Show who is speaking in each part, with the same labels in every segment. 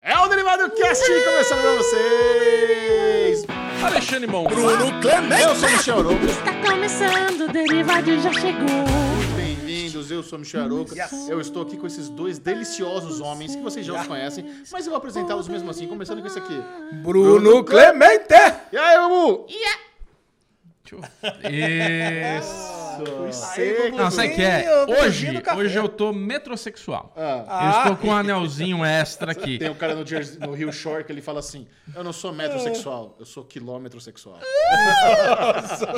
Speaker 1: É Podcast começando pra vocês!
Speaker 2: Alexandre Mão.
Speaker 1: Bruno Clemente! Eu sou o Michel Arouca.
Speaker 3: Está começando, o Derivado já chegou.
Speaker 1: Bem-vindos, eu sou o Michel Arouca. Eu estou aqui com esses dois deliciosos homens que vocês já os conhecem, mas eu vou apresentá-los mesmo assim, começando com esse aqui.
Speaker 4: Bruno Clemente!
Speaker 1: E aí, Bubu?
Speaker 2: Isso.
Speaker 1: Você...
Speaker 2: Não, sabe o que é?
Speaker 4: Eu tô
Speaker 2: Hoje,
Speaker 4: pedindo café.
Speaker 2: hoje eu tô metrosexual.
Speaker 1: Ah,
Speaker 2: Eu estou com um anelzinho extra aqui.
Speaker 1: tem um cara no, Jersey- no Rio Shore que ele fala assim, eu não sou metrosexual, eu sou quilometrosexual.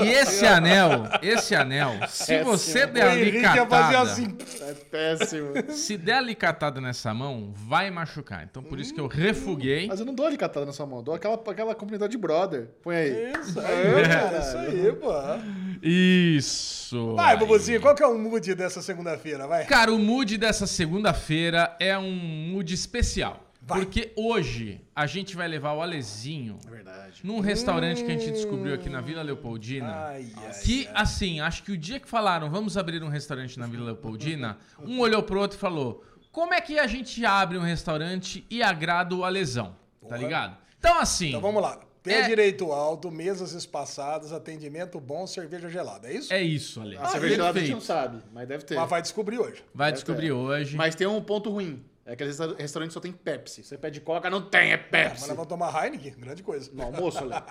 Speaker 2: E esse anel, esse anel, se você der
Speaker 4: O
Speaker 2: ali
Speaker 4: Henrique ia fazer
Speaker 2: catada,
Speaker 4: assim.
Speaker 1: É péssimo.
Speaker 2: se der ali catada nessa mão, vai machucar. Então por
Speaker 4: Hum.
Speaker 2: isso que eu refuguei.
Speaker 1: Mas eu não dou ali catada na sua mão, eu dou aquela, aquela comunidade de brother. Põe aí.
Speaker 4: Isso aí, É, cara. Isso aí, pô.
Speaker 2: Isso.
Speaker 4: Vai,
Speaker 2: aí.
Speaker 4: Bubuzinho, qual que é o mood dessa segunda-feira? Vai.
Speaker 2: Cara, o mood dessa segunda-feira é um mood especial.
Speaker 4: Vai.
Speaker 2: Porque hoje a gente vai levar o Alezinho
Speaker 1: Verdade.
Speaker 2: num restaurante que a gente descobriu aqui na Vila Leopoldina.
Speaker 4: Ai, ai.
Speaker 2: Que, assim, acho que o dia que falaram, vamos abrir um restaurante na Vila Leopoldina, um olhou pro outro e falou: como é que a gente abre um restaurante e agrada o Alesão? Tá ligado? Então, assim.
Speaker 4: Então vamos lá. Pé
Speaker 2: É.
Speaker 4: direito alto, mesas espaçadas, atendimento bom, cerveja gelada. É isso?
Speaker 2: É isso, Ale.
Speaker 1: A cerveja gelada a gente não
Speaker 2: Perfeito.
Speaker 1: sabe, mas deve ter.
Speaker 4: Mas vai descobrir hoje.
Speaker 2: Vai descobrir
Speaker 1: É.
Speaker 2: hoje.
Speaker 1: Mas tem um ponto ruim. É que aqueles restaurantes só tem Pepsi. Você pede Coca, não tem, é
Speaker 4: Ah, Mas
Speaker 1: Pepsi.
Speaker 4: nós vamos tomar Heineken, grande coisa.
Speaker 1: No almoço, Léo.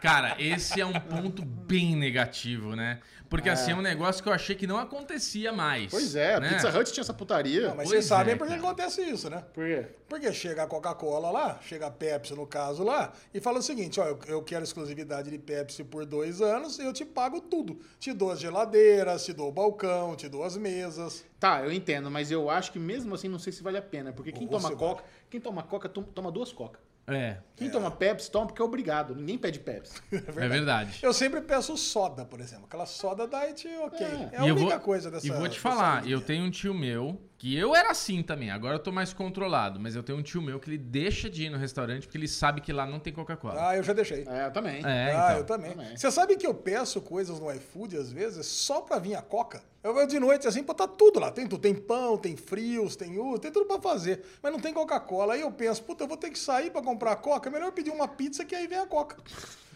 Speaker 2: Cara, esse é um ponto bem negativo, né? Porque, assim, é um negócio que eu achei que não acontecia mais.
Speaker 1: Pois é, a
Speaker 2: né?
Speaker 1: Pizza Hut tinha essa putaria.
Speaker 4: Não, mas
Speaker 2: Pois
Speaker 4: vocês sabem
Speaker 2: é,
Speaker 4: por que
Speaker 2: cara.
Speaker 4: acontece isso, né?
Speaker 1: Por quê?
Speaker 4: Porque chega a Coca-Cola lá, chega a Pepsi, no caso, lá, e fala o seguinte, ó, eu, eu quero exclusividade de Pepsi por dois anos e eu te pago tudo. Te dou as geladeiras, te dou o balcão, te dou as mesas.
Speaker 1: Tá, eu entendo, mas eu acho que mesmo assim não sei se vale a pena. Porque quem
Speaker 4: Ou
Speaker 1: toma
Speaker 4: você
Speaker 1: Coca, quem toma Coca tom- toma duas Coca.
Speaker 2: É,
Speaker 1: Quem toma Pepsi, toma porque é obrigado. Ninguém pede Pepsi.
Speaker 2: é verdade.
Speaker 4: Eu sempre peço soda, por exemplo. Aquela soda diet, ok. É, a
Speaker 2: eu
Speaker 4: única
Speaker 2: vou-
Speaker 4: coisa dessa...
Speaker 2: E vou te
Speaker 4: dessa
Speaker 2: falar,
Speaker 4: linha.
Speaker 2: eu tenho um tio meu, que eu era assim também, agora eu tô mais controlado, mas eu tenho um tio meu que ele deixa de ir no restaurante porque ele sabe que lá não tem Coca-Cola.
Speaker 4: Ah, eu já deixei.
Speaker 1: É, eu também.
Speaker 2: é,
Speaker 4: ah,
Speaker 2: então.
Speaker 4: eu também.
Speaker 1: também.
Speaker 4: Você sabe que eu peço coisas no iFood, às vezes, só pra vir a coca? Eu vou de noite, assim, botar tudo lá. Tem tudo. Tem pão, tem frios, tem u, tem tudo pra fazer. Mas não tem Coca-Cola. Aí eu penso, puta, eu vou ter que sair pra comprar coca. É melhor eu pedir uma pizza que aí vem a coca.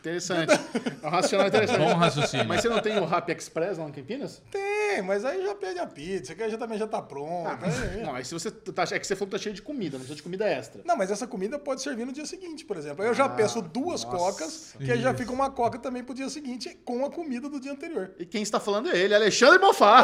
Speaker 1: Interessante. É um racional interessante.
Speaker 2: Bom raciocínio.
Speaker 1: Mas você não tem o Rap Express lá em Campinas?
Speaker 4: Tem, mas aí já pede a pizza, que aí já, também já tá pronta.
Speaker 1: Ah,
Speaker 4: aí-
Speaker 1: Não, aí se você. Tá, é que você falou que tá cheio de comida, não precisa de comida extra.
Speaker 4: Não, mas essa comida pode servir no dia seguinte, por exemplo. Aí Eu já peço duas
Speaker 1: Ah, nossa.
Speaker 4: cocas, que aí já fica uma coca também pro dia seguinte com a comida do dia anterior.
Speaker 1: E quem está falando é ele, Alexandre Bonfá.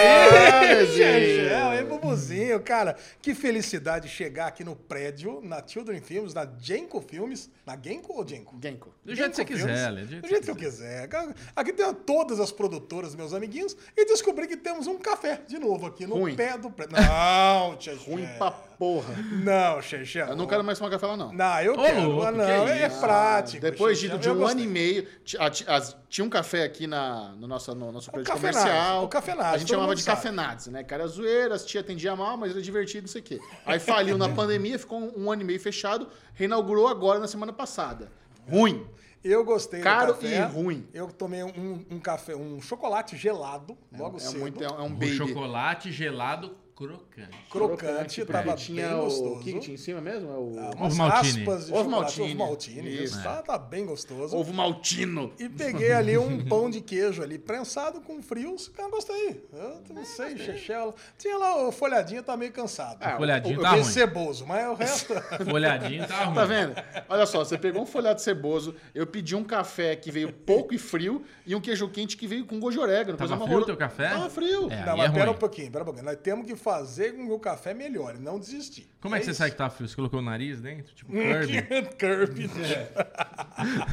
Speaker 1: É, gente.
Speaker 4: Chechel, hein, Bubuzinho, cara? Que felicidade chegar aqui no prédio, na Children Films, na Genko Filmes. Na Genko ou Genko?
Speaker 1: Genko.
Speaker 2: Do jeito que você
Speaker 4: Genko Filmes.
Speaker 2: quiser, Ale.
Speaker 4: Do jeito que eu quiser. cara. Aqui tem todas as produtoras, meus amiguinhos, e descobri que temos um café de novo aqui no
Speaker 1: Ruim.
Speaker 4: pé do prédio. Não, Chechel.
Speaker 1: Ruim pra porra.
Speaker 4: Não, Chechel.
Speaker 1: Eu não quero mais tomar café lá, não.
Speaker 4: Não, eu
Speaker 2: Ô,
Speaker 4: quero.
Speaker 2: louco,
Speaker 4: Ah,
Speaker 2: que
Speaker 4: não, é,
Speaker 2: isso.
Speaker 4: prático.
Speaker 1: Depois de,
Speaker 4: Chechel,
Speaker 1: de
Speaker 4: eu
Speaker 1: um
Speaker 4: gostei.
Speaker 1: ano e meio, ti- a- ti- as- tinha um café aqui na, no nosso, no nosso prédio
Speaker 4: Cafenades,
Speaker 1: comercial.
Speaker 4: É o Cafenades,
Speaker 1: a gente
Speaker 4: todo
Speaker 1: chamava
Speaker 4: mundo
Speaker 1: de
Speaker 4: sabe.
Speaker 1: cafenades, né? Cara, era zoeira, as tia atendia mal, mas era divertido, não sei o quê. Aí faliu na pandemia, ficou um, um ano e meio fechado, reinaugurou agora na semana passada. Ruim.
Speaker 4: Eu gostei
Speaker 1: Caro
Speaker 4: do café.
Speaker 1: e ruim.
Speaker 4: Eu tomei um, um café, um chocolate gelado, logo
Speaker 1: É,
Speaker 4: cedo.
Speaker 1: muito, é, um- é um
Speaker 2: O
Speaker 1: baby.
Speaker 2: chocolate gelado crocante.
Speaker 4: Crocante,
Speaker 1: porque
Speaker 4: tava
Speaker 1: tinha
Speaker 4: bem
Speaker 1: o,
Speaker 4: gostoso.
Speaker 1: O que que tinha em cima mesmo? É o...
Speaker 4: Ah,
Speaker 2: Ovo
Speaker 4: umas
Speaker 2: maltine.
Speaker 4: aspas de
Speaker 1: Ovo
Speaker 4: chocolate,
Speaker 1: maltine.
Speaker 4: Ovo maltine.
Speaker 1: Isso.
Speaker 4: Isso, tá, tá bem gostoso.
Speaker 1: Ovo maltino.
Speaker 4: E peguei ali um pão de queijo ali, prensado com frios. Cara, gostei. Eu não sei, Chechel. Tinha lá o folhadinho, tá meio cansado.
Speaker 1: Ah,
Speaker 2: Folhadinho
Speaker 1: eu-
Speaker 2: tá
Speaker 4: meio
Speaker 2: ruim.
Speaker 4: ceboso, mas o resto...
Speaker 2: Olhadinho tá ruim.
Speaker 1: Tá vendo? Olha só, você pegou um folhado ceboso, eu pedi um café que veio pouco e frio e um queijo quente que veio com gosto de orégano.
Speaker 2: Tava
Speaker 1: coisa
Speaker 2: frio o
Speaker 1: horrorosa.
Speaker 2: teu café?
Speaker 1: Tava frio.
Speaker 2: É, aí
Speaker 4: não,
Speaker 2: é
Speaker 4: mas pera
Speaker 2: ruim.
Speaker 4: um pouquinho, pera um pouquinho. Nós temos que fazer com que o café melhore, não desistir.
Speaker 2: Como é que você
Speaker 4: isso.
Speaker 2: sabe que tá frio? Você colocou o nariz dentro? Tipo, Kirby?
Speaker 4: Kirby.
Speaker 2: É,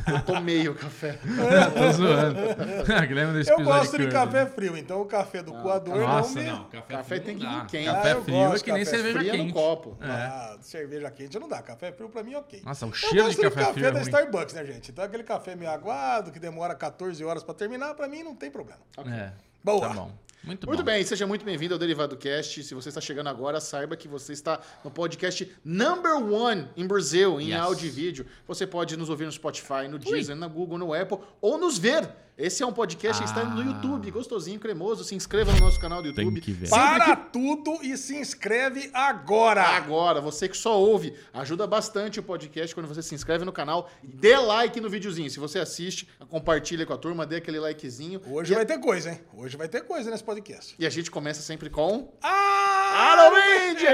Speaker 1: Eu tomei o café.
Speaker 2: Tô zoando. Lembra desse
Speaker 4: Eu
Speaker 2: episódio
Speaker 4: gosto de
Speaker 2: Kirby?
Speaker 4: café frio, então o café do coador
Speaker 2: Nossa,
Speaker 4: não me...
Speaker 2: não. Café,
Speaker 1: Café
Speaker 2: frio
Speaker 1: tem que
Speaker 2: não
Speaker 1: vir
Speaker 2: dá.
Speaker 1: quente.
Speaker 2: Café
Speaker 4: Ah, eu
Speaker 2: frio
Speaker 4: gosto,
Speaker 2: é que nem
Speaker 4: café
Speaker 2: cerveja
Speaker 1: Fria
Speaker 2: quente. É,
Speaker 1: no copo.
Speaker 4: Ah, cerveja quente não dá. Café frio pra mim, é ok.
Speaker 2: Nossa, o
Speaker 4: Eu
Speaker 2: cheiro de
Speaker 4: gosto
Speaker 2: café frio é
Speaker 4: da
Speaker 2: ruim.
Speaker 4: Starbucks, né, gente? Então aquele café meio aguado, que demora 14 horas pra terminar, pra mim não tem problema.
Speaker 2: É.
Speaker 4: Boa.
Speaker 2: Tá bom. Muito
Speaker 1: Muito
Speaker 2: bom.
Speaker 1: bem, seja muito bem-vindo ao Derivado Cast. Se você está chegando agora, saiba que você está no podcast number one em Brasil, em
Speaker 2: Yes.
Speaker 1: áudio e vídeo. Você pode nos ouvir no Spotify, no Deezer, na Google, no Apple ou nos ver. Esse é um podcast que está no
Speaker 2: Ah.
Speaker 1: YouTube, gostosinho, cremoso. Se inscreva no nosso canal do
Speaker 2: Tem
Speaker 1: YouTube.
Speaker 2: que ver.
Speaker 1: Sempre
Speaker 4: Para tudo e se inscreve agora.
Speaker 1: É Agora, você que só ouve, ajuda bastante o podcast quando você se inscreve no canal e dê like no videozinho. Se você assiste, compartilha com a turma, dê aquele likezinho.
Speaker 4: Hoje vai ter coisa, hein? Hoje vai ter coisa nesse podcast.
Speaker 1: E a gente começa sempre com.
Speaker 4: Ah!
Speaker 1: Halloween!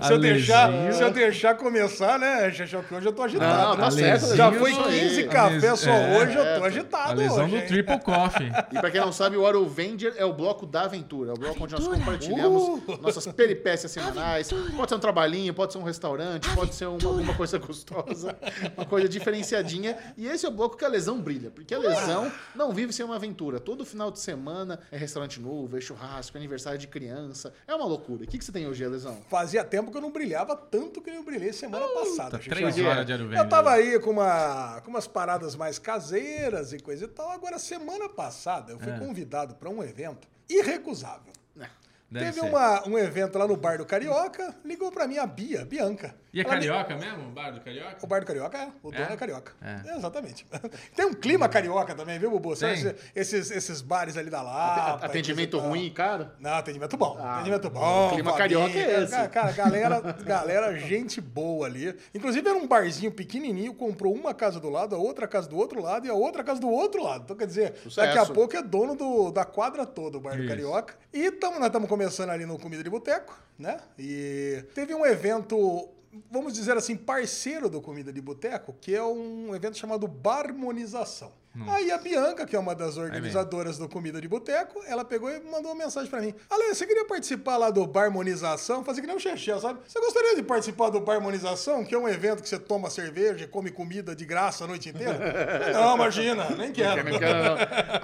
Speaker 4: Se eu, deixar,
Speaker 2: Alezinho.
Speaker 4: se eu deixar começar, né, Xaxão, que hoje eu tô agitado. né?
Speaker 1: Não, tá
Speaker 2: Alezinho.
Speaker 1: certo.
Speaker 4: Já
Speaker 1: Alezinho,
Speaker 4: foi
Speaker 1: isso aí.
Speaker 4: 15
Speaker 2: Alez-
Speaker 4: cafés só
Speaker 2: é,
Speaker 4: hoje, eu tô
Speaker 1: é,
Speaker 2: A
Speaker 4: agitado
Speaker 2: lesão
Speaker 4: hoje.
Speaker 2: do
Speaker 4: hein?
Speaker 2: Triple Coffee.
Speaker 1: E pra quem não sabe, o Aurovenger é o bloco da aventura. Uh! É o bloco onde nós compartilhamos nossas peripécias semanais. Pode ser um trabalhinho, pode ser um restaurante, pode ser uma, alguma coisa gostosa, uma coisa diferenciadinha. E esse é o bloco que a lesão brilha, porque a lesão não vive sem uma aventura. Todo final de semana é restaurante novo, é churrasco, é aniversário de criança. É uma loucura. O que, que você tem hoje, a lesão?
Speaker 4: Fazia tempo que eu não brilhava tanto que eu brilhei semana passada.
Speaker 2: Tá
Speaker 4: Xaxão.
Speaker 2: três né?
Speaker 1: Xavier.
Speaker 2: horas de Aero
Speaker 4: Eu tava aí com, uma, com umas paradas mais caseiras e coisa e tal. Agora, semana passada, eu
Speaker 2: É.
Speaker 4: fui convidado para um evento irrecusável.
Speaker 1: É, Ah,
Speaker 2: Deve
Speaker 4: Teve
Speaker 2: ser.
Speaker 4: uma- um evento lá no Bar do Carioca, ligou para mim a Bia, Bianca.
Speaker 2: E é
Speaker 4: Ela me-
Speaker 2: carioca mesmo? O bar do carioca?
Speaker 4: O bar do carioca é, o dono
Speaker 2: É?
Speaker 4: é, carioca.
Speaker 2: É. Hum.
Speaker 4: É, exatamente. Tem um clima carioca também, viu, Bubu? Sabe
Speaker 2: Tem.
Speaker 4: esse- esses, esses bares ali da Lapa.
Speaker 1: Atendimento
Speaker 4: coisa e tal.
Speaker 1: ruim, cara?
Speaker 4: Não, atendimento bom.
Speaker 1: Ah,
Speaker 4: atendimento bom.
Speaker 1: o clima
Speaker 4: família,
Speaker 1: carioca é esse.
Speaker 4: Cara, cara, galera, galera, gente boa ali. Inclusive, era um barzinho pequenininho, comprou uma casa do lado, a outra casa do outro lado e a outra casa do outro lado. Então, quer dizer,
Speaker 1: Sucesso.
Speaker 4: daqui a pouco é dono do- da quadra toda, o bar do
Speaker 2: Isso.
Speaker 4: Carioca. E tamo, nós estamos começando ali no Comida de Boteco, né? E teve um evento... Vamos dizer assim, parceiro do Comida de Boteco, que é um evento chamado Barmonização. Aí a Bianca, que é uma das organizadoras organizadoras do Comida de Boteco, ela pegou e mandou uma mensagem pra mim. Ale, você queria participar lá do Barmonização? Fazer que nem um xexé, sabe? Você gostaria de participar do Barmonização, que é um evento que você toma cerveja e come comida de graça a noite inteira? Eu falei, não, imagina, nem quero.
Speaker 1: Não quero, não.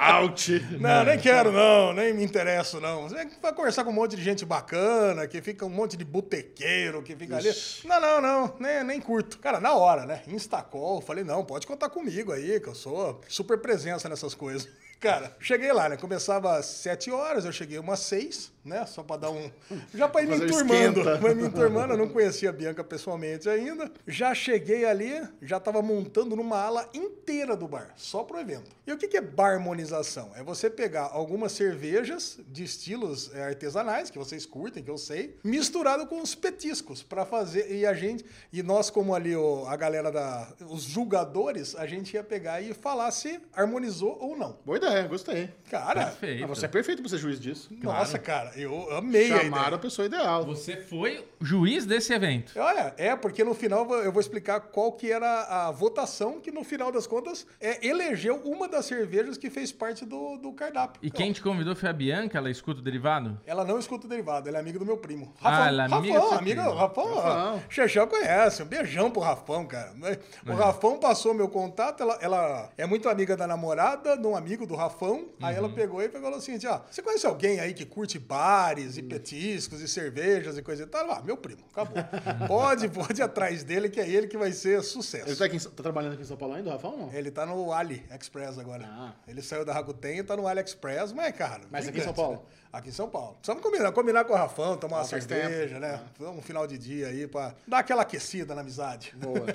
Speaker 1: Out!
Speaker 4: Não,
Speaker 1: É.
Speaker 4: nem quero, não, nem me interesso, não. Você vai conversar com um monte de gente bacana, que fica um monte de botequeiro, que fica ali. Não, não, não, nem, nem curto. Cara, na hora, né? Instacall, falei, não, pode contar comigo aí, que eu sou super presença nessas coisas. Cara, cheguei lá, né? Começava às 7 horas, eu cheguei umas 6, né? Só pra dar um. Já pra ir me
Speaker 1: Fazer o
Speaker 4: enturmando.
Speaker 1: esquenta.
Speaker 4: Vai me enturmando, Então, eu não conhecia a Bianca pessoalmente ainda. Já cheguei ali, já tava montando numa ala inteira do bar, só pro evento. E o que que é barmonização? É você pegar algumas cervejas de estilos eh, artesanais, que vocês curtem, que eu sei, misturado com os petiscos pra fazer. E a gente, e nós como ali o- a galera da, os julgadores, a gente ia pegar e falar se harmonizou ou não.
Speaker 1: Boa ideia, gostei.
Speaker 4: Cara,
Speaker 2: Perfeito.
Speaker 1: Ah, você é perfeito pra ser juiz disso.
Speaker 4: nossa, cara, eu amei a ideia.
Speaker 1: Chamaram a pessoa ideal.
Speaker 2: Você foi o juiz desse evento.
Speaker 4: Olha, é porque no final eu vou- eu vou explicar qual que era a votação que no final das contas é, elegeu uma das cervejas que fez parte do, do cardápio.
Speaker 2: E quem te convidou foi a Bianca, ela escuta o derivado?
Speaker 4: Ela não escuta o derivado, ela é amiga do meu primo.
Speaker 2: Ah, ela é amiga do
Speaker 4: Rafão,
Speaker 2: seu
Speaker 4: amiga,
Speaker 2: primo.
Speaker 4: Rafão,
Speaker 1: Rafão.
Speaker 4: Rafão. Xexel conhece, um beijão pro Rafão, cara.
Speaker 2: É.
Speaker 4: O Rafão passou meu contato, ela, ela é muito amiga da namorada, de um amigo do Rafão. Aí
Speaker 2: Uhum.
Speaker 4: ela pegou e falou assim, ó, você conhece alguém aí que curte bares e
Speaker 2: Uhum.
Speaker 4: petiscos e cervejas e coisa e tal? Ah, meu primo, acabou. pode, pode ir atrás dele que é ele que vai ser sucesso.
Speaker 1: Ele tá, aqui em São- tá trabalhando aqui em São Paulo ainda, Rafa? ou Não?
Speaker 4: Ele tá no AliExpress agora.
Speaker 1: Ah.
Speaker 4: Ele saiu da Rakuten e tá no AliExpress, mas, cara.
Speaker 1: Mas
Speaker 4: gigante,
Speaker 1: aqui em São Paulo?
Speaker 4: né? Aqui em São Paulo. Precisamos combinar, combinar com o Rafão, tomar uma
Speaker 1: faz
Speaker 4: cerveja, né?
Speaker 1: Ah.
Speaker 4: Um final de dia aí pra dar aquela aquecida na amizade.
Speaker 1: Boa.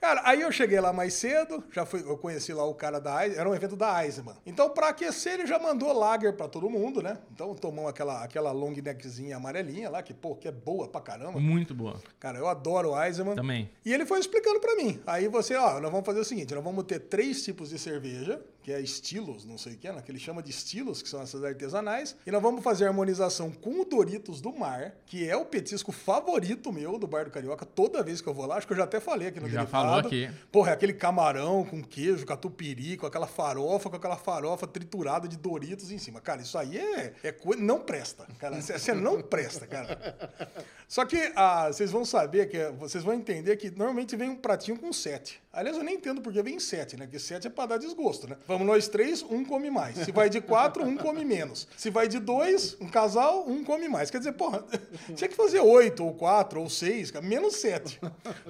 Speaker 4: Cara, aí eu cheguei lá mais cedo, já fui, eu conheci lá o cara da Eis- era um evento da Eisenman. Então, pra aquecer, ele já mandou lager pra todo mundo, né? Então, tomou aquela, aquela long neckzinha amarelinha lá, que, pô, que é boa pra caramba.
Speaker 2: Muito boa.
Speaker 4: Cara, eu adoro o Eisenman.
Speaker 2: Também.
Speaker 4: E ele foi explicando pra mim. Aí você, ó, nós vamos fazer o seguinte: nós vamos ter três tipos de cerveja, que é estilos, não sei o que, né? que ele chama de estilos, que são essas artesanais. E nós vamos fazer harmonização com o Doritos do Mar, que é o petisco favorito meu do Bar do Carioca. Toda vez que eu vou lá, acho que eu já até falei aqui no
Speaker 2: Já
Speaker 4: Derivado.
Speaker 2: falou aqui.
Speaker 4: Porra, é aquele camarão com queijo, catupiry, com aquela farofa, com aquela farofa triturada de Doritos em cima. Cara, isso aí é, é coisa. Não presta, cara. Você não presta, cara. Só que ah, vocês vão saber, que é- vocês vão entender que normalmente vem um pratinho com sete. Aliás, eu nem entendo porque vem sete, né? Porque sete é pra dar desgosto, né? Vamos nós três, um come mais. Se vai de quatro, um come menos. Se vai de dois, um casal, um come mais. Quer dizer, porra, tinha que fazer oito, ou quatro, ou seis, cara, menos sete.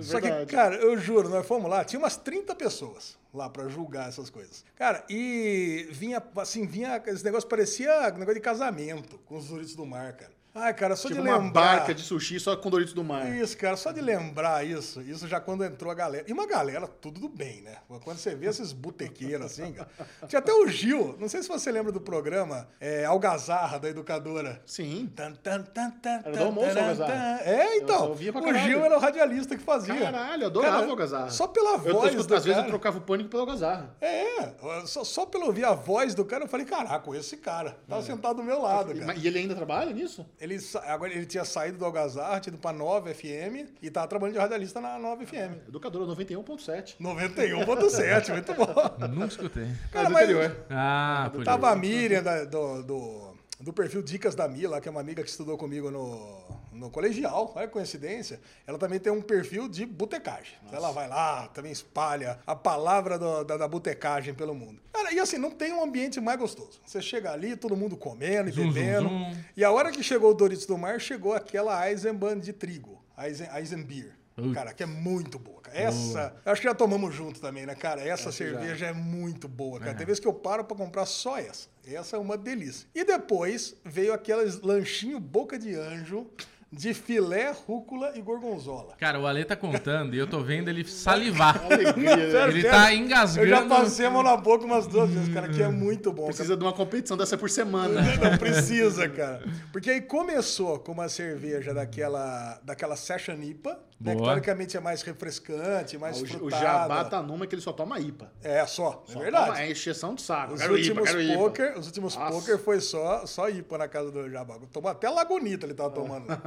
Speaker 4: Só que,
Speaker 1: Verdade.
Speaker 4: cara, eu juro, nós fomos lá, tinha umas 30 pessoas lá pra julgar essas coisas. Cara, e vinha, assim, vinha, esse negócio parecia negócio de casamento com os Doritos do Mar, cara. Ai, cara, só
Speaker 1: Tipo
Speaker 4: de
Speaker 1: uma
Speaker 4: lembrar...
Speaker 1: barca de sushi só com Doritos do Mar.
Speaker 4: Isso, cara, só de lembrar isso, isso já quando entrou a galera. E uma galera, tudo do bem, né? Quando você vê esses botequeiros assim, cara. Tinha até o Gil, não sei se você lembra do programa é, Algazarra da Educadora.
Speaker 1: Sim.
Speaker 4: Tan, tan, tan, tan,
Speaker 1: Era do
Speaker 4: tan,
Speaker 1: almoço,
Speaker 4: tan,
Speaker 1: Algazarra.
Speaker 4: tan. É,
Speaker 1: Eu
Speaker 4: então.
Speaker 1: ouvia pra
Speaker 4: O
Speaker 1: caralho.
Speaker 4: Gil era o radialista que fazia.
Speaker 1: Caralho, eu adorava
Speaker 4: Cara,
Speaker 1: o Algazarra.
Speaker 4: Só pela
Speaker 1: Eu,
Speaker 4: voz
Speaker 1: escuto-
Speaker 4: do
Speaker 1: às vezes eu
Speaker 4: cara.
Speaker 1: trocava o pânico pelo Algazarra.
Speaker 4: É, só, só pelo ouvir a voz do cara, eu falei, caraca, conheço esse cara. Tava sentado do meu lado,
Speaker 1: É. E,
Speaker 4: cara.
Speaker 1: mas- e ele ainda trabalha nisso?
Speaker 4: Ele, sa- agora ele tinha saído do Algazarra, tinha ido pra 9 FM e tava trabalhando de radialista na 9 FM.
Speaker 1: Educadora 91.7.
Speaker 4: 91.7, muito bom.
Speaker 2: Nunca escutei.
Speaker 1: Cara,
Speaker 4: Cara,
Speaker 1: do
Speaker 4: mas-
Speaker 1: interior.
Speaker 2: Ah, por
Speaker 4: Tava
Speaker 2: isso.
Speaker 4: a Miriam da- do, do, do perfil Dicas da Mila, que é uma amiga que estudou comigo no, no colegial, olha que coincidência. Ela também tem um perfil de botecagem. Ela vai lá, também espalha a palavra do- da, da botecagem pelo mundo. Cara, e assim, não tem um ambiente mais gostoso. Você chega ali, todo mundo comendo e
Speaker 2: Zum, zum,
Speaker 4: bebendo.
Speaker 2: zum.
Speaker 4: E a hora que chegou o Doritos do Mar, chegou aquela Eisenbahn de trigo, Eisen, Eisenbeer.
Speaker 2: Ui.
Speaker 4: Cara, que é muito boa. cara. Essa, eu acho que já tomamos junto também, né, cara? Essa cerveja é muito boa, cara. Tem vezes que eu paro pra comprar só essa. Essa é uma delícia. E depois veio aqueles lanchinho boca de anjo de filé, rúcula e gorgonzola.
Speaker 2: Cara, o Ale tá contando e eu tô vendo ele salivar.
Speaker 1: Alegria. né?
Speaker 2: Ele tá engasgando.
Speaker 4: Eu já passei a mão na boca umas duas vezes, cara, que é muito bom. cara.
Speaker 1: Precisa de uma competição dessa por semana.
Speaker 4: Não precisa, cara. Porque aí começou com uma cerveja daquela, daquela Session IPA, né, que
Speaker 2: Boa.
Speaker 4: teoricamente é mais refrescante, mais
Speaker 1: Ah, O, o
Speaker 4: frutada.
Speaker 1: Jabá tá numa que ele só toma IPA.
Speaker 4: É, só, é
Speaker 1: Só
Speaker 4: verdade.
Speaker 1: toma- é encheção de saco.
Speaker 4: Os
Speaker 1: Quero IPA,
Speaker 4: últimos,
Speaker 1: quero IPA.
Speaker 4: poker, os últimos
Speaker 1: Nossa.
Speaker 4: poker foi só, só IPA na casa do Jabá. Tomou até Lagunita ele tava
Speaker 1: É.
Speaker 4: tomando.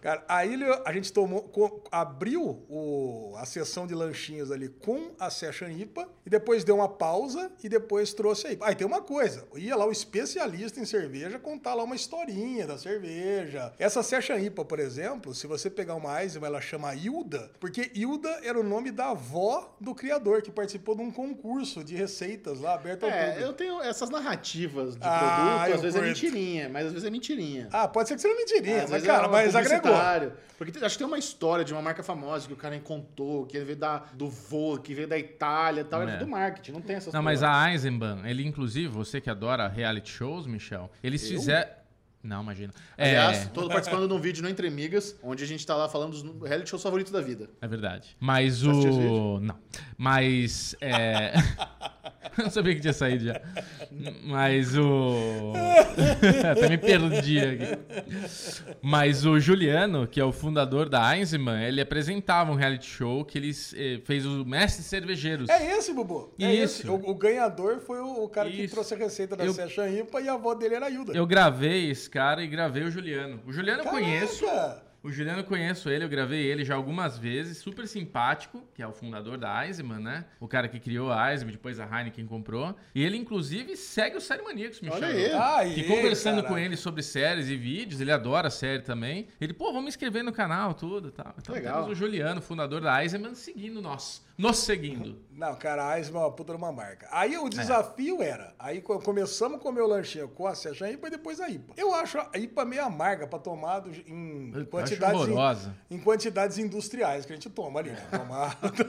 Speaker 4: Cara, aí ele- a gente tomou, co- abriu o- a sessão de lanchinhos ali com a Session IPA e depois deu uma pausa e depois trouxe a IPA. Aí tem uma coisa, ia lá o especialista em cerveja contar lá uma historinha da cerveja. Essa Session IPA, por exemplo, se você pegar uma Eisenman, ela chama Hilda, porque Hilda era o nome da avó do criador, que participou de um concurso de receitas lá aberto ao
Speaker 1: É,
Speaker 4: público.
Speaker 1: eu tenho essas narrativas de
Speaker 4: Ah,
Speaker 1: produto,
Speaker 4: eu
Speaker 1: às vezes é
Speaker 4: curto.
Speaker 1: mentirinha, mas às vezes é mentirinha.
Speaker 4: Ah, pode ser que você não
Speaker 2: É,
Speaker 4: mentiria,
Speaker 1: Às
Speaker 4: mas
Speaker 1: vezes
Speaker 4: cara,
Speaker 1: um
Speaker 4: mas agregou.
Speaker 1: publicitário. Porque tem- acho que tem uma história de uma marca famosa que o cara encontrou, que ele veio da, do voo, que veio da Itália e tal.
Speaker 2: É.
Speaker 1: É. do marketing, não tem essas
Speaker 2: Não, mas
Speaker 1: porra.
Speaker 2: a Eisenbahn, ele inclusive, você que adora reality shows, Michel, eles fizeram... Não, imagina. É,
Speaker 1: Aliás, tô participando de um vídeo no Entre Amigas, onde a gente tá lá falando dos reality shows favoritos da vida.
Speaker 2: é verdade. Mas
Speaker 1: assistiu esse
Speaker 2: o... Não. Mas... É... Eu não sabia que tinha saído já. Mas o... Até me perdi aqui. Mas o Juliano, que é o fundador da Eisenbahn, ele apresentava um reality show que ele eh, fez o Mestre Cervejeiros.
Speaker 4: É esse, Bubu. É
Speaker 2: Isso.
Speaker 4: esse. O, o ganhador foi o, o cara que
Speaker 2: Isso.
Speaker 4: trouxe a receita da
Speaker 2: Eu-
Speaker 4: Session IPA e a avó dele era a Hilda.
Speaker 2: Eu gravei esse cara e gravei o Juliano. O Juliano eu
Speaker 4: Caraca!
Speaker 2: conheço. O Juliano eu conheço ele, eu gravei ele já algumas vezes, super simpático, que é o fundador da Eisenman, né? O cara que criou a Eisenman, depois a Heineken comprou. E ele, inclusive, segue o Série Maníacos, Michel.
Speaker 1: Olha aí.
Speaker 4: Aí,
Speaker 2: E conversando
Speaker 4: caralho.
Speaker 2: com ele sobre séries e vídeos, ele adora série também. Ele, pô, vamos inscrever no canal, tudo e tal. Então
Speaker 1: Legal.
Speaker 2: temos o Juliano, fundador da Eisenman, seguindo nós. Nos seguindo.
Speaker 4: Não, cara, a Eisenman é uma puta de uma marca. Aí
Speaker 2: É.
Speaker 4: o desafio era. Aí co- começamos a comer o lanchinho com a Session IPA e depois a IPA. Eu acho a IPA meio amarga pra tomar do- em
Speaker 2: Eu acho
Speaker 4: quantidades. em-
Speaker 2: horrorosa.
Speaker 4: Em quantidades industriais que a gente toma ali, né? Tomar.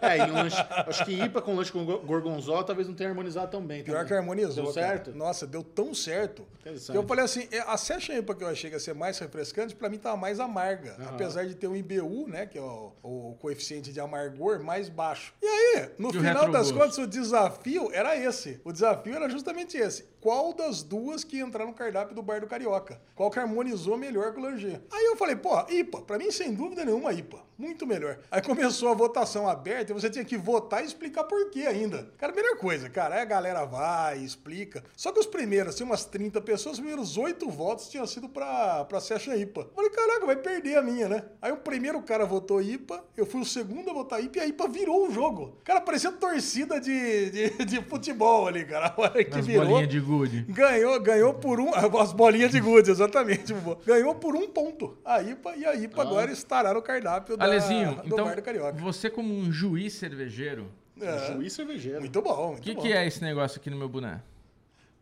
Speaker 1: É, e um lanche. Acho que IPA com lanche com go- gorgonzola talvez não tenha harmonizado tão bem.
Speaker 4: Pior
Speaker 1: também.
Speaker 4: que harmonizou.
Speaker 1: Deu
Speaker 4: cara.
Speaker 1: certo?
Speaker 4: Nossa, deu tão certo.
Speaker 1: Interessante.
Speaker 4: Que eu falei assim, é, a Session IPA que eu achei que ia ser mais refrescante, pra mim tava mais amarga. Apesar de ter um IBU, né? Que é o, o coeficiente de amargor mais baixo. E aí, no
Speaker 2: E o
Speaker 4: final das
Speaker 2: retrogosto?
Speaker 4: contas, o desafio era esse. O desafio era justamente esse. Qual das duas que entraram no cardápio do bar do Carioca? Qual que harmonizou melhor com o Langer? Aí eu falei, pô, IPA. Pra mim, sem dúvida nenhuma, IPA. Muito melhor. Aí começou a votação aberta e você tinha que votar e explicar por quê ainda. Cara, a melhor coisa, cara. Aí a galera vai, explica. Só que os primeiros, assim, umas 30 pessoas, os primeiros 8 votos tinham sido pra, pra Session IPA. Eu Falei, caraca, vai perder a minha, né? Aí o primeiro cara votou IPA, eu fui o segundo a votar IPA e a IPA virou o jogo. Cara, parecia torcida de, de, de futebol ali, cara. A hora que
Speaker 2: As
Speaker 4: virou.
Speaker 2: bolinhas de gude.
Speaker 4: Ganhou, ganhou por um. As bolinhas de gude, exatamente. boa. Ganhou por um ponto. A IPA e a IPA agora estará no cardápio da,
Speaker 2: Alezinho,
Speaker 4: do
Speaker 2: então,
Speaker 4: Bar do Carioca.
Speaker 2: você como um juiz cervejeiro,
Speaker 4: É.
Speaker 1: Juiz cervejeiro.
Speaker 4: Muito bom,
Speaker 2: o
Speaker 4: muito
Speaker 2: que,
Speaker 4: bom.
Speaker 2: que é esse negócio aqui no meu boné?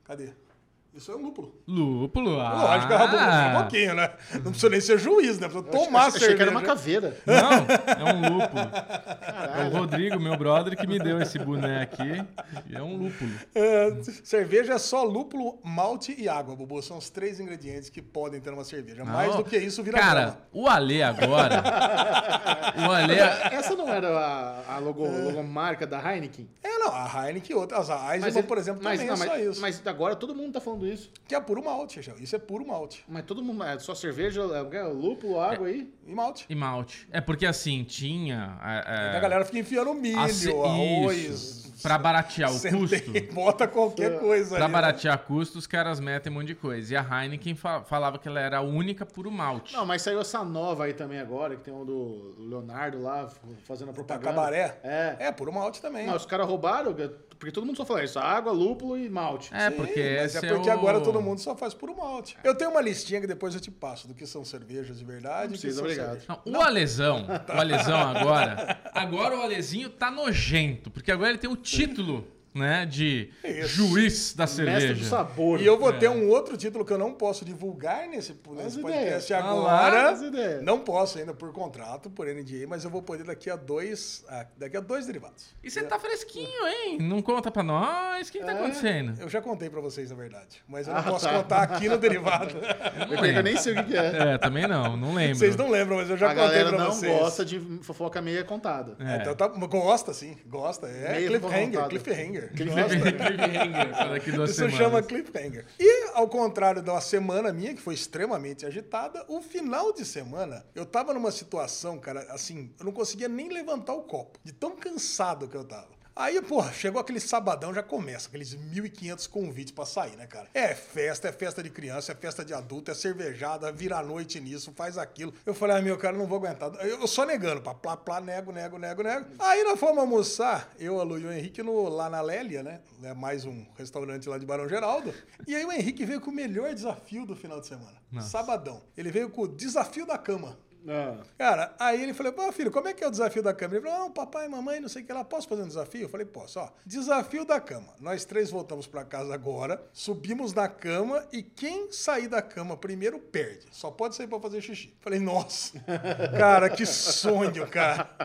Speaker 4: Cadê? Isso é um lúpulo.
Speaker 2: Lúpulo. Ah,
Speaker 4: Lógico, é rabuloso, um pouquinho, né? Não precisa nem ser juiz, né? Precisa tomar
Speaker 1: Achei- Achei que era
Speaker 4: cerveja.
Speaker 1: uma caveira.
Speaker 2: Não, é um lúpulo. É o Rodrigo, meu brother, que me deu esse boné aqui. E É um lúpulo.
Speaker 4: É, cerveja é só lúpulo, malte e água, Bubu. São os três ingredientes que podem ter uma cerveja. Mais
Speaker 2: Não.
Speaker 4: do que isso, vira
Speaker 2: Cara,
Speaker 4: grama.
Speaker 2: o Ale agora. o é- Ale.
Speaker 1: Essa não era a, a logo, logomarca da Heineken?
Speaker 4: É, não. A Heineken e outras. A Eisenbahn, por exemplo,
Speaker 1: mas,
Speaker 4: também
Speaker 1: não,
Speaker 4: é só
Speaker 1: mas-
Speaker 4: isso.
Speaker 1: Mas agora todo mundo tá falando isso.
Speaker 4: Que é puro malte, Chechel. Isso é puro malte.
Speaker 1: Mas todo mundo. É só cerveja, é, lúpulo, água aí.
Speaker 4: E malte.
Speaker 2: E malte. É porque assim, tinha. é, é,
Speaker 4: A galera fica enfiando milho,
Speaker 2: assim,
Speaker 4: arroz...
Speaker 2: isso, Pra baratear o
Speaker 4: centeio,
Speaker 2: custo. Tá
Speaker 4: Bota qualquer coisa
Speaker 2: Pra
Speaker 4: ali. né?
Speaker 2: baratear custo, os caras metem um monte de coisa. E a Heineken fa- falava que ela era a única puro malte.
Speaker 1: Não, mas saiu essa nova aí também agora, que tem um do Leonardo lá f- fazendo a
Speaker 4: Tá,
Speaker 1: propaganda.
Speaker 4: cabaré.
Speaker 1: É.
Speaker 4: É, puro malte também.
Speaker 1: Mas os caras roubaram, é, porque todo mundo só fala isso: água, lúpulo e malte.
Speaker 2: é,
Speaker 4: Sim,
Speaker 2: porque
Speaker 4: mas
Speaker 2: esse
Speaker 4: é porque
Speaker 2: o-
Speaker 4: agora todo mundo só faz puro malte. Eu tenho uma listinha que depois eu te passo do que são cervejas de verdade.
Speaker 1: Não
Speaker 4: o que
Speaker 1: precisa,
Speaker 4: são
Speaker 1: obrigado.
Speaker 4: cervejas-
Speaker 2: Não, o Alesão, o Alesão agora. Agora o Alezinho tá nojento, porque agora ele tem o título, né, de
Speaker 4: Isso.
Speaker 2: juiz da
Speaker 1: Mestre do
Speaker 2: cerveja.
Speaker 1: sabor.
Speaker 4: E eu vou ter um outro título que eu não posso divulgar nesse, nesse
Speaker 1: ideias.
Speaker 4: podcast
Speaker 2: Ah lá,
Speaker 4: agora.
Speaker 1: as ideias.
Speaker 4: Não posso ainda por contrato, por NDA, mas eu vou poder daqui a dois, a- daqui a dois derivados.
Speaker 2: E você tá fresquinho, hein? Não conta pra nós, o que, que tá acontecendo?
Speaker 4: É. Eu já contei pra vocês, na verdade, mas eu
Speaker 1: Ah,
Speaker 4: não posso
Speaker 1: tá.
Speaker 4: contar aqui no derivado.
Speaker 2: Não
Speaker 1: Eu, eu
Speaker 2: lembro.
Speaker 1: nem sei o que, que é.
Speaker 2: É, também não, não lembro.
Speaker 4: vocês não lembram, mas eu já
Speaker 1: A
Speaker 4: contei
Speaker 1: galera
Speaker 4: pra
Speaker 1: não
Speaker 4: vocês.
Speaker 1: gosta de fofoca meia contada.
Speaker 2: É.
Speaker 4: Então tá- gosta, sim. Gosta. É
Speaker 1: Meio
Speaker 4: cliffhanger,
Speaker 1: vontade.
Speaker 4: cliffhanger. Gosta.
Speaker 2: Cliffhanger, para daqui duas
Speaker 4: Isso
Speaker 2: semanas.
Speaker 4: chama cliffhanger. E, ao contrário de uma semana minha, que foi extremamente agitada, o final de semana, eu tava numa situação, cara, assim, eu não conseguia nem levantar o copo, de tão cansado que eu tava. Aí, porra, chegou aquele sabadão, já começa, aqueles 1.500 convites pra sair, né, cara? É festa, é festa de criança, é festa de adulto, é cervejada, vira a noite nisso, faz aquilo. Eu falei, ah, meu, cara, eu não vou aguentar. Eu eu só negando, pá, plá, plá, nego, nego, nego, nego. Aí nós fomos almoçar, eu, a Lu e o Henrique, no, lá na Lélia, né? É mais um restaurante lá de Barão Geraldo. E aí o Henrique veio com o melhor desafio do final de semana. Sabadão. Ele veio com o desafio da cama.
Speaker 1: Ah.
Speaker 4: Cara, aí ele falou, pô, filho, como é que é o desafio da cama? Ele falou, não, papai, mamãe, não sei o que lá, posso fazer um desafio? Eu falei, posso, ó. Desafio da cama. Nós três voltamos pra casa agora, subimos na cama e quem sair da cama primeiro perde. Só pode sair pra fazer xixi. Falei, nossa, cara, que sonho, cara.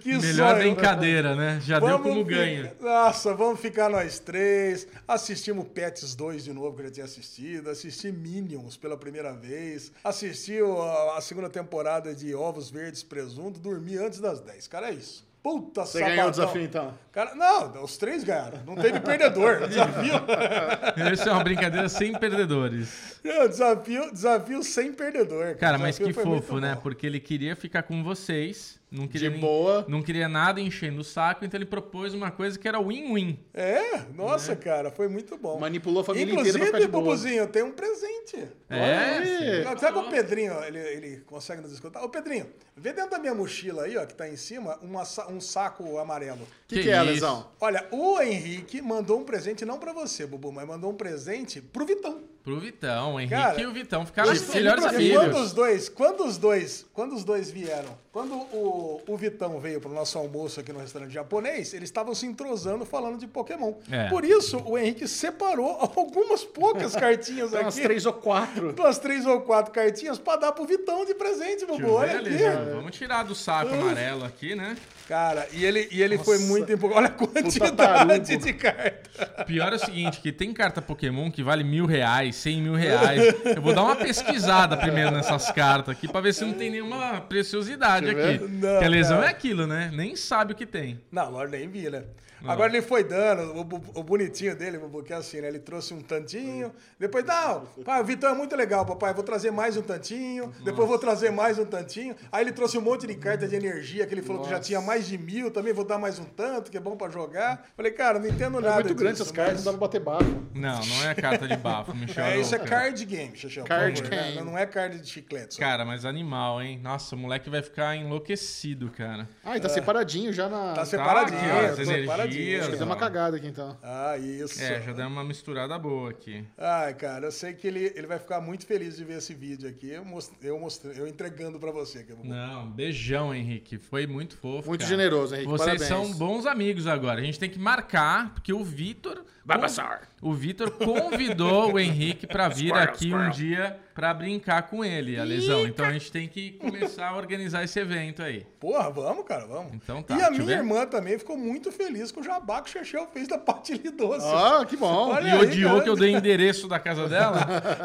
Speaker 4: Que
Speaker 2: Melhor
Speaker 4: sonho.
Speaker 2: brincadeira, né? Já deu como
Speaker 4: fi-
Speaker 2: ganho.
Speaker 4: Nossa, vamos ficar nós três. Assistimos Pets 2 de novo, que eu já tinha assistido. Assisti Minions pela primeira vez. Assisti o- a, a segunda temporada de Ovos Verdes Presunto. Dormi antes das 10. Cara, é isso. Puta
Speaker 1: Você ganhou o desafio, então?
Speaker 4: Cara, não, os três ganharam. Não teve perdedor. Desafio.
Speaker 2: Essa é uma brincadeira sem perdedores.
Speaker 4: Não, desafio, desafio sem perdedor.
Speaker 2: Cara,
Speaker 4: O
Speaker 2: mas
Speaker 4: desafio
Speaker 2: que
Speaker 4: foi muito
Speaker 2: fofo, né?
Speaker 4: bom.
Speaker 2: Porque ele queria ficar com vocês, não queria nem-
Speaker 1: boa.
Speaker 2: não queria nada enchendo o saco, então ele propôs uma coisa que era win-win.
Speaker 4: É, nossa, cara, foi muito bom.
Speaker 1: Manipulou a família
Speaker 4: Inclusive,
Speaker 1: inteira pra ficar de boa. né?
Speaker 4: Bubuzinho, tem um presente.
Speaker 2: É,
Speaker 1: aí.
Speaker 2: sim.
Speaker 1: É.
Speaker 4: Não, Sabe o Pedrinho, ele, ele consegue nos escutar? Ô, Pedrinho, vê dentro da minha mochila aí, ó, que tá em cima, uma sa- um saco amarelo.
Speaker 1: O que,
Speaker 2: Que
Speaker 1: que é,
Speaker 2: isso.
Speaker 1: Lesão?
Speaker 4: Olha, o Henrique mandou um presente, não pra você, Bubu, mas mandou um presente pro Vitão.
Speaker 2: pro Vitão, o Henrique
Speaker 4: Cara,
Speaker 2: e o Vitão ficaram
Speaker 1: eu
Speaker 2: os melhores
Speaker 1: sempre
Speaker 4: E
Speaker 1: fui
Speaker 4: quando
Speaker 2: amigos.
Speaker 4: os dois, quando os dois, quando os dois vieram, quando o, o Vitão veio pro nosso almoço aqui no restaurante japonês, eles estavam se entrosando falando de Pokémon.
Speaker 2: É.
Speaker 4: Por isso, o Henrique separou algumas poucas cartinhas
Speaker 1: Tem umas
Speaker 4: aqui.
Speaker 1: três ou quatro.
Speaker 4: Umas três ou quatro cartinhas pra dar pro Vitão de presente, Bubu.
Speaker 2: Deixa eu ver, né?
Speaker 4: Olha aqui.
Speaker 2: Lisão, Vamos tirar do saco amarelo aqui, né?
Speaker 4: Cara, e ele, e ele foi muito empolgado. Olha a quantidade
Speaker 1: tarugo.
Speaker 4: de carta.
Speaker 2: Pior é o seguinte, que tem carta Pokémon que vale mil reais, cem mil reais. Eu vou dar uma pesquisada primeiro nessas cartas aqui pra ver se não tem nenhuma preciosidade
Speaker 1: Deixa eu
Speaker 2: aqui.
Speaker 1: ver.
Speaker 4: Não,
Speaker 2: Porque a lesão
Speaker 4: cara.
Speaker 2: é aquilo, né? Nem sabe o que tem.
Speaker 4: Não, agora nem vi, né? Agora ele foi dando, o, bu- o bonitinho dele, Bubu, que é assim, né? Ele trouxe um tantinho, depois, não, pai, o Vitão é muito legal, papai, vou trazer mais um tantinho, depois vou trazer mais um tantinho. Aí ele trouxe um monte de carta de energia, que ele falou que já tinha mais de mil, também vou dar mais um tanto, que é bom pra jogar. Falei, cara, não entendo nada
Speaker 1: É muito grande
Speaker 4: disso,
Speaker 1: essas cartas, não dá pra bater bafo.
Speaker 2: Não, não é carta de bafo, Michel.
Speaker 4: É, isso é
Speaker 2: cara.
Speaker 4: card game, Xaxão.
Speaker 1: Card
Speaker 4: por favor, né?
Speaker 1: game.
Speaker 4: Não é card de chiclete. só.
Speaker 2: Cara, mas animal, hein? Nossa, o moleque vai ficar enlouquecido, cara.
Speaker 1: Ah, e tá separadinho já na.
Speaker 4: É. Tá separadinho,
Speaker 2: aqui, ó, essa
Speaker 4: tá
Speaker 2: energia,
Speaker 1: Acho que
Speaker 2: Exato.
Speaker 1: deu uma cagada aqui, então.
Speaker 4: Ah, isso.
Speaker 2: É, já deu uma misturada boa aqui.
Speaker 4: Ai, cara, eu sei que ele, ele vai ficar muito feliz de ver esse vídeo aqui. Eu mos- eu, mostrei, eu entregando pra você. Que eu vou...
Speaker 2: Não, um beijão, Henrique. Foi muito fofo.
Speaker 1: Muito
Speaker 2: cara.
Speaker 1: generoso, Henrique.
Speaker 2: Vocês
Speaker 1: Parabéns.
Speaker 2: são bons amigos agora. A gente tem que marcar, porque o Vitor.
Speaker 1: Babassar.
Speaker 2: O Vitor convidou o Henrique pra vir
Speaker 1: Squirrel,
Speaker 2: aqui
Speaker 1: squirrel.
Speaker 2: um dia pra brincar com ele, a lesão. Então a gente tem que começar a organizar esse evento aí.
Speaker 4: Porra, vamos, cara, vamos.
Speaker 2: Então tá,
Speaker 4: e a
Speaker 2: deixa eu
Speaker 4: minha
Speaker 2: ver.
Speaker 4: irmã também ficou muito feliz com o jabá que o Chechel fez da parte de doce.
Speaker 1: Ah, que bom.
Speaker 4: Olha
Speaker 2: E
Speaker 4: aí,
Speaker 2: odiou
Speaker 4: cara.
Speaker 2: que eu dei endereço da casa dela?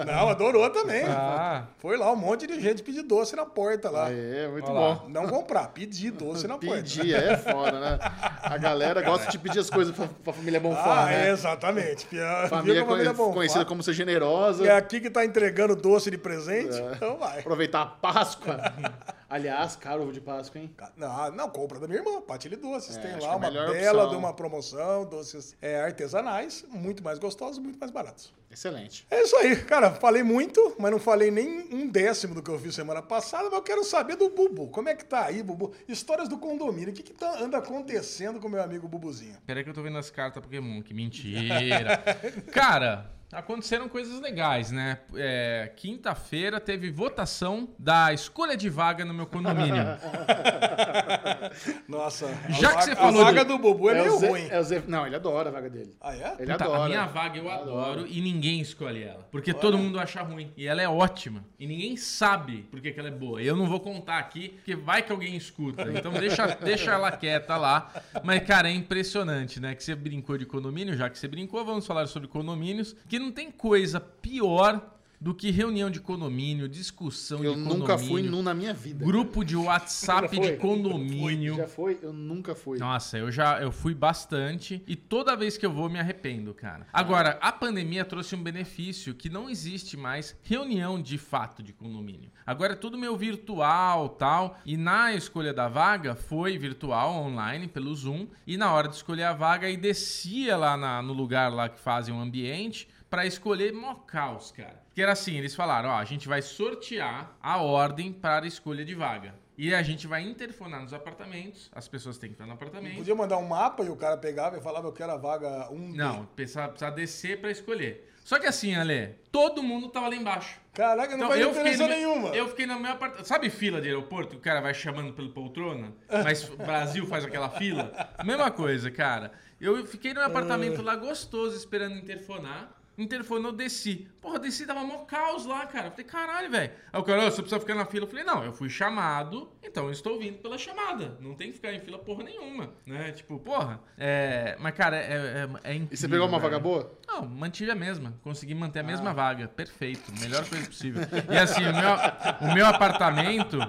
Speaker 4: Não, adorou também.
Speaker 2: Ah,
Speaker 4: Foi lá um monte de gente pedir doce na porta lá.
Speaker 1: É, muito
Speaker 2: Olha lá.
Speaker 1: bom.
Speaker 4: Não comprar, pedir doce na porta.
Speaker 1: Pedir, é foda, né? A galera gosta de pedir as coisas pra, pra família Bonfá,
Speaker 4: Ah,
Speaker 2: é,
Speaker 1: né?
Speaker 4: exatamente. Pia-
Speaker 1: Família,
Speaker 4: viu que a família é bom.
Speaker 1: conhecida como ser generosa.
Speaker 4: É aqui que tá entregando doce de presente,
Speaker 1: É.
Speaker 4: então vai.
Speaker 1: Aproveitar a Páscoa. Aliás, caro ovo de Páscoa, hein?
Speaker 4: ah, Não, não, compra da minha irmã, Patilha Doces.
Speaker 1: É,
Speaker 4: Tem
Speaker 1: acho que
Speaker 4: lá
Speaker 1: é a
Speaker 4: uma
Speaker 1: melhor
Speaker 4: bela
Speaker 1: opção.
Speaker 4: de uma promoção, doces é, artesanais, muito mais gostosos, muito mais baratos.
Speaker 1: Excelente.
Speaker 4: É isso aí, cara. Falei muito, mas não falei nem um décimo do que eu fiz semana passada, mas eu quero saber do Bubu. Como é que tá aí, Bubu? Histórias do condomínio. O que, que tá- anda acontecendo com o meu amigo Bubuzinho?
Speaker 2: peraí que eu tô vendo as cartas Pokémon, que mentira. Cara, aconteceram coisas legais, né? É, Quinta-feira teve votação da escolha de vaga no meu condomínio.
Speaker 4: Nossa, a
Speaker 2: Já que
Speaker 4: vaga-
Speaker 2: você falou
Speaker 4: A vaga
Speaker 2: do-
Speaker 4: do Bubu é, meio
Speaker 1: o Zé-
Speaker 4: ruim.
Speaker 1: é o Zé- Não, ele adora a vaga dele.
Speaker 4: Ah, é?
Speaker 1: Ele
Speaker 2: Tá,
Speaker 1: adora.
Speaker 2: a minha vaga eu adoro e ninguém escolhe ela. Porque todo mundo acha ruim. E ela é ótima. E ninguém sabe por que, que ela é boa. E eu não vou contar aqui, porque vai que alguém escuta. Então deixa, deixa ela quieta lá. Mas, cara, é impressionante, né? Que você brincou de condomínio, já que você brincou, vamos falar sobre condomínios. Que não tem coisa pior do que reunião de condomínio, discussão
Speaker 1: Eu
Speaker 2: de condomínio.
Speaker 1: nunca fui num na minha vida.
Speaker 2: Grupo de
Speaker 1: Já
Speaker 2: WhatsApp
Speaker 1: foi?
Speaker 2: de condomínio.
Speaker 1: Já foi? Eu nunca fui.
Speaker 2: Nossa, eu já eu fui bastante e toda vez que eu vou me arrependo, cara. Agora, a pandemia trouxe um benefício que não existe mais reunião de fato de condomínio. Agora é tudo meio virtual, tal, e na escolha da vaga foi virtual, online, pelo Zoom, e na hora de escolher a vaga aí descia lá na- no lugar lá que fazem o ambiente pra escolher mó caos, cara. Que era assim, eles falaram, ó, a gente vai sortear a ordem para a escolha de vaga. E a gente vai interfonar nos apartamentos, as pessoas têm que estar no apartamento.
Speaker 4: Podia mandar um mapa e o cara pegava e falava, eu quero a vaga 1
Speaker 2: Não, precisa, precisa descer pra escolher. Só que assim, Ale, todo mundo tava lá embaixo.
Speaker 4: Caraca, não faz diferença
Speaker 2: no meu-
Speaker 4: nenhuma.
Speaker 2: Eu Então, fiquei no meu apartamento. Sabe fila de aeroporto? que O cara vai chamando pelo poltrona, mas o Brasil faz aquela fila. Mesma coisa, cara. Eu fiquei no meu apartamento lá gostoso esperando interfonar. Interfonou, desci. Porra, desci, tava mó caos lá, cara. Eu falei, caralho, velho. Aí o cara, "Ô, você precisa ficar na fila. Eu falei, não, eu fui chamado, então eu estou vindo pela chamada. Não tem que ficar em fila porra nenhuma, né? Tipo, porra. É... Mas, cara, é, é, é incrível.
Speaker 1: E você pegou uma
Speaker 2: velho.
Speaker 1: vaga boa?
Speaker 2: Não, mantive a mesma. Consegui manter a mesma vaga. Perfeito. Melhor coisa possível. E assim, o meu, o meu apartamento.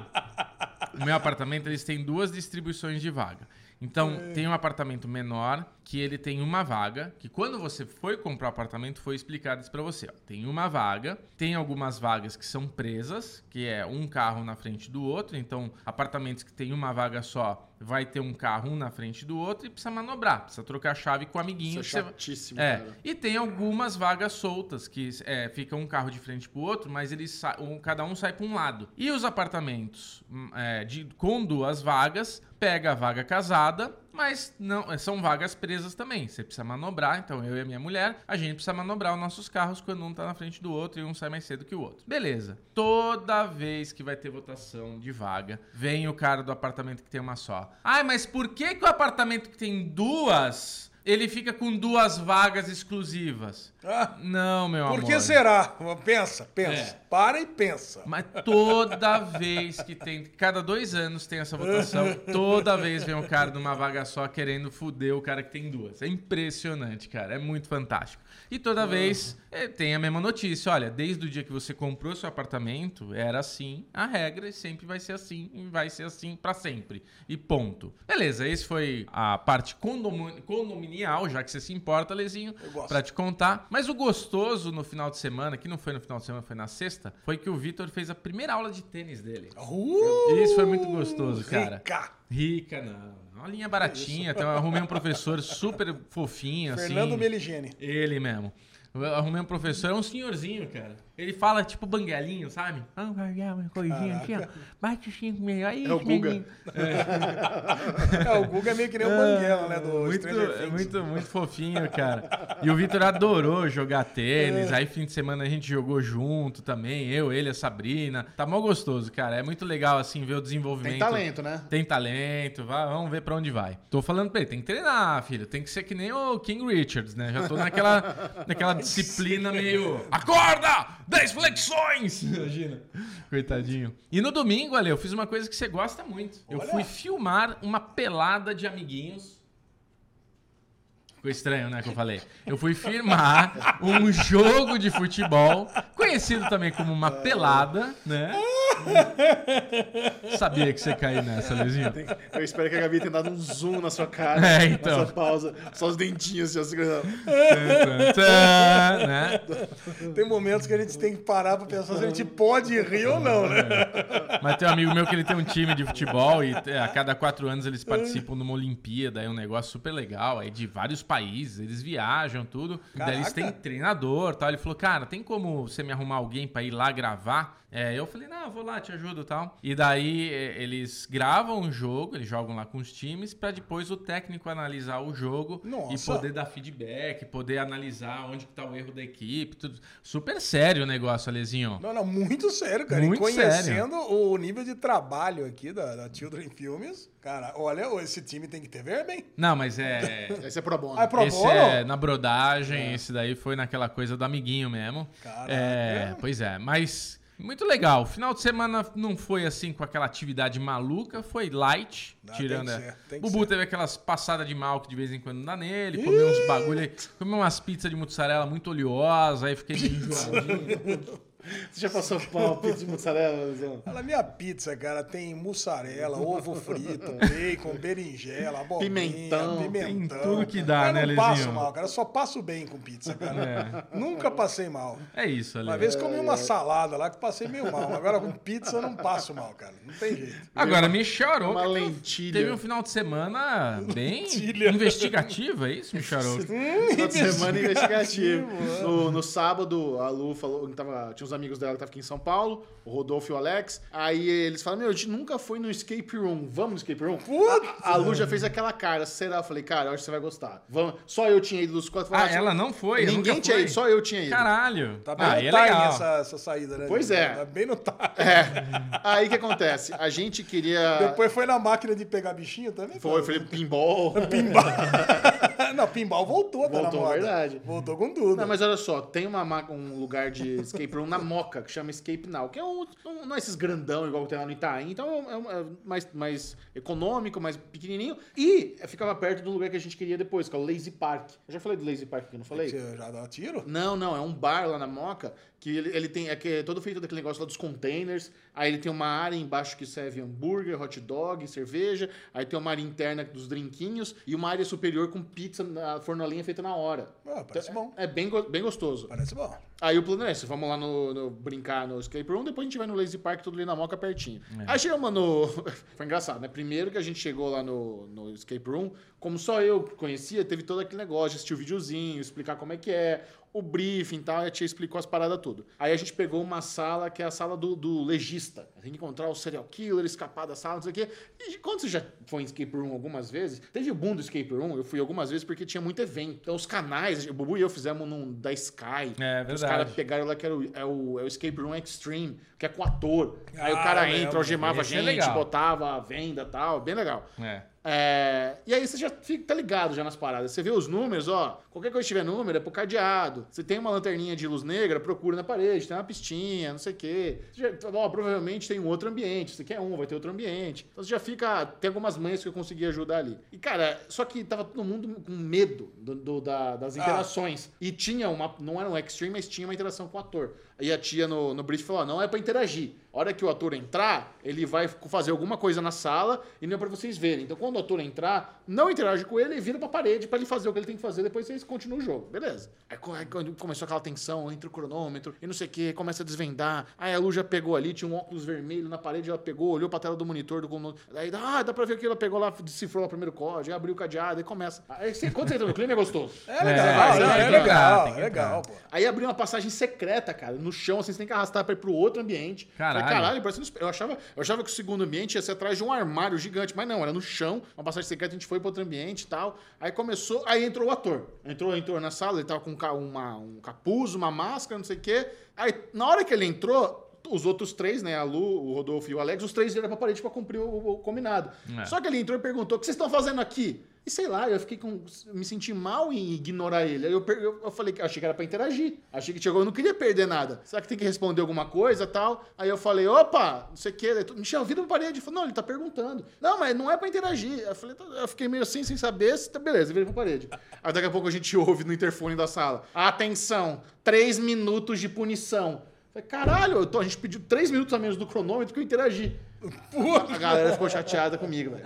Speaker 2: O meu apartamento, eles têm duas distribuições de vaga. Então, tem um apartamento menor, que ele tem uma vaga, que quando você foi comprar o apartamento, foi explicado isso pra você. ó. Tem uma vaga, tem algumas vagas que são presas, que é um carro na frente do outro. Então, apartamentos que tem uma vaga só, vai ter um carro um na frente do outro e precisa manobrar, precisa trocar chave com o
Speaker 1: Isso
Speaker 2: amiguinho.
Speaker 1: é
Speaker 2: que você vai-
Speaker 1: chatíssimo,
Speaker 2: é,
Speaker 1: cara.
Speaker 2: e tem algumas vagas soltas que é, fica um carro de frente pro outro, mas eles sa- um- cada um sai para um lado. E os apartamentos hum, é, de- com duas vagas pega a vaga casada, mas não é, são vagas presas também. Você precisa manobrar, então eu e a minha mulher, a gente precisa manobrar os nossos carros quando um tá na frente do outro e um sai mais cedo que o outro. Beleza. Toda vez que vai ter votação de vaga, vem o cara do apartamento que tem uma só. Ai, mas por que que o apartamento que tem duas ele fica com duas vagas exclusivas.
Speaker 4: Ah,
Speaker 2: Não, meu amor.
Speaker 4: por que será? Pensa, pensa.
Speaker 2: É.
Speaker 4: Para e pensa.
Speaker 2: Mas toda vez que tem. Cada dois anos tem essa votação. Toda vez vem um cara numa vaga só querendo foder o cara que tem duas. É impressionante, cara. É muito fantástico. E toda
Speaker 4: Uhum.
Speaker 2: vez eh, tem a mesma notícia. Olha, desde o dia que você comprou seu apartamento, era assim a regra e sempre vai ser assim e vai ser assim pra sempre. E ponto. Beleza, esse foi a parte condomu- condominial, já que você se importa, Lezinho.
Speaker 4: Eu gosto.
Speaker 2: Pra te contar. Mas o gostoso no final de semana, que não foi no final de semana, foi na sexta, foi que o Vitor fez a primeira aula de tênis dele.
Speaker 4: Uh,
Speaker 2: Isso foi muito gostoso, cara.
Speaker 4: Rica.
Speaker 2: Rica, não. Uma linha baratinha. Então eu arrumei um professor super fofinho, assim.
Speaker 4: Fernando Meligeni.
Speaker 2: Ele mesmo. Eu arrumei um professor, é um senhorzinho, cara. Ele fala tipo banguelinho, sabe? Vamos fazer uma coisinha aqui, ó. Bate os cinco melhor. Isso,
Speaker 1: É o Guga.
Speaker 2: menino.
Speaker 4: É, o Guga é meio que nem o Banguela, né? Do
Speaker 2: Ah, É, muito,
Speaker 4: Stranger Things.
Speaker 2: muito, muito fofinho, cara. E o Vitor adorou jogar
Speaker 4: É.
Speaker 2: tênis. Aí, fim de semana, a gente jogou junto também. Eu, ele, a Sabrina. Tá mó gostoso, cara. É muito legal, assim, ver o desenvolvimento.
Speaker 1: Tem talento, né?
Speaker 2: Tem talento, vai, vamos ver pra onde vai. Tô falando pra ele, tem que treinar, filho. Tem que ser que nem o King Richards, né? Já tô naquela, naquela disciplina meio. Acorda! 10 flexões! Imagina. Coitadinho. E no domingo, Ale, eu fiz uma coisa que você gosta muito. Eu
Speaker 4: Olha.
Speaker 2: fui filmar uma pelada de amiguinhos. Ficou estranho, né, que eu falei. Eu fui filmar um jogo de futebol, conhecido também como uma pelada, né? Sabia que você caiu nessa, Luizinho.
Speaker 1: Eu espero que a Gabi tenha dado um zoom na sua cara,
Speaker 2: É, então.
Speaker 1: nessa pausa, só os dentinhos assim, ó, segurando.
Speaker 2: Tã, tã, né?
Speaker 4: Tem momentos que a gente tem que parar pra pensar se a gente pode rir ou não, né?
Speaker 2: Mas tem um amigo meu que ele tem um time de futebol e é, a cada quatro anos eles participam de uma Olimpíada, é um negócio super legal, aí de vários países, eles viajam, tudo. Daí eles têm treinador tal. Ele falou, cara, tem como você me arrumar alguém pra ir lá gravar? É, eu falei, não, eu vou lá, te ajudo tal. E daí é, eles gravam o jogo, eles jogam lá com os times, pra depois o técnico analisar o jogo e
Speaker 4: Nossa.
Speaker 2: poder poder dar feedback, poder analisar onde que tá o erro da equipe, tudo. Super sério o negócio, Alezinho.
Speaker 4: Não, não, muito sério, cara.
Speaker 2: Muito
Speaker 4: e conhecendo o nível de trabalho aqui da, da Children Filmes, cara, olha, esse time tem que ter verba, hein?
Speaker 2: Não, mas é.
Speaker 1: Esse é pro bono.
Speaker 4: Ah, é pro
Speaker 2: Esse
Speaker 4: bono? É.
Speaker 2: é na brodagem, esse daí foi naquela coisa do amiguinho mesmo.
Speaker 4: Caraca.
Speaker 2: É, pois é, mas muito legal. Final de semana não foi assim com aquela atividade maluca, foi light,
Speaker 4: Ah,
Speaker 2: tirando.
Speaker 4: tem
Speaker 2: a-
Speaker 4: que ser, tem que
Speaker 2: Bubu
Speaker 4: ser.
Speaker 2: teve aquelas passadas de mal que de vez em quando dá nele, comeu uns bagulho, aí, comeu umas pizzas de mussarela muito oleosa, aí fiquei meio enjoadinho.
Speaker 1: Você já passou pau, pizza de mussarela? Zão?
Speaker 4: Olha, minha pizza, cara, tem mussarela, ovo frito, bacon, berinjela, abobrinha,
Speaker 1: Pimentão.
Speaker 4: pimentão.
Speaker 2: Tem tudo que dá,
Speaker 4: cara,
Speaker 2: né,
Speaker 4: Eu não
Speaker 2: Lezinho?
Speaker 4: passo mal, cara, eu só passo bem com pizza, cara. Nunca passei mal.
Speaker 2: né? É isso, Ale.
Speaker 4: Uma vez comi uma salada lá que passei meio mal. Agora com pizza eu não passo mal, cara. Não tem jeito.
Speaker 2: Agora, Micharoca.
Speaker 1: Uma
Speaker 2: teve-
Speaker 1: lentilha.
Speaker 2: Teve um final de semana bem
Speaker 4: Lentilha.
Speaker 2: investigativo, é isso, Micharoca?
Speaker 1: Final de semana é investigativo. No, no sábado, a Lu falou que tava, tinha uns amigos dela que estavam aqui em São Paulo, o Rodolfo e o Alex. Aí eles falaram: Meu, a gente nunca foi no escape room. Vamos no escape room?
Speaker 4: Puta!
Speaker 1: A Lu já fez aquela cara, será? Eu falei, cara, eu acho que você vai gostar. Vamos. Só eu tinha ido dos quatro.
Speaker 2: Ah,
Speaker 1: Acho-
Speaker 2: ela não foi? ela
Speaker 1: Ninguém
Speaker 2: nunca
Speaker 1: tinha
Speaker 2: foi?
Speaker 1: ido, só eu tinha ido.
Speaker 2: Caralho.
Speaker 4: Tá bem
Speaker 2: ah,
Speaker 4: no
Speaker 2: aí é
Speaker 4: timing
Speaker 2: legal.
Speaker 4: Essa, essa saída, né?
Speaker 1: Pois é.
Speaker 4: Tá bem no time.
Speaker 1: Aí o que acontece? A gente queria.
Speaker 4: Depois foi na máquina de pegar bichinho também?
Speaker 1: Foi, foi pinball.
Speaker 4: Pinball. não, pinball voltou, tá na
Speaker 1: Voltou,
Speaker 4: moda.
Speaker 1: verdade.
Speaker 4: Voltou com tudo.
Speaker 1: Não, mas olha só, tem uma ma- um lugar de escape room na Moca que chama Escape Now, que é um, um- não é esses grandão igual que tem lá no Itaim, então é, um- é mais, mais econômico, mais pequenininho, e ficava perto do lugar que a gente queria depois, que é o Lazy Park. Eu já falei do Lazy Park aqui, não falei?
Speaker 4: Você já dá tiro?
Speaker 1: Não, não, é um bar lá na Moca que ele, ele tem. É, que é todo feito daquele negócio lá dos containers. Aí ele tem uma área embaixo que serve hambúrguer, hot dog, cerveja. Aí tem uma área interna dos drinquinhos e uma área superior com pizza na fornolinha feita na hora.
Speaker 4: Ah, parece bom.
Speaker 1: É bem, go- bem gostoso.
Speaker 4: Parece bom.
Speaker 1: Aí o plano é esse, vamos lá no, no- brincar no escape room, depois a gente vai no Lazy Park, tudo ali na moca pertinho. Aí chegamos no... Foi engraçado, né? Primeiro que a gente chegou lá no, no escape room, como só eu conhecia, teve todo aquele negócio de assistir o videozinho, explicar como é que é, o briefing e tal, e a tia explicou as paradas tudo. Aí a gente pegou uma sala que é a sala do, do legista. Tem que encontrar o serial killer, escapar da sala, não sei o quê. E quando você já foi em escape room algumas vezes, teve o boom do escape room, eu fui algumas vezes porque tinha muito evento. Então os canais, o Bubu e eu fizemos num da Sky.
Speaker 2: É,
Speaker 1: Os
Speaker 2: verdade.
Speaker 1: caras pegaram lá que era o, é o, é o Escape Room Extreme, que é com ator. Aí o
Speaker 4: Ah,
Speaker 1: cara
Speaker 4: eu lembro.
Speaker 1: entra, algemava a
Speaker 2: Esse é
Speaker 1: gente,
Speaker 2: legal.
Speaker 1: botava a venda e tal. Bem legal.
Speaker 2: É.
Speaker 1: É, e aí você já fica tá ligado já nas paradas. Você vê os números, ó. Qualquer coisa que tiver número é pro cadeado. Você tem uma lanterninha de luz negra, procura na parede, tem uma pistinha, não sei o quê. Você já- ó, provavelmente tem um outro ambiente. Você quer um, vai ter outro ambiente. Então você já fica. Tem algumas manhas que eu consegui ajudar ali. E, cara, só que tava todo mundo com medo do- do- da- das
Speaker 2: Ah,
Speaker 1: interações. E tinha uma. Não era um extreme, mas tinha uma interação com o ator. Aí a tia no, no brief falou: ó, não é pra interagir. A hora que o ator entrar, ele vai fazer alguma coisa na sala e não é pra vocês verem. Então, quando o ator entrar, não interage com ele e vira pra parede pra ele fazer o que ele tem que fazer, depois vocês continuam o jogo. Beleza. Aí, co- aí quando começou aquela tensão entre o cronômetro e não sei o que, começa a desvendar. Aí a Lu já pegou ali, tinha um óculos vermelho na parede, ela pegou, olhou pra tela do monitor do computador. Aí, ah, dá pra ver que ela pegou lá, decifrou lá o primeiro código, aí abriu o cadeado e começa. Aí, você, quando você entra no clima, é gostoso.
Speaker 4: É
Speaker 2: É,
Speaker 4: legal,
Speaker 2: tem que
Speaker 4: é,
Speaker 2: entrar,
Speaker 4: legal,
Speaker 2: tem que
Speaker 4: é legal, pô.
Speaker 1: Aí abriu uma passagem secreta, cara, no chão, assim, você tem que arrastar pra ir pro outro ambiente.
Speaker 2: Caralho.
Speaker 1: Falei, caralho, parece um esp- eu, achava, eu achava que o segundo ambiente ia ser atrás de um armário gigante, mas não, era no chão, uma passagem secreta, a gente foi pro outro ambiente e tal. Aí começou, aí entrou o ator. Entrou, entrou na sala, ele tava com um ca- uma, um capuz, uma máscara, não sei o quê. Aí, na hora que ele entrou, os outros três, né, a Lu, o Rodolfo e o Alex, os três vieram pra parede pra cumprir o, o- o combinado.
Speaker 2: É.
Speaker 1: Só que ele entrou e perguntou, o que vocês estão fazendo aqui? E sei lá, eu fiquei com. me senti mal em ignorar ele. Aí eu, per- eu, eu falei, que- achei que era pra interagir. Achei que chegou, eu não queria perder nada. Será que tem que responder alguma coisa tal? Aí eu falei, opa, não sei o que. Michel, vira pra parede. Ele falou, não, ele tá perguntando. Não, mas não é pra interagir. Eu falei, tá- eu fiquei meio assim, sem saber. se tá- Beleza, vira pra parede. Aí daqui a pouco a gente ouve no interfone da sala. Atenção, três minutos de punição. Eu Falei, caralho, eu tô- a gente pediu três minutos a menos do cronômetro que eu interagi. A galera ficou chateada comigo, velho.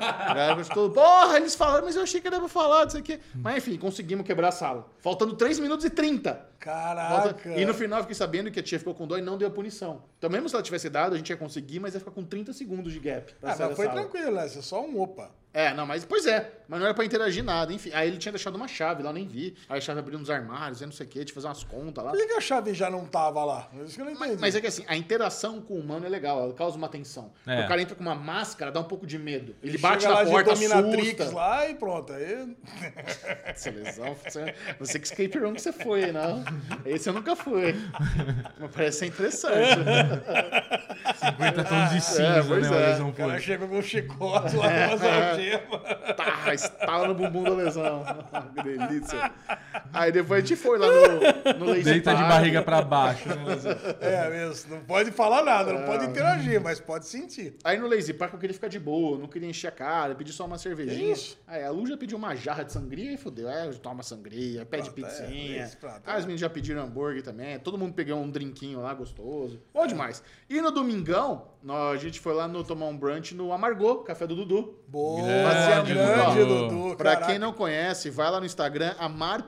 Speaker 1: A galera ficou, porra, eles falaram, mas eu achei que era pra falar disso aqui. Mas enfim, conseguimos quebrar a sala. Faltando 3 minutos e 30. Falta-
Speaker 4: Caraca.
Speaker 1: E no final eu fiquei sabendo que a tia ficou com dó e não deu a punição. Então, mesmo se ela tivesse dado, a gente ia conseguir, mas ia ficar com 30 segundos de gap. pra
Speaker 4: Ah,
Speaker 1: sair da
Speaker 4: mas foi
Speaker 1: sala.
Speaker 4: tranquilo, né? Isso é só um opa.
Speaker 1: É, não, mas pois é. Mas não era pra interagir nada, enfim. Aí ele tinha deixado uma chave lá, eu nem vi. Aí a chave abriu nos armários, aí não sei o quê, tinha que fazer umas contas lá.
Speaker 4: Por que, que a chave já não tava lá? Isso que eu não entendi.
Speaker 1: Mas é que assim, a interação com o humano é legal, ela causa uma tensão.
Speaker 2: É.
Speaker 1: O cara entra com uma máscara, dá um pouco de medo. Ele
Speaker 4: Chega
Speaker 1: bate
Speaker 4: lá
Speaker 1: na
Speaker 4: de
Speaker 1: porta,
Speaker 4: dominatrix
Speaker 1: assusta.
Speaker 4: lá e pronto. Aí...
Speaker 1: Essa lesão, você- você que escape room que você foi, não? Esse eu nunca fui. Mas parece ser interessante.
Speaker 2: 50 tons de cinza,
Speaker 1: É, pois
Speaker 2: né? O
Speaker 1: é.
Speaker 2: Horizon
Speaker 4: O cara
Speaker 2: Plus.
Speaker 4: chega com um chicote lá, umas algemas.
Speaker 1: tá, estala no bumbum da lesão. Que delícia. Aí depois a gente foi lá no, no Lazy
Speaker 2: Deita de
Speaker 1: Park.
Speaker 2: barriga pra baixo, né, Leozão?
Speaker 4: É mesmo, não pode falar nada, não pode interagir, mas pode sentir.
Speaker 1: Aí no Lazy Park eu queria ficar de boa, eu não queria encher a cara, eu pedi só uma cervejinha.
Speaker 4: Isso.
Speaker 1: Aí a Lu já pediu uma jarra de sangria e fodeu. Aí toma sangria, pede
Speaker 4: Pronto, é,
Speaker 1: pizzinha.
Speaker 4: isso, pronto,
Speaker 1: Aí
Speaker 4: é.
Speaker 1: as meninas já pediram hambúrguer também. Todo mundo pegou um drinquinho lá gostoso. Bom demais. E no domingão, nós, a gente foi lá no tomar um brunch no Amargô, café do Dudu.
Speaker 4: Boa,
Speaker 1: Grande
Speaker 4: grande,
Speaker 2: Dudu.
Speaker 4: Dudu.
Speaker 1: Pra
Speaker 4: caraca.
Speaker 1: quem não conhece, vai lá no Instagram,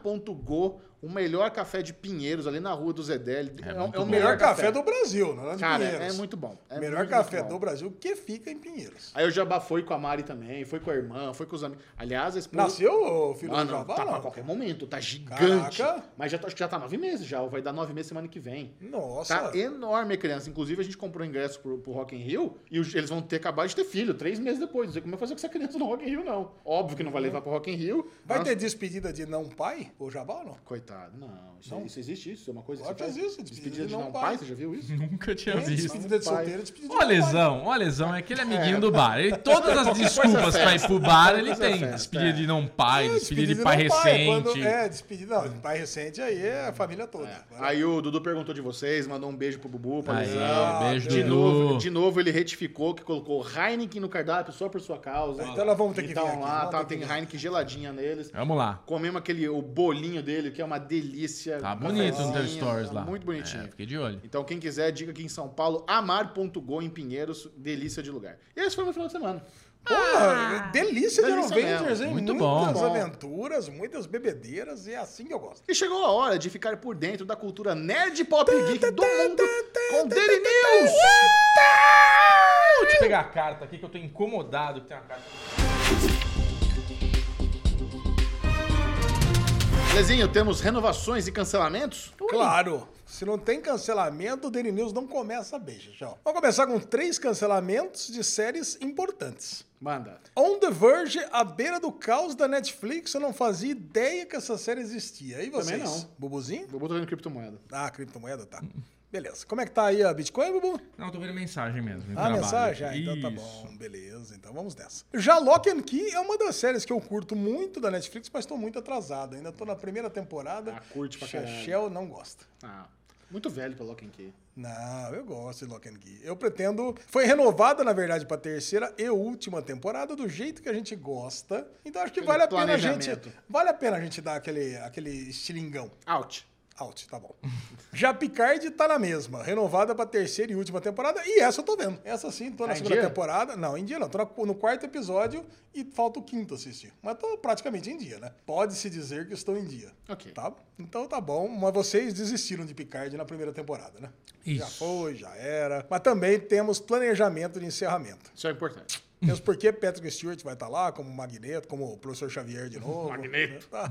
Speaker 1: amar.go, o melhor café de Pinheiros, ali na rua do Zedel. É,
Speaker 2: muito
Speaker 1: é o
Speaker 2: bom.
Speaker 1: melhor café,
Speaker 4: do Brasil, não é de
Speaker 1: Cara,
Speaker 4: Pinheiros.
Speaker 1: é muito bom. É
Speaker 4: melhor
Speaker 1: muito,
Speaker 4: café
Speaker 1: muito bom.
Speaker 4: do Brasil que fica em Pinheiros.
Speaker 1: Aí o Jabá foi com a Mari também, foi com a irmã, foi com os amigos. Aliás, a esposa...
Speaker 4: Nasceu o filho
Speaker 1: Ah,
Speaker 4: do
Speaker 1: não,
Speaker 4: Javá?
Speaker 1: tá pra
Speaker 4: não?
Speaker 1: qualquer momento, tá gigante.
Speaker 4: Caraca.
Speaker 1: Mas já, tá- acho que já tá nove meses já, ou vai dar nove meses semana que vem.
Speaker 4: Nossa.
Speaker 1: Tá enorme a criança. Inclusive, a gente comprou ingresso pro, pro Rock in Rio e os- eles vão ter acabado de ter filho, três meses depois. Não sei como eu vou fazer com essa criança no Rock in Rio, não. Óbvio que não vai levar pro Rock in Rio.
Speaker 4: Uhum. Vai
Speaker 1: mas-
Speaker 4: ter despedida de não pai, o Jabá ou não?
Speaker 1: Coitado, não. Isso, isso existe, isso é uma coisa
Speaker 4: Claro
Speaker 1: que você
Speaker 4: que
Speaker 1: faz.
Speaker 4: existe,
Speaker 1: Despedida de não pai, você já viu isso?
Speaker 2: Nunca tinha
Speaker 4: Tem
Speaker 2: visto.
Speaker 4: Despedida de
Speaker 1: Não, pai.
Speaker 4: solteiro, despedida de
Speaker 2: Ó,
Speaker 4: não pai.
Speaker 2: lesão, ó, lesão é aquele amiguinho do bar. Ele, todas as desculpas pra ir pro bar ele tem.
Speaker 1: festa,
Speaker 2: Despedida
Speaker 1: é.
Speaker 2: de não pai,
Speaker 4: É,
Speaker 2: despedida de
Speaker 4: não
Speaker 2: pai
Speaker 4: quando-
Speaker 2: recente.
Speaker 4: é, despedida, não, pai recente aí é a família toda.
Speaker 1: Aí o Dudu perguntou de vocês, mandou um beijo pro Bubu, pra
Speaker 2: Aí,
Speaker 1: Lesão.
Speaker 2: beijo,
Speaker 1: de
Speaker 2: Dudu.
Speaker 1: novo, de novo, ele retificou que colocou Heineken no cardápio só por sua causa.
Speaker 4: Então nós vamos ter que
Speaker 1: Então
Speaker 4: vir aqui,
Speaker 1: lá,
Speaker 4: vamos
Speaker 1: tá,
Speaker 4: ter que
Speaker 1: tem
Speaker 4: vir.
Speaker 1: Heineken geladinha neles.
Speaker 2: Vamos lá.
Speaker 1: Comemos aquele o bolinho dele, que é uma delícia.
Speaker 2: Tá bonito no teu
Speaker 1: Cafezinho,
Speaker 2: stories
Speaker 1: tá
Speaker 2: lá.
Speaker 1: Muito
Speaker 2: É,
Speaker 1: bonitinho.
Speaker 2: fiquei de olho.
Speaker 1: Então, quem quiser, diga aqui em São Paulo, amar.go em Pinheiros, delícia de lugar. E esse foi meu final de semana.
Speaker 4: Porra, é delícia de
Speaker 1: delícia
Speaker 4: Avengers,
Speaker 1: mesmo.
Speaker 4: hein?
Speaker 2: Muito bom.
Speaker 4: Muitas
Speaker 1: Bom.
Speaker 4: aventuras, muitas bebedeiras, e é assim que eu gosto.
Speaker 1: E chegou a hora de ficar por dentro da cultura nerd pop e geek do mundo com Daily News.
Speaker 2: Deixa eu pegar a carta aqui que eu tô incomodado que tem uma carta.
Speaker 1: Lezinho, temos renovações e cancelamentos?
Speaker 4: Claro. Se não tem cancelamento, o Daily News não começa bem, Xixão. Vamos começar com três cancelamentos de séries importantes.
Speaker 1: Manda.
Speaker 4: On the Verge, à beira do caos da Netflix, eu não fazia ideia que essa série existia. E vocês?
Speaker 1: Também não.
Speaker 4: Bubuzinho?
Speaker 1: Vou botar vendo criptomoeda.
Speaker 4: Ah, criptomoeda, tá. Beleza. Como é que tá aí a Bitcoin, Bubu?
Speaker 2: Não, eu tô vendo mensagem mesmo.
Speaker 4: Ah, mensagem? Ah, então tá bom, beleza. Então vamos nessa. Já Lock and Key é uma das séries que eu curto muito da Netflix, mas tô muito atrasado. Ainda tô na primeira temporada.
Speaker 1: Ah, curte pra caralho.
Speaker 4: Chechel não gosta.
Speaker 1: Ah, muito velho pra Lock and Key.
Speaker 4: Não, eu gosto de Lock and Key. Eu pretendo. Foi renovada, na verdade, pra terceira e última temporada, do jeito que a gente gosta. Então acho que
Speaker 1: Aquele
Speaker 4: vale a pena a gente.
Speaker 1: planejamento.
Speaker 4: Vale a pena a gente dar aquele, aquele estilingão.
Speaker 1: Out.
Speaker 4: Out, tá bom. Já Picard tá na mesma, renovada pra terceira e última temporada. E essa eu tô vendo. Essa sim, tô na
Speaker 2: Tá em
Speaker 4: segunda
Speaker 2: dia?
Speaker 4: temporada. Não, em dia não. Tô na- no quarto episódio e falta o quinto assistir. Mas tô praticamente em dia, né? Pode-se dizer que estou em dia.
Speaker 1: Ok.
Speaker 4: Tá? Então tá bom. Mas vocês desistiram de Picard na primeira temporada, né? Já
Speaker 2: Isso.
Speaker 4: foi, já era. Mas também temos planejamento de encerramento.
Speaker 1: Isso é importante.
Speaker 4: Mesmo porque Patrick Stewart vai estar lá como Magneto, como o professor Xavier de novo.
Speaker 1: Magneto.
Speaker 4: Tá.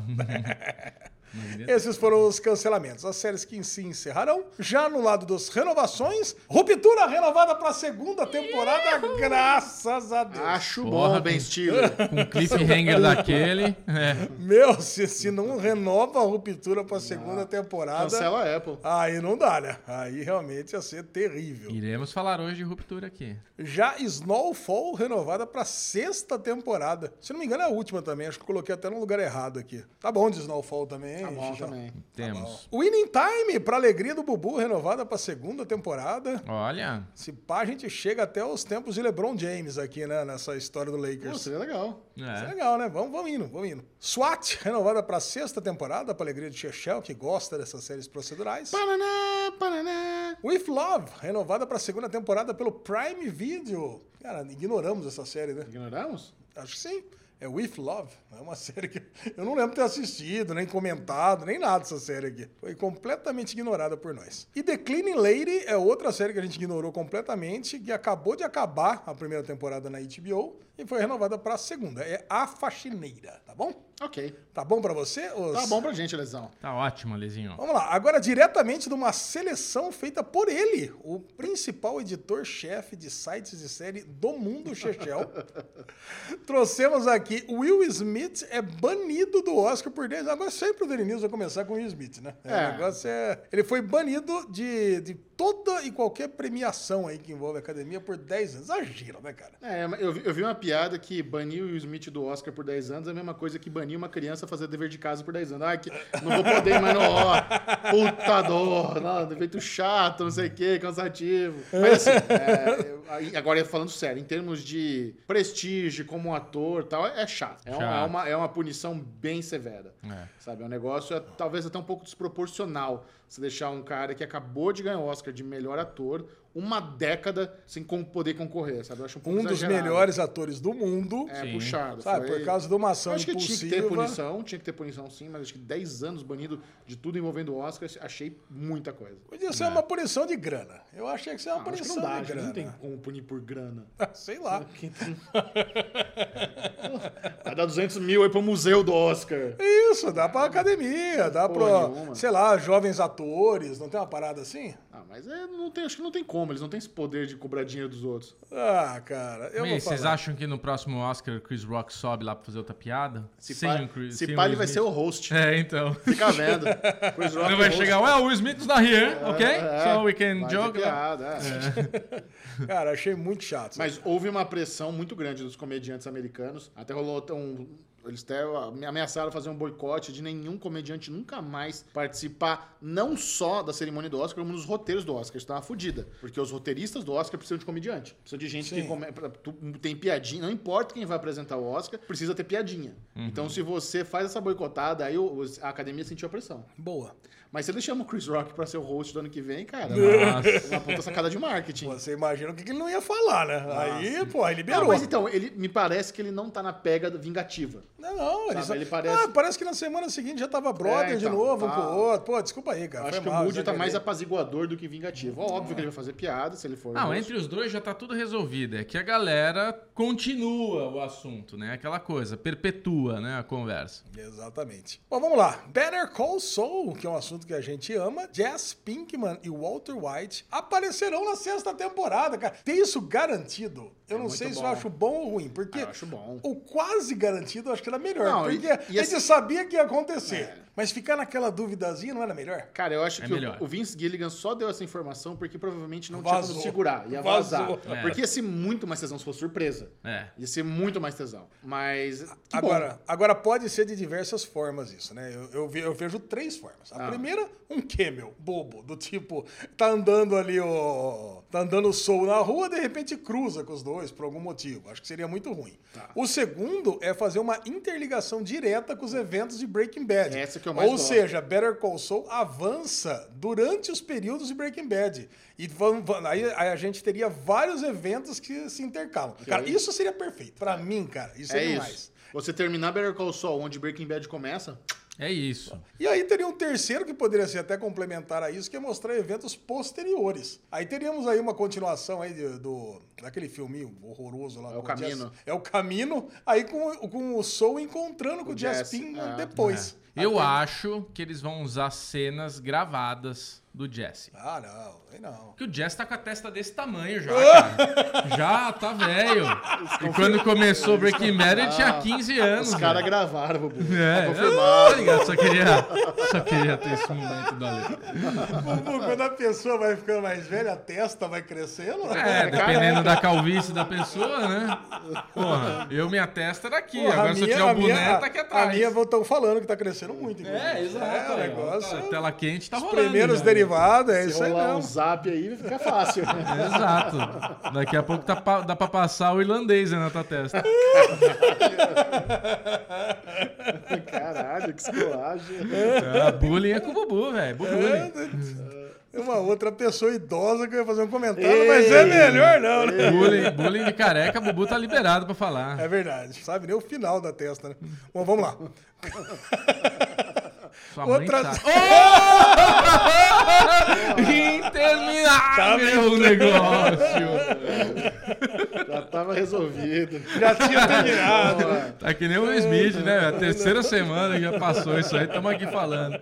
Speaker 4: Esses foram os cancelamentos. As séries que se encerrarão. Já no lado das renovações, ruptura renovada para a segunda temporada, graças a Deus.
Speaker 1: Acho
Speaker 2: Porra,
Speaker 1: bom, Ben
Speaker 2: Ben.
Speaker 1: Stiller.
Speaker 2: Com um cliffhanger daquele. É.
Speaker 4: Meu, se, se não renova a ruptura para a segunda temporada,
Speaker 1: Cancela a Apple.
Speaker 4: aí não dá, né? Aí realmente ia ser terrível.
Speaker 2: Iremos falar hoje de ruptura aqui.
Speaker 4: Já Snowfall renovada pra sexta temporada. Se não me engano, é a última também. Acho que eu coloquei até no lugar errado aqui. Tá bom de Snowfall também, hein?
Speaker 1: Tá bom
Speaker 4: Xixão?
Speaker 1: também. Tá
Speaker 2: Temos.
Speaker 4: Winning Time, pra alegria do Bubu, renovada pra segunda temporada.
Speaker 2: Olha,
Speaker 4: Se pá, a gente chega até os tempos de LeBron James aqui, né? Nessa história do
Speaker 1: Pô,
Speaker 4: Lakers.
Speaker 1: seria legal.
Speaker 4: Isso é
Speaker 2: é.
Speaker 4: legal, né? Vamos, vamos indo, vamos indo. SWAT, renovada pra sexta temporada, pra alegria de Chechel, que gosta dessas séries procedurais.
Speaker 1: Paraná, paraná.
Speaker 4: With Love, renovada pra segunda temporada pelo Prime Video. Cara, ignoramos essa série, né?
Speaker 1: Ignoramos?
Speaker 4: Acho que sim. É With Love. É uma série que eu não lembro ter assistido, nem comentado, nem nada dessa série aqui. Foi completamente ignorada por nós. E The Cleaning Lady é outra série que a gente ignorou completamente, que acabou de acabar a primeira temporada na HBO e foi renovada pra segunda. É A Faxineira, tá bom?
Speaker 1: Ok.
Speaker 4: Tá bom pra você? os-
Speaker 1: Tá bom pra gente, Lesão.
Speaker 2: Tá ótimo, Lizinho.
Speaker 4: Vamos lá, agora diretamente de uma seleção feita por ele, o principal editor-chefe de sites de série do mundo, Chechel. Trouxemos aqui, Will Smith é banido do Oscar por 10 Agora sempre o Daily News vai começar com o Will Smith, né? É,
Speaker 1: É.
Speaker 4: O negócio é... Ele foi banido de, de toda e qualquer premiação aí que envolve a academia por 10 anos. Exagero, né, cara?
Speaker 1: É, eu, vi- eu vi uma piada que banir o Will Smith do Oscar por 10 anos é a mesma coisa que banir uma criança a fazer dever de casa por 10 anos. Ah, que não vou poder, mas não, ó. Puta dor, não, defeito chato, não sei o quê, cansativo. Mas assim, é, eu- aí, agora falando sério, em termos de prestígio como um ator e tal, é chato. É, um-
Speaker 2: Chato.
Speaker 1: é uma, é uma punição bem severa.
Speaker 2: É.
Speaker 1: Sabe, é um negócio é, talvez até um pouco desproporcional você deixar um cara que acabou de ganhar o Oscar de melhor ator uma década sem con- poder concorrer, sabe? Eu acho um pouco
Speaker 4: Um dos
Speaker 1: exagerado.
Speaker 4: melhores atores do mundo,
Speaker 1: É,
Speaker 2: Sim.
Speaker 1: puxado.
Speaker 4: sabe?
Speaker 1: foi-
Speaker 4: Por causa né? de uma
Speaker 1: Eu
Speaker 4: ação
Speaker 1: acho que tinha
Speaker 4: impulsiva.
Speaker 1: que ter punição, tinha que ter punição sim, mas acho que 10 anos banido de tudo envolvendo o Oscar, achei muita coisa.
Speaker 4: Podia ser uma punição de grana. Eu achei que isso é uma
Speaker 1: Né. Ah, acho que
Speaker 4: punição
Speaker 1: não dá,
Speaker 4: de
Speaker 1: acho que
Speaker 4: grana.
Speaker 1: não tem como punir por grana.
Speaker 4: Sei lá.
Speaker 1: Vai dar 200 mil aí pro museu do Oscar.
Speaker 4: É Isso, dá pra academia, dá
Speaker 1: Porra
Speaker 4: pra,
Speaker 1: nenhuma.
Speaker 4: sei lá, jovens atores, não tem uma parada assim?
Speaker 1: Ah, mas é, não tem, acho que não tem como, eles não têm esse poder de cobrar dinheiro dos outros.
Speaker 4: Ah, cara,
Speaker 1: é
Speaker 4: eu
Speaker 2: Meio,
Speaker 4: vou falar.
Speaker 2: vocês acham que no próximo Oscar o Chris Rock sobe lá pra fazer outra piada?
Speaker 1: Se
Speaker 2: Sem
Speaker 1: pá,
Speaker 2: o Chris-
Speaker 1: se
Speaker 2: sem
Speaker 1: pá,
Speaker 2: Will
Speaker 1: ele vai
Speaker 2: Smith?
Speaker 1: ser o host.
Speaker 2: É, então.
Speaker 1: Fica vendo. Chris Rock
Speaker 2: Ele vai
Speaker 1: host.
Speaker 2: chegar, well, Will Smith is not here, ok?
Speaker 1: É,
Speaker 2: so we can
Speaker 1: vai ter
Speaker 2: joke.
Speaker 1: piada, é.
Speaker 4: Cara, achei muito chato.
Speaker 1: Mas houve uma pressão muito grande dos comediantes americanos. Até rolou um. Eles até ameaçaram fazer um boicote de nenhum comediante nunca mais participar, não só da cerimônia do Oscar, como dos roteiros do Oscar. Isso tá uma fodida. Porque os roteiristas do Oscar precisam de comediante. Precisam de gente
Speaker 4: Sim.
Speaker 1: que come- pra- tu- tem piadinha. Não importa quem vai apresentar o Oscar, precisa ter piadinha.
Speaker 2: Uhum.
Speaker 1: Então, se você faz essa boicotada, aí o- os- a academia sentiu a pressão.
Speaker 4: Boa.
Speaker 1: Mas se ele chama o Chris Rock pra ser o host do ano que vem, cara,
Speaker 2: Nossa.
Speaker 1: é uma puta sacada de marketing.
Speaker 4: Você imagina o que que ele não ia falar, né? Aí, pô, aí
Speaker 1: Ah,
Speaker 4: liberou.
Speaker 1: mas então, ele me parece que ele não tá na pega vingativa.
Speaker 4: Não, não, ele,
Speaker 1: Sabe,
Speaker 4: só...
Speaker 1: ele parece-
Speaker 4: Ah, parece que na semana seguinte já tava brother
Speaker 1: É, então,
Speaker 4: de novo um
Speaker 1: tá.
Speaker 4: com o outro. Pô, desculpa aí, cara.
Speaker 1: Eu acho
Speaker 4: foi
Speaker 1: que
Speaker 4: mal, né,
Speaker 1: o Moody tá
Speaker 4: exagerei.
Speaker 1: mais apaziguador do que vingativo. Ó, Óbvio que ele vai fazer piada se ele for.
Speaker 2: Não,
Speaker 1: host.
Speaker 2: entre os dois já tá tudo resolvido. É que a galera continua o assunto, né? Aquela coisa, perpetua, né, a conversa.
Speaker 4: Exatamente. Bom, vamos lá. Better Call Saul, que é um assunto que a gente ama, Jess Pinkman e Walter White aparecerão na sexta temporada, cara. Tem isso garantido. Eu
Speaker 1: É
Speaker 4: não
Speaker 1: muito
Speaker 4: sei se eu
Speaker 1: bom.
Speaker 4: acho bom ou ruim,
Speaker 1: Ah,
Speaker 4: porque
Speaker 1: eu acho bom.
Speaker 4: o quase garantido eu acho que era melhor,
Speaker 1: Não,
Speaker 4: porque
Speaker 1: e- e
Speaker 4: a gente
Speaker 1: assim-
Speaker 4: sabia que ia acontecer.
Speaker 1: É.
Speaker 4: Mas ficar naquela duvidazinha não era melhor?
Speaker 1: Cara, eu acho
Speaker 2: É
Speaker 1: que
Speaker 2: melhor.
Speaker 1: o, o Vince Gilligan só deu essa informação porque provavelmente não tinha
Speaker 4: Vazou.
Speaker 1: como segurar. Ia
Speaker 4: Vazou.
Speaker 1: vazar.
Speaker 2: É.
Speaker 1: Porque ia ser muito mais tesão se fosse surpresa.
Speaker 2: É.
Speaker 1: Ia ser muito mais tesão. Mas. que bom. É
Speaker 4: Agora, agora pode ser de diversas formas isso, né? Eu, eu, ve- eu vejo três formas.
Speaker 1: Ah.
Speaker 4: A primeira, um camel, bobo, do tipo, tá andando ali, ó. Tá andando o sol na
Speaker 1: Tá.
Speaker 4: rua, de repente cruza com os dois por algum motivo. Acho que seria muito ruim. O segundo é fazer uma interligação direta com os eventos de Breaking Bad.
Speaker 1: Essa que eu mais
Speaker 4: Ou
Speaker 1: gosto.
Speaker 4: seja, Better Call Saul avança durante os períodos de Breaking Bad. E vam- vam- aí aí a gente teria vários eventos que se intercalam. Cara, isso seria perfeito. Pra mim, cara, isso
Speaker 1: É
Speaker 4: seria
Speaker 1: isso.
Speaker 4: demais.
Speaker 1: Você terminar Better Call Saul, onde Breaking Bad começa,
Speaker 2: É isso.
Speaker 4: E aí teria um terceiro que poderia ser até complementar a isso, que é mostrar eventos posteriores. Aí teríamos aí uma continuação aí de- do daquele filminho horroroso lá.
Speaker 1: É
Speaker 4: com
Speaker 1: o Camino.
Speaker 4: Jess- é o Camino, aí com, o- com o Soul encontrando com o
Speaker 1: Jess,
Speaker 4: Jaspin
Speaker 1: é.
Speaker 4: depois.
Speaker 2: É. Eu acho que eles vão usar cenas gravadas do Jesse.
Speaker 4: Ah, não, aí não.
Speaker 2: Porque o Jess tá com a testa desse tamanho já,
Speaker 4: Ah!
Speaker 2: cara. já, tá velho. E quando começou Breaking
Speaker 4: Ah,
Speaker 2: Bad, ele tinha 15 anos.
Speaker 1: os caras
Speaker 2: velho.
Speaker 1: gravaram, Bubu.
Speaker 2: É,
Speaker 1: Tá
Speaker 2: eu,
Speaker 1: confirmado.
Speaker 2: tá ligado? Só queria, só queria ter esse momento da letra.
Speaker 4: Bubu, quando a pessoa vai ficando mais velha, a testa vai crescendo.
Speaker 2: É, dependendo da calvície da pessoa, né? Porra, eu minha testa era aqui.
Speaker 4: Porra,
Speaker 2: Agora se eu tiver um boneco,
Speaker 4: minha,
Speaker 2: tá aqui
Speaker 4: a
Speaker 2: atrás.
Speaker 4: minha estão falando que tá crescendo muito.
Speaker 2: É,
Speaker 4: inclusive.
Speaker 2: exato.
Speaker 4: É,
Speaker 2: aí,
Speaker 4: o
Speaker 2: ó.
Speaker 4: negócio.
Speaker 2: Tá, tela quente tá
Speaker 4: os
Speaker 2: rolando.
Speaker 4: primeiros
Speaker 2: já.
Speaker 4: derivados, é
Speaker 1: Se
Speaker 4: isso aí
Speaker 1: rolar
Speaker 4: mesmo.
Speaker 1: um zap aí, fica fácil.
Speaker 2: Exato. Daqui a pouco tá pa- dá pra passar o irlandês aí na tua testa.
Speaker 1: Caralho, que escolagem.
Speaker 2: A bullying é com o Bubu, né? velho. Bullying.
Speaker 1: Hum.
Speaker 4: É uma outra pessoa idosa que vai fazer um comentário,
Speaker 1: Ei!
Speaker 4: mas é melhor não, né?
Speaker 2: Bullying, bullying de careca, Bubu tá liberado pra falar.
Speaker 4: É verdade, sabe nem o final da testa, né? Bom, vamos lá.
Speaker 2: Sua mãe
Speaker 4: outra-
Speaker 2: tá... Oh!
Speaker 1: Tá
Speaker 2: Interminável o negócio.
Speaker 1: Já tava resolvido.
Speaker 4: Já tinha terminado.
Speaker 1: Boa.
Speaker 2: Tá que nem o Will Smith, né? velho? A terceira semana que já passou isso aí, estamos aqui falando.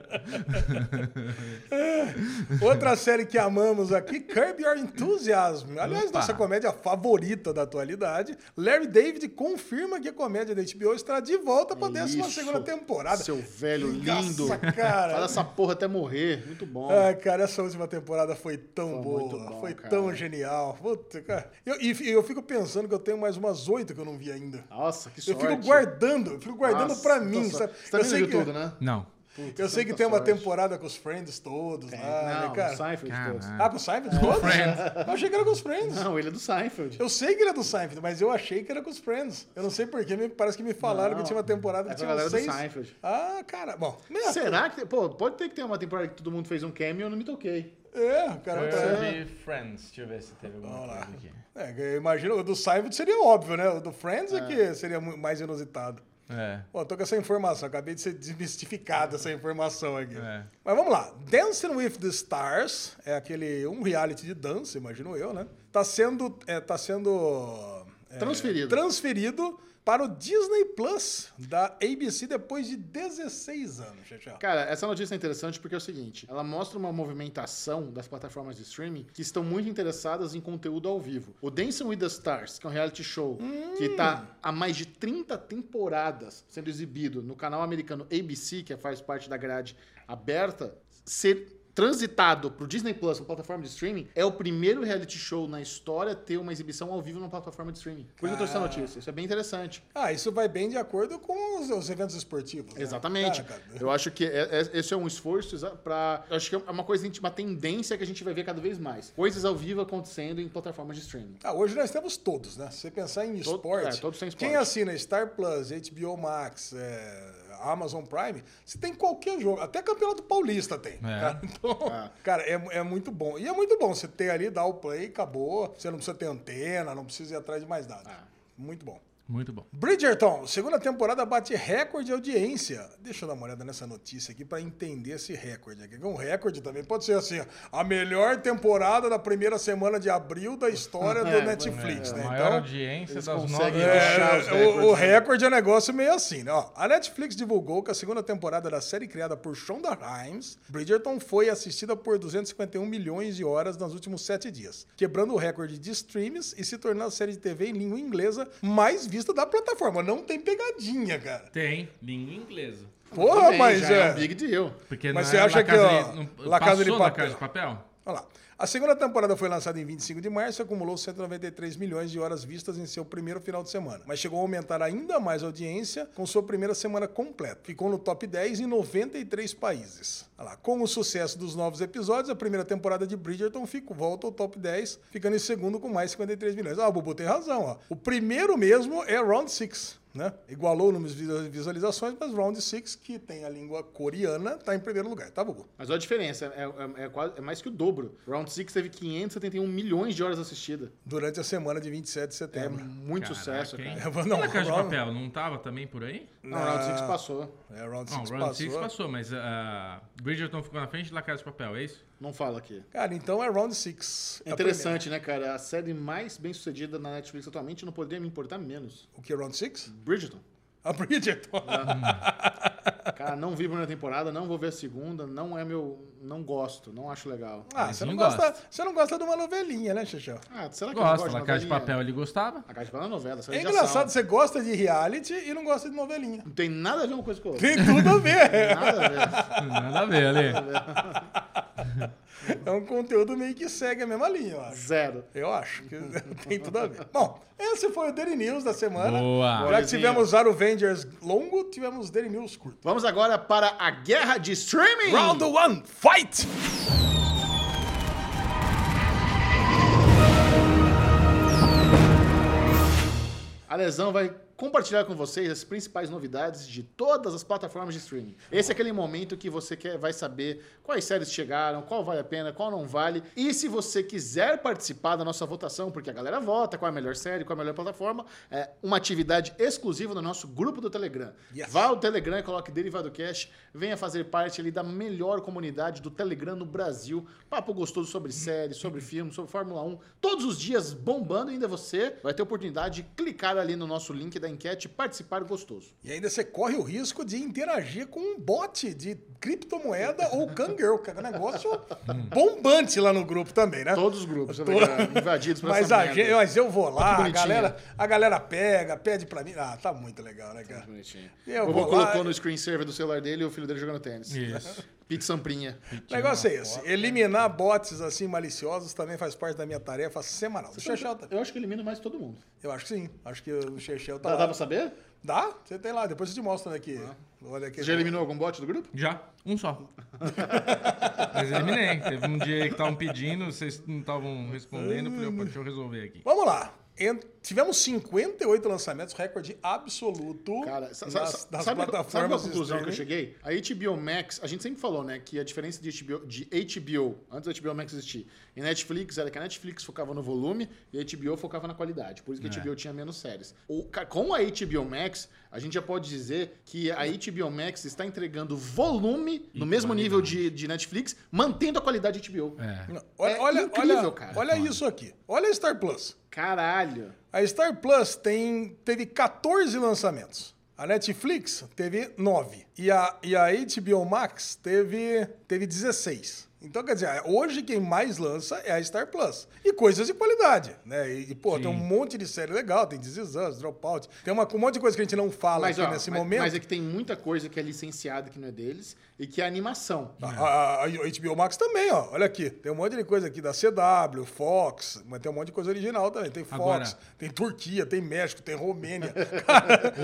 Speaker 4: Outra série que amamos aqui, Curb Your Enthusiasm. Aliás,
Speaker 2: Opa.
Speaker 4: nossa comédia favorita da atualidade. Larry David confirma que a comédia da HBO estará de volta para a 12 segunda
Speaker 1: Isso,
Speaker 4: temporada.
Speaker 1: Seu velho
Speaker 4: Nossa,
Speaker 1: lindo.
Speaker 4: cara.
Speaker 1: Fala essa porra até morrer. Muito bom.
Speaker 4: Ah, cara, essa última temporada foi tão
Speaker 1: Foi
Speaker 4: boa,
Speaker 1: muito bom,
Speaker 4: foi
Speaker 1: cara.
Speaker 4: tão genial. Puta, cara. Eu- e e eu fico pensando que eu tenho mais umas oito que eu não vi ainda.
Speaker 1: Nossa, que
Speaker 4: Eu
Speaker 1: sorte.
Speaker 4: fico guardando, eu fico guardando
Speaker 1: Nossa,
Speaker 4: pra
Speaker 1: tô
Speaker 4: mim,
Speaker 1: só-
Speaker 4: sabe?
Speaker 1: Você tá
Speaker 4: eu
Speaker 1: vendo
Speaker 4: sei
Speaker 1: de
Speaker 4: que,
Speaker 1: tudo, né?
Speaker 2: Não.
Speaker 4: Eu sei que
Speaker 1: Puta
Speaker 4: tem uma
Speaker 1: sorte.
Speaker 4: temporada com os Friends todos
Speaker 1: Tem.
Speaker 4: lá,
Speaker 1: não,
Speaker 4: né,
Speaker 1: o é-
Speaker 4: cara?
Speaker 1: Seinfeld todos.
Speaker 2: Caralho.
Speaker 4: Ah, com o Seinfeld todos?
Speaker 2: Friends.
Speaker 4: Eu achei que era com os Friends.
Speaker 1: Não, ele é do Seinfeld.
Speaker 4: Eu sei que era do Seinfeld, mas eu achei que era com os Friends. Eu não sei porquê, me- parece que me falaram
Speaker 1: Não.
Speaker 4: que tinha uma temporada
Speaker 1: É
Speaker 4: que
Speaker 1: com a
Speaker 4: tinha
Speaker 1: galera
Speaker 4: uns
Speaker 1: do
Speaker 4: seis.
Speaker 1: Seinfeld.
Speaker 4: Ah, cara, bom. né?
Speaker 1: Será que. Pô, pode ter que ter uma temporada que todo mundo fez um cameo e eu não me toquei.
Speaker 4: É, cara. tá-
Speaker 2: Friends. Deixa eu ver se teve alguma coisa aqui.
Speaker 4: É, que eu imagino, o do Seinfeld seria óbvio, né? O do Friends é, que seria mu- mais inusitado.
Speaker 2: É.
Speaker 4: Bom, tô com essa informação, acabei de ser desmistificada essa informação aqui.
Speaker 2: É.
Speaker 4: Mas vamos lá. Dancing with the Stars é aquele um reality de dança, imagino eu, né? Tá sendo é, tá sendo é,
Speaker 1: Transferido.
Speaker 4: transferido para o Disney Plus da ABC depois de 16 anos, Xaxá.
Speaker 1: Cara, essa notícia é interessante porque é o seguinte: ela mostra uma movimentação das plataformas de streaming que estão muito interessadas em conteúdo ao vivo. O Dancing with the Stars, que é um reality show que tá há mais de 30 temporadas sendo exibido no canal americano ABC, que é, faz parte da grade aberta, ser transitado pro Disney Plus, uma plataforma de streaming, é o primeiro reality show na história a ter uma exibição ao vivo numa plataforma de streaming. Por isso que eu trouxe essa notícia. Isso é bem interessante.
Speaker 4: Ah, isso vai bem de acordo com os, os eventos esportivos. né?
Speaker 1: Exatamente.
Speaker 4: Cara, cara,
Speaker 1: Eu acho que é- é- esse é um esforço para. Acho que é uma coisa, uma tendência que a gente vai ver cada vez mais. Coisas ao vivo acontecendo em plataformas de streaming.
Speaker 4: Ah, hoje nós temos todos, né? Se você pensar em
Speaker 1: Todo-
Speaker 4: esporte,
Speaker 1: é, todos têm esporte.
Speaker 4: quem assina Star Plus, HBO Max, é, Amazon Prime, você tem qualquer jogo, até Campeonato Paulista tem. Cara, então, cara é, é muito bom. E é muito bom você ter ali, dar o play, acabou. Você não precisa ter antena, não precisa ir atrás de mais
Speaker 1: É.
Speaker 4: nada. Muito bom.
Speaker 2: Muito bom.
Speaker 4: Bridgerton, segunda temporada bate recorde de audiência. Deixa eu dar uma olhada nessa notícia aqui pra entender esse recorde aqui. que é Um recorde também pode ser assim, ó, a melhor temporada da primeira semana de abril da história do
Speaker 1: É,
Speaker 4: Netflix, né?
Speaker 2: Maior
Speaker 4: Então,
Speaker 2: audiência
Speaker 1: eles
Speaker 2: das nove
Speaker 1: conseguem
Speaker 2: horas.
Speaker 1: achar os
Speaker 4: é, o, o
Speaker 1: recordes, né?
Speaker 4: recorde é um negócio meio assim, né? Ó, a Netflix divulgou que a segunda temporada da série criada por Shonda Rhimes, Bridgerton, foi assistida por 251 milhões de horas nos últimos sete dias, quebrando o recorde de streams e se tornando a série de TV em língua inglesa mais vista da plataforma. Não tem pegadinha, cara.
Speaker 2: Tem. Língua inglesa.
Speaker 4: Porra,
Speaker 1: Também,
Speaker 4: mas
Speaker 1: já é
Speaker 4: é.
Speaker 1: um big deal.
Speaker 2: Porque
Speaker 4: Mas
Speaker 2: não
Speaker 4: você
Speaker 2: é
Speaker 4: acha
Speaker 2: La
Speaker 4: que,
Speaker 2: Casa
Speaker 4: ó,
Speaker 2: de- não-
Speaker 4: La Casa de
Speaker 2: passou La
Speaker 4: Papel.
Speaker 2: Casa de Papel?
Speaker 4: Olha lá. A segunda temporada foi lançada em 25 de março e acumulou 193 milhões de horas vistas em seu primeiro final de semana. Mas chegou a aumentar ainda mais a audiência com sua primeira semana completa. Ficou no top 10 em 93 países. Olha lá. Com o sucesso dos novos episódios, a primeira temporada de Bridgerton fica, volta ao top 10, ficando em segundo com mais 53 milhões. Ah, o Bubu tem razão. Ó. O primeiro mesmo é Round 6. né? Igualou o número de visualizações, mas Round Six, que tem a língua coreana, tá em primeiro lugar, tá, Bubu?
Speaker 1: Mas olha a diferença, é, é- é quase- é mais que o dobro. Round 6 teve 571 milhões de horas assistidas.
Speaker 4: Durante a semana de 27 de
Speaker 1: É
Speaker 4: setembro.
Speaker 1: muito sucesso,
Speaker 2: hein?
Speaker 1: cara.
Speaker 4: Eu vou-
Speaker 2: E
Speaker 4: É, não,
Speaker 2: La Casa é de
Speaker 4: Round-
Speaker 2: Papel, não tava também por aí?
Speaker 1: Não, Round 6 passou.
Speaker 4: É, Round
Speaker 2: Não,
Speaker 4: Six
Speaker 2: Round
Speaker 4: passou.
Speaker 2: 6 passou, mas a Bridgerton ficou na frente de La Casa de Papel, é isso?
Speaker 1: Não fala aqui.
Speaker 4: Cara, então é Round Six. É a
Speaker 1: Interessante, né, cara? A série mais bem sucedida na Netflix atualmente não poderia me importar menos.
Speaker 4: primeira. O que é Round Six?
Speaker 1: Bridgerton.
Speaker 4: A Ah, Bridgerton.
Speaker 1: Cara, não vi a primeira temporada, não vou ver a segunda, não é meu. Não gosto, não acho legal.
Speaker 4: Ah,
Speaker 2: Mas
Speaker 4: você não,
Speaker 2: não
Speaker 4: gosta,
Speaker 2: gosta.
Speaker 4: você não gosta de uma novelinha, né, Xixão?
Speaker 1: Ah, será que eu
Speaker 2: Gosta,
Speaker 1: não
Speaker 2: La
Speaker 1: gosto
Speaker 2: Casa de
Speaker 1: novelinha?
Speaker 2: Papel ele gostava.
Speaker 1: A Casa de Papel é novela, essa
Speaker 4: É
Speaker 1: aí já
Speaker 4: engraçado,
Speaker 1: sabe.
Speaker 4: você gosta de reality e não gosta de novelinha.
Speaker 1: Não tem nada a ver uma coisa com a outra.
Speaker 4: Tem tudo a ver.
Speaker 1: Nada a ver.
Speaker 2: Nada a ver ali.
Speaker 4: É um conteúdo meio que segue a mesma linha, eu acho.
Speaker 1: Zero.
Speaker 4: Eu acho que tem tudo a ver. Bom, esse foi o Daily News da semana.
Speaker 2: Boa.
Speaker 4: Já que
Speaker 1: Boazinha.
Speaker 4: tivemos Zaro Avengers longo, tivemos Daily News curto.
Speaker 1: Vamos agora para a guerra de streaming.
Speaker 4: Round one, fight!
Speaker 1: A Lesão vai compartilhar com vocês as principais novidades de todas as plataformas de streaming. Esse é aquele momento que você quer, vai saber quais séries chegaram, qual vale a pena, qual não vale. E se você quiser participar da nossa votação, porque a galera vota qual é a melhor série, qual é a melhor plataforma, é uma atividade exclusiva no nosso grupo do Telegram.
Speaker 4: Yes.
Speaker 1: Vá ao Ah, Telegram e coloque Derivado Cash. Venha fazer parte ali da melhor comunidade do Telegram no Brasil. Papo gostoso sobre séries, sobre filmes, sobre Fórmula 1. Todos os dias bombando. E ainda você vai ter a oportunidade de clicar ali no nosso link da enquete e participar gostoso.
Speaker 4: E ainda você corre o risco de interagir com um bot de criptomoeda ou Kangirl, que é um negócio bombante lá no grupo também, né?
Speaker 1: Hum. Todos os grupos
Speaker 4: Tô-
Speaker 1: Telegram, invadidos por
Speaker 4: Mas,
Speaker 1: essa
Speaker 4: a
Speaker 1: merda.
Speaker 4: gente- mas eu vou lá,
Speaker 1: que
Speaker 4: a
Speaker 1: bonitinho.
Speaker 4: galera, a galera pega, pede pra mim. Ah, tá muito legal, né, cara?
Speaker 1: Bonitinho.
Speaker 4: Eu
Speaker 1: Eu
Speaker 4: vou
Speaker 1: vou
Speaker 4: lá-
Speaker 1: colocou no screensaver do celular dele e o filho dele jogando tênis.
Speaker 2: Isso.
Speaker 1: Pizza Samprinha.
Speaker 4: O negócio é esse. Eliminar
Speaker 1: né?
Speaker 4: bots assim maliciosos também faz parte da minha tarefa semanal. O Chechel tá-
Speaker 1: Eu acho que elimino mais todo mundo.
Speaker 4: Eu acho que sim. Acho que o Chechel tá.
Speaker 1: Dá,
Speaker 4: lá.
Speaker 1: dá pra saber?
Speaker 4: Dá? Você tem lá, depois eu te mostro né, aqui. Olha aqui.
Speaker 1: Você já eliminou algum bot do grupo?
Speaker 2: Já, um só. Mas eliminei. Teve um dia que estavam pedindo, vocês não estavam respondendo. Eu falei, opa, deixa eu resolver aqui.
Speaker 4: Vamos lá. En- Tivemos 58 lançamentos, recorde absoluto
Speaker 1: Cara, sa- sa-
Speaker 4: das,
Speaker 1: sa-
Speaker 4: das
Speaker 1: sabe,
Speaker 4: plataformas.
Speaker 1: sabe uma
Speaker 4: de
Speaker 1: conclusão que eu
Speaker 4: streaming.
Speaker 1: cheguei? A HBO Max, a gente sempre falou, né, que a diferença de HBO, de HBO, antes da HBO Max existir, e Netflix era que a Netflix focava no volume e a HBO focava na qualidade. Por isso
Speaker 4: É.
Speaker 1: que a HBO tinha menos séries. O ca- com a HBO Max, a gente já pode dizer que a HBO Max está entregando volume no mesmo nível de, de Netflix, mantendo a qualidade de HBO.
Speaker 2: É.
Speaker 4: Não, Olha,
Speaker 1: É
Speaker 4: olha,
Speaker 1: incrível,
Speaker 4: olha,
Speaker 1: cara.
Speaker 4: olha isso aqui. Olha a Star Plus.
Speaker 1: Caralho.
Speaker 4: A Star Plus tem, teve 14 lançamentos. A Netflix teve 9. E a, e a HBO Max teve, teve 16. Então, quer dizer, hoje quem mais lança é a Star Plus. E coisas de qualidade, né? E, e, pô, tem um monte de série legal. Tem This Is Us, Dropout. Tem uma, um monte de coisa que a gente não fala
Speaker 1: Mas,
Speaker 4: aqui
Speaker 1: ó,
Speaker 4: nesse
Speaker 1: mas-
Speaker 4: momento.
Speaker 1: mas é que tem muita coisa que é licenciada que não é deles e que é animação.
Speaker 4: Tá. A, a- a HBO Max também, ó. Olha aqui. Tem um monte de coisa aqui da CW, Fox, mas tem um monte de coisa original também. Tem Fox,
Speaker 2: Agora-
Speaker 4: tem Turquia, tem México, tem Romênia.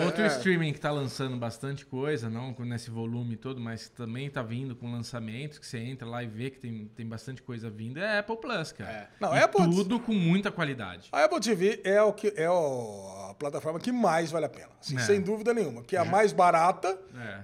Speaker 2: Outro streaming que tá lançando bastante coisa, não com- nesse volume todo, mas que também tá vindo com lançamentos, que você entra lá e vê que tem, tem bastante coisa vindo, é a Apple Plus, cara.
Speaker 1: É.
Speaker 4: Não,
Speaker 2: E
Speaker 4: a Apple-
Speaker 2: Tudo com muita qualidade.
Speaker 4: a Apple TV é, o que, é o- a plataforma que mais vale a pena. assim,
Speaker 2: É.
Speaker 4: Sem dúvida nenhuma. Que é a mais barata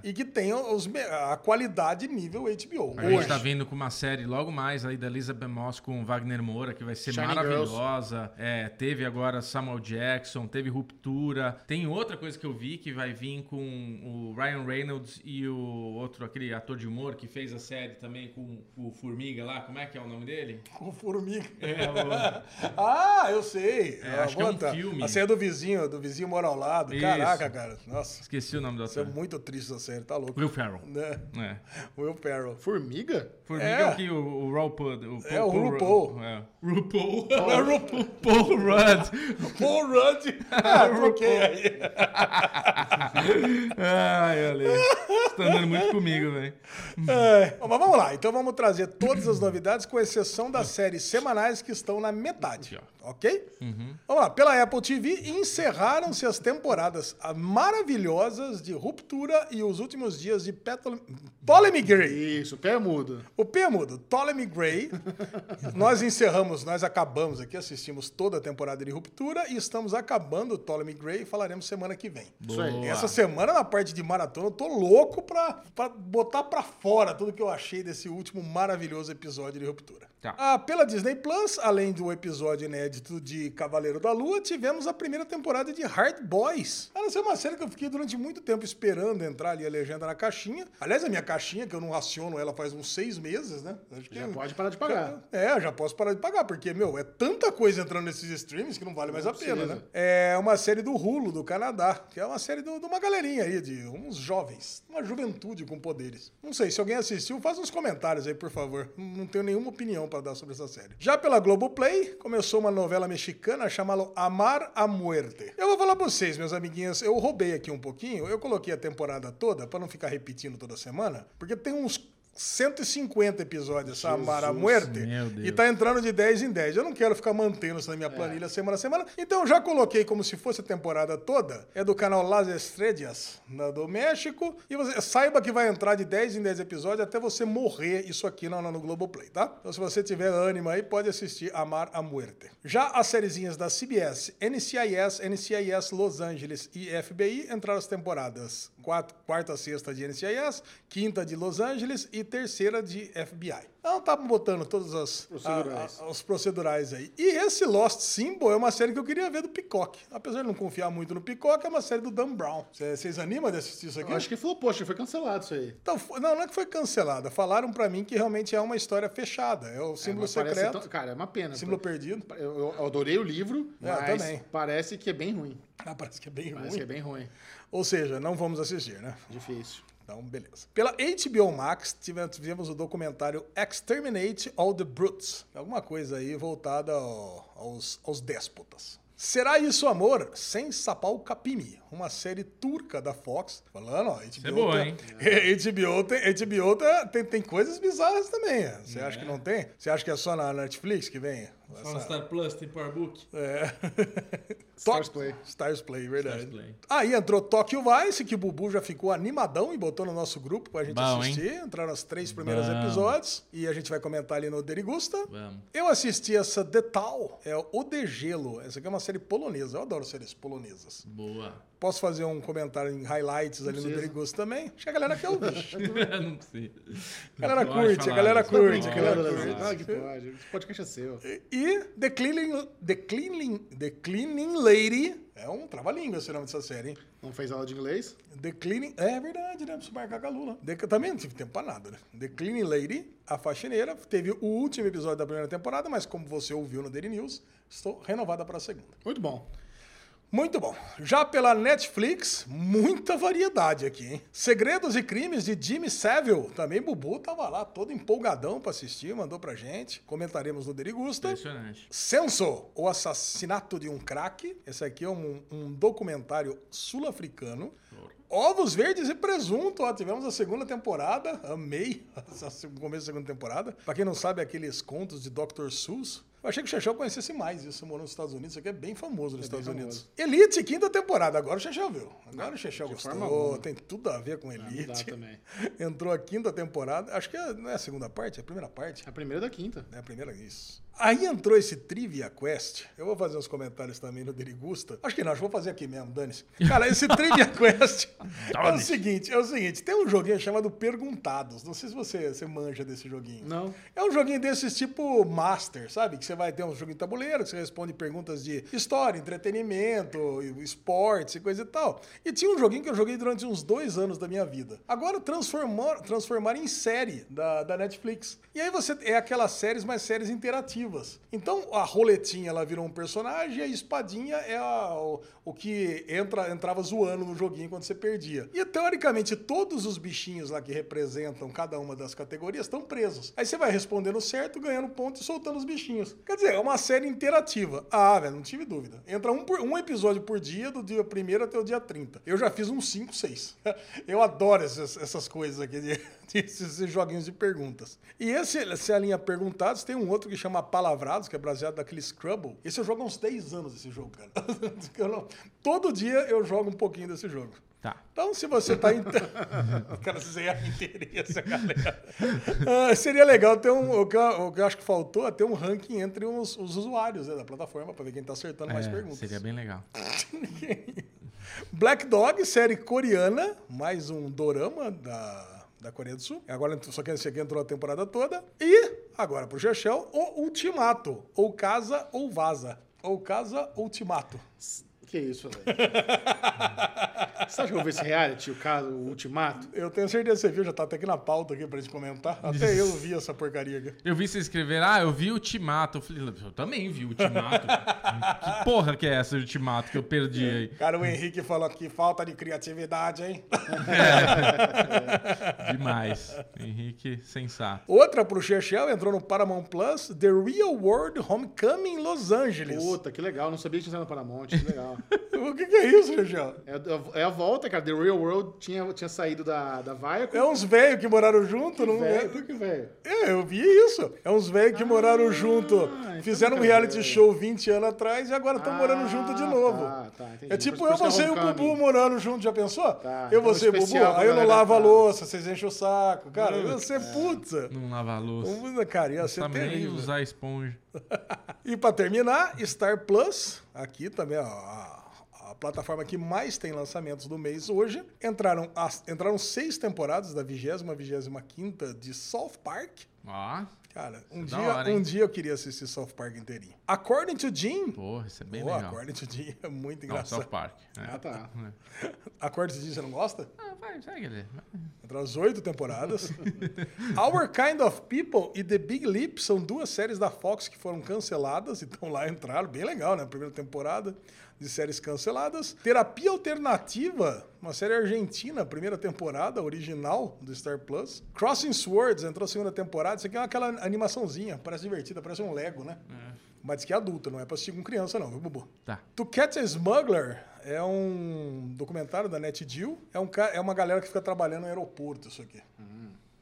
Speaker 2: É.
Speaker 4: e que tem os, me- a qualidade nível HBO.
Speaker 2: A gente
Speaker 4: Hoje.
Speaker 2: tá vindo com uma série logo mais aí da Elizabeth Moss com o Wagner Moura, que vai ser
Speaker 1: Shining
Speaker 2: maravilhosa. É, teve agora Samuel Jackson, teve Ruptura. Tem outra coisa que eu vi que vai vir com o Ryan Reynolds e o outro, aquele ator de humor que fez a série também com o Formiga lá. Como é que é o nome dele?
Speaker 4: Com formiga.
Speaker 2: É, o...
Speaker 4: Ah, eu sei.
Speaker 2: É, acho que é um
Speaker 4: Aguanta.
Speaker 2: filme.
Speaker 4: A série do vizinho, do vizinho mora ao lado.
Speaker 2: Isso.
Speaker 4: Caraca, cara. Nossa,
Speaker 2: Esqueci o nome do
Speaker 4: isso é
Speaker 2: ator.
Speaker 4: muito triste essa série, tá louco.
Speaker 2: Will Ferrell.
Speaker 4: Né?
Speaker 2: É.
Speaker 4: Will Ferrell.
Speaker 1: Formiga?
Speaker 2: Formiga
Speaker 4: É.
Speaker 2: é. que o, o RuPaul... O
Speaker 4: É, o
Speaker 2: Paul-
Speaker 4: RuPaul.
Speaker 2: É. RuPaul.
Speaker 4: É RuPaul.
Speaker 2: Paul Rudd.
Speaker 4: Paul Rudd. Ah, troquei aí.
Speaker 2: Ai, Ale. Você tá andando muito comigo, velho.
Speaker 4: É. Bom, Mas vamos lá. Então vamos trazer todas as novidades, com exceção das séries semanais que estão na metade.
Speaker 2: Aqui,
Speaker 4: Uhum. Ok? Vamos lá. Pela Apple TV, encerrando encerraram-se as temporadas maravilhosas de Ruptura e os últimos dias de Petal- Ptolemy Gray.
Speaker 1: Isso, pé mudo.
Speaker 4: O P é mudo, Ptolemy Gray. nós encerramos, nós acabamos aqui, assistimos toda a temporada de Ruptura e estamos acabando o Ptolemy Gray e falaremos semana que vem.
Speaker 1: Isso aí.
Speaker 2: Boa.
Speaker 4: Essa semana, na parte de maratona, eu tô louco pra, pra botar pra fora tudo que eu achei desse último maravilhoso episódio de Ruptura.
Speaker 2: Tá.
Speaker 4: Ah, pela Disney Plus, além do episódio inédito de Cavaleiro da Lua, tivemos a primeira temporada de Hard Boys. Essa é uma série que eu fiquei durante muito tempo esperando entrar ali a legenda na caixinha. Aliás, a minha caixinha, que eu não raciono ela faz uns seis meses, né? Acho que
Speaker 1: Já pode parar de pagar.
Speaker 4: é, eu já posso parar de pagar, porque, meu, é tanta coisa entrando nesses streams que não vale mais a pena,
Speaker 1: precisa.
Speaker 4: né? É uma série do Hulu, do Canadá, que é uma série do- de uma galerinha aí, de uns jovens, uma juventude com poderes. Não sei, se alguém assistiu, faz uns comentários aí, por favor. Não tenho nenhuma opinião pra dar sobre essa série. Já pela Globoplay, começou uma novela mexicana chamada Amar a Muerte. Eu vou falar pra vocês, meus amiguinhos, eu roubei aqui um pouquinho, eu coloquei a temporada toda, pra não ficar repetindo toda semana, porque tem uns 150 episódios, essa Amar a Muerte.
Speaker 2: meu Deus.
Speaker 4: E tá entrando de 10 em 10. Eu não quero ficar mantendo isso na minha planilha semana a semana. Então eu já coloquei como se fosse a temporada toda. É do canal Las Estrellas, na- do México. E você saiba que vai entrar de 10 em 10 episódios até você morrer isso aqui no, no, no Globoplay, tá? Então se você tiver ânimo aí, pode assistir Amar a Muerte. Já as sériezinhas da CBS, NCIS, NCIS Los Angeles e FBI entraram as temporadas. Quatro- quarta, sexta de NCIS, quinta de Los Angeles e terceira de FBI. Então tá botando todas as
Speaker 1: Procedurais.
Speaker 4: a- a- os procedurais aí. E esse Lost Symbol é uma série que eu queria ver do Peacock. Apesar de não confiar muito no Peacock, é uma série do Dan Brown. Vocês animam de assistir isso aqui?
Speaker 1: Eu acho que falou, poxa, foi cancelado isso aí.
Speaker 4: Então, fo- não, não é que foi cancelada. Falaram pra mim que realmente é uma história fechada. É o
Speaker 1: É,
Speaker 4: símbolo
Speaker 1: mas parece
Speaker 4: secreto,
Speaker 1: tão- Cara, é uma pena.
Speaker 4: símbolo perdido.
Speaker 1: Eu, eu adorei o livro,
Speaker 4: É, eu
Speaker 1: mas
Speaker 4: também.
Speaker 1: parece que é bem ruim.
Speaker 4: Ah, parece que é bem
Speaker 1: Parece
Speaker 4: ruim.
Speaker 1: que é bem ruim.
Speaker 4: Ou seja, não vamos assistir, né?
Speaker 1: Difícil.
Speaker 4: Então, beleza. Pela HBO Max, tive- tivemos o documentário Exterminate All the Brutes. é Alguma coisa aí voltada ao- aos, aos déspotas. Será isso, amor? Sem sapar o capimi. Uma série turca da Fox. Falando, ó, HBO...
Speaker 2: é boa,
Speaker 4: tem-
Speaker 2: hein?
Speaker 4: HBO, tem, HBO tá- tem, tem coisas bizarras também. Você acha que não tem? Você acha que é só na Netflix que vem?
Speaker 2: Só no
Speaker 4: Essa-
Speaker 2: Star Plus tem Powerbook.
Speaker 4: é.
Speaker 1: Stars Play.
Speaker 4: Stars Play, verdade.
Speaker 2: Stars Play.
Speaker 4: Aí entrou Tokyo Vice, que o Bubu já ficou animadão e botou no nosso grupo pra gente
Speaker 2: Bom,
Speaker 4: assistir. Entraram os três primeiros
Speaker 2: Bom.
Speaker 4: episódios e a gente vai comentar ali no Derigusta.
Speaker 2: Vamos.
Speaker 4: Eu assisti essa Detal, é o de Gelo. Essa aqui é uma série polonesa. Eu adoro séries polonesas.
Speaker 2: Boa.
Speaker 4: Posso fazer um comentário em highlights ali no
Speaker 1: precisa.
Speaker 4: Derigusta também? Acho que a galera quer ouvir.
Speaker 2: não sei.
Speaker 4: A galera
Speaker 2: Pode
Speaker 4: curte,
Speaker 2: falar,
Speaker 4: a galera
Speaker 2: Luiz.
Speaker 4: curte, a
Speaker 2: Pode
Speaker 4: galera
Speaker 1: Claro,
Speaker 2: falar.
Speaker 4: curte.
Speaker 1: Leandro, claro que pode. Esse podcast é seu.
Speaker 4: E The Cleaning, The Cleaning, The Cleaning Lady. É um trava-língua esse nome dessa série, hein?
Speaker 1: Não fez aula de inglês?
Speaker 4: The Cleaning. É verdade, né? Preciso marcar com a Lula. The, também não tive tempo pra nada, né? The Cleaning Lady, a faxineira, teve o último episódio da primeira temporada, mas como você ouviu no Daily News, estou renovada para a segunda.
Speaker 1: Muito bom.
Speaker 4: Muito bom. Já pela Netflix, muita variedade aqui, hein? Segredos e Crimes de Jimmy Savile. Também Bubu tava lá todo empolgadão pra assistir, mandou pra gente. Comentaremos no Derigusta.
Speaker 2: Impressionante.
Speaker 4: Senso, o assassinato de um craque. Esse aqui é um, um documentário sul-africano. Ovos Verdes e Presunto, ó, tivemos a segunda temporada, amei essa se- o começo da segunda temporada. Pra quem não sabe, é aqueles contos de Dr. Seuss. Eu achei que o Xaxão conhecesse mais isso, morou nos Estados Unidos, isso aqui é bem famoso nos Estados Unidos. Elite, quinta temporada, agora o Xaxão viu. Agora o Xaxão
Speaker 1: Ah, forma
Speaker 4: gostou,
Speaker 1: alguma. Ah,
Speaker 4: tem tudo a ver com
Speaker 1: Não dá
Speaker 4: Elite.
Speaker 1: também.
Speaker 4: Entrou a quinta temporada, acho que é- não é a segunda parte, é a primeira parte.
Speaker 1: É a primeira da quinta.
Speaker 4: É a primeira isso. Aí entrou esse Trivia Quest. Eu vou fazer uns comentários também no Derigusta. Acho que não, acho que vou fazer aqui mesmo, dane-se. Cara, esse Trivia Quest é o
Speaker 2: Dane-se.
Speaker 4: seguinte, é o seguinte, tem um joguinho chamado Perguntados. Não sei se você, você manja desse joguinho.
Speaker 1: Não.
Speaker 4: É um joguinho desses tipo Master, sabe? Que você vai ter um jogo de tabuleiro, que você responde perguntas de história, entretenimento, esportes e coisa e tal. E tinha um joguinho que eu joguei durante uns dois anos da minha vida. Agora transformar, transformaram em série da, da Netflix. E aí você é aquelas séries, mas séries interativas. Então a roletinha ela virou um personagem e a espadinha é a- o, o que entra, entrava zoando no joguinho quando você perdia. E teoricamente todos os bichinhos lá que representam cada uma das categorias estão presos. Aí você vai respondendo certo, ganhando ponto e soltando os bichinhos. Quer dizer, é uma série interativa. Ah, velho, não tive dúvida. Entra um, por- um episódio por dia, do dia 1 até o dia 30. Eu já fiz uns 5, 6. Eu adoro essas, essas coisas aqui de, desses joguinhos de perguntas. E esse, se a linha Perguntados, tem um outro que chama Palavrados, que é baseado naquele Scrabble. Esse eu jogo há uns 10 anos, esse jogo, cara. Eu não- Todo dia eu jogo um pouquinho desse jogo.
Speaker 2: Tá.
Speaker 4: Então, se você tá. Int... cara, se você interessa, é galera. Ah, seria legal ter um. O que, eu, o que eu acho que faltou é ter um ranking entre os, os usuários né, da plataforma, pra ver quem tá acertando mais
Speaker 2: É,
Speaker 4: perguntas.
Speaker 2: seria bem legal.
Speaker 4: Black Dog, série coreana, mais um dorama da, da Coreia do Sul. Agora só que esse aqui entrou a temporada toda. E, agora pro Chechel, o Ultimato. Ou casa ou vaza. Ou casa ultimato.
Speaker 1: Que isso, velho. Você acha que eu vou ver esse reality, o caso, o ultimato?
Speaker 4: Eu tenho certeza que você viu, já tá até aqui na pauta aqui pra gente comentar. Até eu vi essa porcaria aqui.
Speaker 2: Eu vi você escrever, ah, eu vi o Ultimato. Eu falei, eu também vi o Ultimato. que porra que é essa Ultimato que eu perdi aí?
Speaker 4: Cara, o Henrique falou aqui, falta de criatividade, hein?
Speaker 2: Demais. Henrique, sensato.
Speaker 4: Outra pro Chechel, entrou no Paramount Plus, The Real World Homecoming Los Angeles.
Speaker 1: Puta, que legal. Não sabia que tinha saído na Paramount. Que legal.
Speaker 4: O que, que é isso, Chechel?
Speaker 1: É, a- é a volta, cara. The Real World tinha, tinha saído da, da Viacom.
Speaker 4: É uns velhos que moraram junto, não
Speaker 1: Velho, tudo que velho.
Speaker 4: É, eu vi isso. É uns velhos que moraram junto.
Speaker 1: então
Speaker 4: Fizeram um
Speaker 1: tá
Speaker 4: reality
Speaker 1: bem.
Speaker 4: show 20 anos atrás e agora estão
Speaker 1: Ah,
Speaker 4: morando junto de
Speaker 1: tá,
Speaker 4: novo.
Speaker 1: tá, entendi.
Speaker 4: é tipo
Speaker 1: Por
Speaker 4: eu,
Speaker 1: isso que é
Speaker 4: você e o
Speaker 1: homecoming.
Speaker 4: Bubu morando junto, já pensou?
Speaker 1: Tá,
Speaker 4: Eu,
Speaker 1: então
Speaker 4: você e o Bubu,
Speaker 1: especial pra
Speaker 4: aí eu não
Speaker 1: galera
Speaker 4: lavo a
Speaker 1: tá.
Speaker 4: louça, vocês enchem o saco. Cara, você é puta.
Speaker 2: Não lava a louça.
Speaker 4: Cara, ia ser
Speaker 2: Também
Speaker 4: terrível.
Speaker 2: usar a esponja.
Speaker 4: E pra terminar, Star Plus, aqui também ó, a, a plataforma que mais tem lançamentos do mês hoje. Entraram, as- entraram seis temporadas da 20 a 25 de South Park.
Speaker 2: Ó,
Speaker 4: Cara, um
Speaker 2: Isso é da
Speaker 4: dia,
Speaker 2: hora, hein?
Speaker 4: um dia eu queria assistir South Park inteirinho. According to Jim.
Speaker 2: porra, isso é bem
Speaker 4: Pô,
Speaker 2: legal.
Speaker 4: According to Jim é muito
Speaker 2: Não,
Speaker 4: engraçado.
Speaker 2: South Park. É.
Speaker 1: Ah, tá.
Speaker 4: According to Jim, você não gosta?
Speaker 2: Ah, vai, segue ele.
Speaker 4: Entre as oito temporadas. Our Kind of People e The Big Leap são duas séries da Fox que foram canceladas e estão lá, entraram. Bem legal, né? Primeira temporada de séries canceladas. Terapia Alternativa, uma série argentina, primeira temporada, original do Star Plus. Crossing Swords entrou a segunda temporada. Isso aqui é aquela animaçãozinha, parece divertida, parece um Lego, né? Mas diz que é adulta, não é pra assistir com criança, não, viu, Bubu?
Speaker 2: Tá.
Speaker 4: To Catch a Smuggler é um documentário da NetGeo. É, um, ca- é uma galera que fica trabalhando no aeroporto, isso aqui.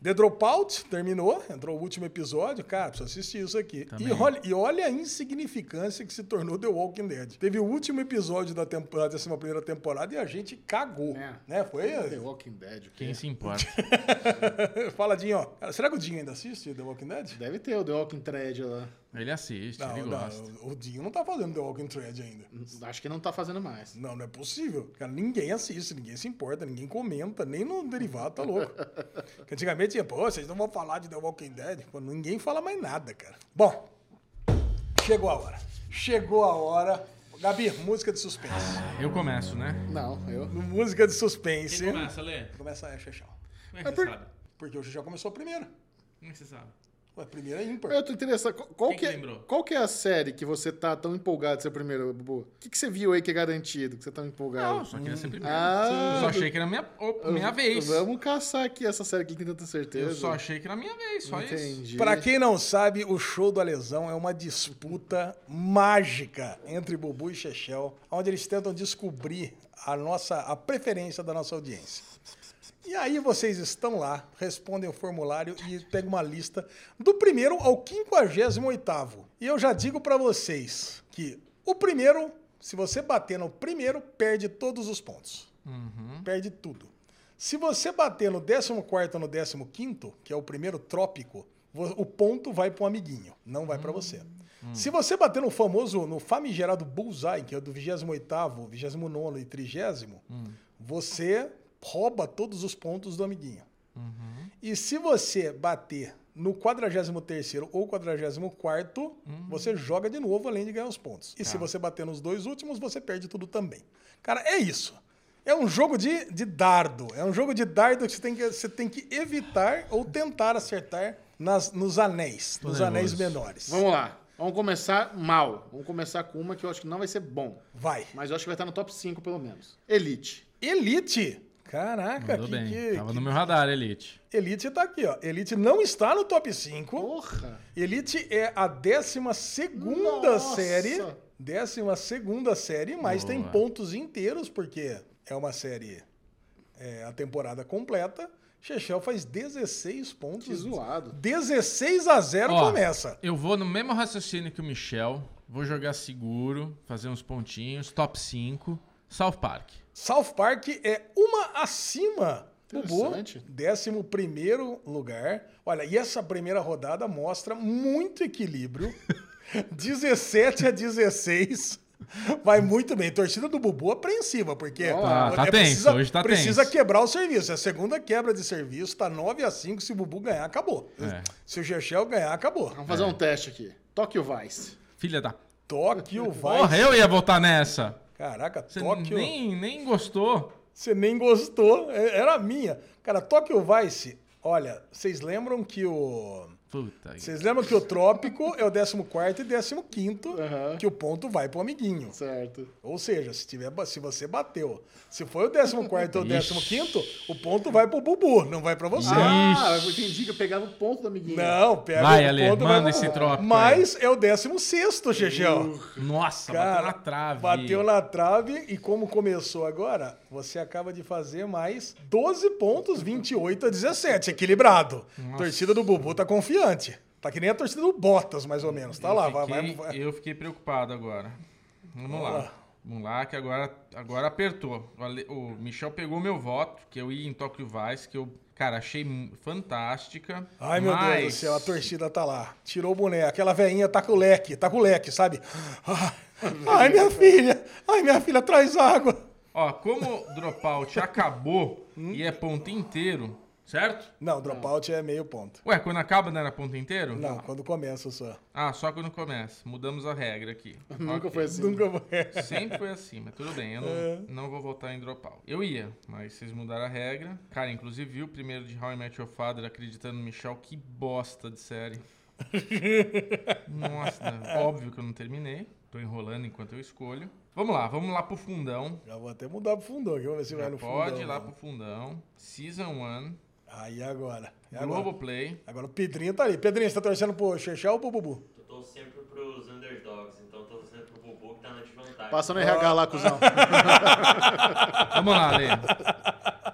Speaker 4: The Dropout terminou, entrou o último episódio. Cara, precisa assistir isso aqui. E olha, e olha a insignificância que se tornou The Walking Dead. Teve o último episódio da temporada, da 11 temporada e a gente cagou.
Speaker 1: É.
Speaker 4: Né? Foi.
Speaker 1: The Walking Dead. o quê?
Speaker 2: Quem se importa?
Speaker 4: Fala, Dinho, ó. Cara, será que o Dinho ainda assiste The Walking Dead?
Speaker 1: Deve ter o The Walking Dead lá.
Speaker 2: Ele assiste, ele gosta.
Speaker 4: o Dinho não tá fazendo The Walking Dead ainda.
Speaker 1: Acho que não tá fazendo mais.
Speaker 4: Não, não é possível. Cara, ninguém assiste, ninguém se importa, ninguém comenta, nem no derivado, tá louco. Porque antigamente tinha, pô, vocês não vão falar de The Walking Dead. Pô, ninguém fala mais nada, cara. Bom, chegou a hora. Chegou a hora. Gabi, música de suspense.
Speaker 2: Eu começo, né?
Speaker 1: Não, eu.
Speaker 4: Música de suspense.
Speaker 2: Lê?
Speaker 4: Começa a Xexão.
Speaker 2: Como é
Speaker 1: É por-
Speaker 4: Porque o Xexão começou primeiro.
Speaker 2: Como é que você sabe?
Speaker 4: Ué, primeiro é ímpar.
Speaker 1: Eu tô interessado. Qual, qual
Speaker 2: Quem
Speaker 1: que,
Speaker 2: que
Speaker 1: é,
Speaker 2: lembrou?
Speaker 1: qual que é a série que você tá tão empolgado de ser o primeiro, Bubu? O que, que você viu aí que é garantido, que você tá empolgado?
Speaker 2: Não, só queria ser primeiro.
Speaker 1: Ah,
Speaker 2: eu só achei que era minha, op- minha vez.
Speaker 1: Vamos caçar aqui essa série que ele tem tanta certeza.
Speaker 2: Eu só achei que era minha vez, só isso.
Speaker 1: Entendi.
Speaker 4: Pra quem não sabe, o show do Alesão é uma disputa mágica entre Bubu e Chechel, onde eles tentam descobrir a nossa a preferência da nossa audiência. E aí vocês estão lá, respondem o formulário e pegam uma lista do primeiro ao 58 E eu já digo pra vocês que o primeiro, se você bater no primeiro, perde todos os pontos.
Speaker 2: Uhum,
Speaker 4: Perde tudo. Se você bater no 14 ou no 15, que é o primeiro trópico, vo- o ponto vai para um amiguinho, não vai para você. Se você bater no famoso, no famigerado bullseye, que é o do 28º, 29 e 30 você rouba todos os pontos do amiguinho. E se você bater no 43º ou 44º, você joga de novo, além de ganhar os pontos. E
Speaker 2: Tá.
Speaker 4: se você bater nos dois últimos, você perde tudo também. Cara, é isso. É um jogo de, de dardo. É um jogo de dardo que você tem que, você tem que evitar ou tentar acertar nas, nos anéis, nos anéis
Speaker 2: nervoso.
Speaker 4: menores.
Speaker 1: Vamos lá. Vamos começar mal. Vamos começar com uma que eu acho que não vai ser bom.
Speaker 4: Vai.
Speaker 1: Mas eu acho que vai estar no top 5, pelo menos. Elite.
Speaker 4: Elite! Caraca,
Speaker 2: Tudo
Speaker 4: que,
Speaker 2: bem.
Speaker 4: que-
Speaker 2: Tava
Speaker 4: que-
Speaker 2: no meu radar, Elite.
Speaker 4: Elite tá aqui, ó. Elite não está no top 5.
Speaker 1: Porra!
Speaker 4: Elite é a 12
Speaker 1: Nossa!
Speaker 4: série. 12 série, mas tem
Speaker 2: Boa.
Speaker 4: pontos inteiros, porque é uma série. É a temporada completa. Chechel faz 16 pontos.
Speaker 1: Que zoado.
Speaker 4: 16 a 0
Speaker 2: Ó,
Speaker 4: começa.
Speaker 2: Eu vou no mesmo raciocínio que o Michel. Vou jogar seguro, fazer uns pontinhos, top 5. South Park.
Speaker 4: South Park é uma acima. Bubu,
Speaker 1: Interessante.
Speaker 4: 11 lugar. Olha, e essa primeira rodada mostra muito equilíbrio. 17 a 16. Vai muito bem. Torcida do Bubu apreensiva, porque é
Speaker 1: Tá,
Speaker 2: tá tenso,
Speaker 4: precisa,
Speaker 2: hoje tá
Speaker 4: precisa
Speaker 2: tenso.
Speaker 4: quebrar o serviço. É a segunda quebra de serviço. Tá 9 a 5. Se o Bubu ganhar, acabou.
Speaker 2: É.
Speaker 4: Se o Gershel ganhar, acabou.
Speaker 1: Vamos fazer um teste aqui. Tóquio Vice.
Speaker 2: Filha da
Speaker 4: Tóquio vai.
Speaker 2: porra, eu ia voltar nessa.
Speaker 4: Caraca,
Speaker 2: Você
Speaker 4: Tóquio.
Speaker 2: nem, nem gostou.
Speaker 4: Você nem gostou, é- era a minha. Cara, Tokyo Vice, olha, vocês lembram que o.
Speaker 2: Puta. que-
Speaker 4: Vocês lembram que o Trópico é o 14 e 15,
Speaker 1: Aham.
Speaker 4: que o ponto vai pro amiguinho.
Speaker 1: Certo.
Speaker 4: Ou seja, se, tiver, ba- se você bateu. Se foi o 14 ou
Speaker 2: Ixi.
Speaker 4: 15, o ponto vai pro Bubu, não vai pra você.
Speaker 1: Ah, eu entendi que eu pegava o ponto da amiguinha.
Speaker 4: Não, pega
Speaker 2: Vai,
Speaker 4: o
Speaker 2: Ale,
Speaker 4: ponto,
Speaker 2: manda
Speaker 4: vai pro
Speaker 2: esse
Speaker 4: Bubu.
Speaker 2: trópico aí.
Speaker 4: Mas é o 16, Chechel.
Speaker 2: Nossa, bateu Tá na trave.
Speaker 4: Bateu na trave e como começou agora, você acaba de fazer mais 12 pontos, 28 a 17. Equilibrado. Torcida do Bubu tá confiante. Tá que nem a torcida do Bottas, mais ou menos. Tá
Speaker 2: Eu
Speaker 4: lá, vai, vai,
Speaker 2: fiquei-
Speaker 4: vai.
Speaker 2: Eu fiquei preocupado agora. Vamos
Speaker 4: lá.
Speaker 2: lá. Vamos lá, que agora, agora apertou. O Ale- O Michel pegou meu voto, que eu ia em Tóquio Vice, que eu, cara, achei m- fantástica.
Speaker 4: Ai, meu
Speaker 2: mas-
Speaker 4: Deus do céu, a torcida tá lá. Tirou o boné. Aquela veinha tá com o leque, tá com o leque, sabe? Ah, Ai, minha filha! Ai, minha filha, traz água!
Speaker 2: Ó, como o Dropout acabou e é ponto inteiro, certo?
Speaker 4: Não, dropout é meio ponto.
Speaker 2: Ué, quando acaba não era ponto inteiro?
Speaker 4: Não, quando começa só.
Speaker 2: Ah, só quando começa. Mudamos a regra aqui.
Speaker 1: Nunca
Speaker 2: Ok.
Speaker 1: foi assim.
Speaker 4: Nunca É. vai.
Speaker 2: Sempre foi assim, mas tudo bem, eu não, não vou votar em dropar. Eu ia, mas vocês mudaram a regra. Cara, inclusive viu o primeiro de How I Met Your Father acreditando no Michel, que bosta de série. Nossa, óbvio que eu não terminei. Tô enrolando enquanto eu escolho. Vamos lá, vamos lá pro fundão.
Speaker 4: Já vou até mudar pro fundão aqui, vamos ver se vai
Speaker 2: Já
Speaker 4: no fundão. né?
Speaker 2: pode ir lá
Speaker 4: mano.
Speaker 2: pro fundão. Season 1,
Speaker 4: Aí agora. E agora?
Speaker 2: Globoplay.
Speaker 4: Agora o Pedrinho tá ali. Pedrinho, você tá torcendo pro Xexé ou pro Bubu?
Speaker 5: Eu tô sempre pros underdogs, então eu tô sempre pro Bubu que tá na desvantagem.
Speaker 1: Passa no RH
Speaker 4: Ah.
Speaker 1: lá, cuzão.
Speaker 2: Vamos lá, Lê.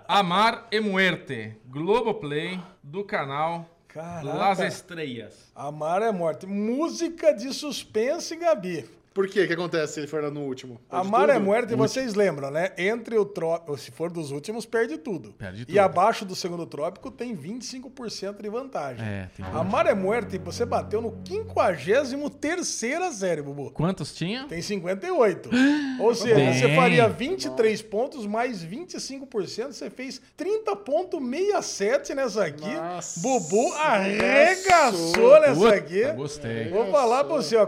Speaker 2: Amar e Muerte. Globoplay do canal
Speaker 4: Caraca.
Speaker 2: Las Estrelas.
Speaker 4: Amar é morte. Música de suspense, Gabi.
Speaker 1: Por quê? O que acontece se ele for lá no último? Pode
Speaker 4: Amar é
Speaker 1: tudo?
Speaker 4: morte, vocês lembram, né? Entre o trópico, se for dos últimos, perde tudo.
Speaker 2: Perde
Speaker 4: E
Speaker 2: tudo.
Speaker 4: abaixo do segundo trópico tem 25% de vantagem.
Speaker 2: É, tem vantagem.
Speaker 4: Amar é morte, você bateu no 53 série, Bubu.
Speaker 2: Quantos tinha?
Speaker 4: Tem 58. Ou seja,
Speaker 2: Bem.
Speaker 4: você faria 23 pontos mais 25%, você fez 30.67 nessa aqui.
Speaker 1: Nossa.
Speaker 4: Bubu arregaçou nessa
Speaker 2: Puta,
Speaker 4: aqui.
Speaker 2: Gostei.
Speaker 4: Vou falar pra você, ó,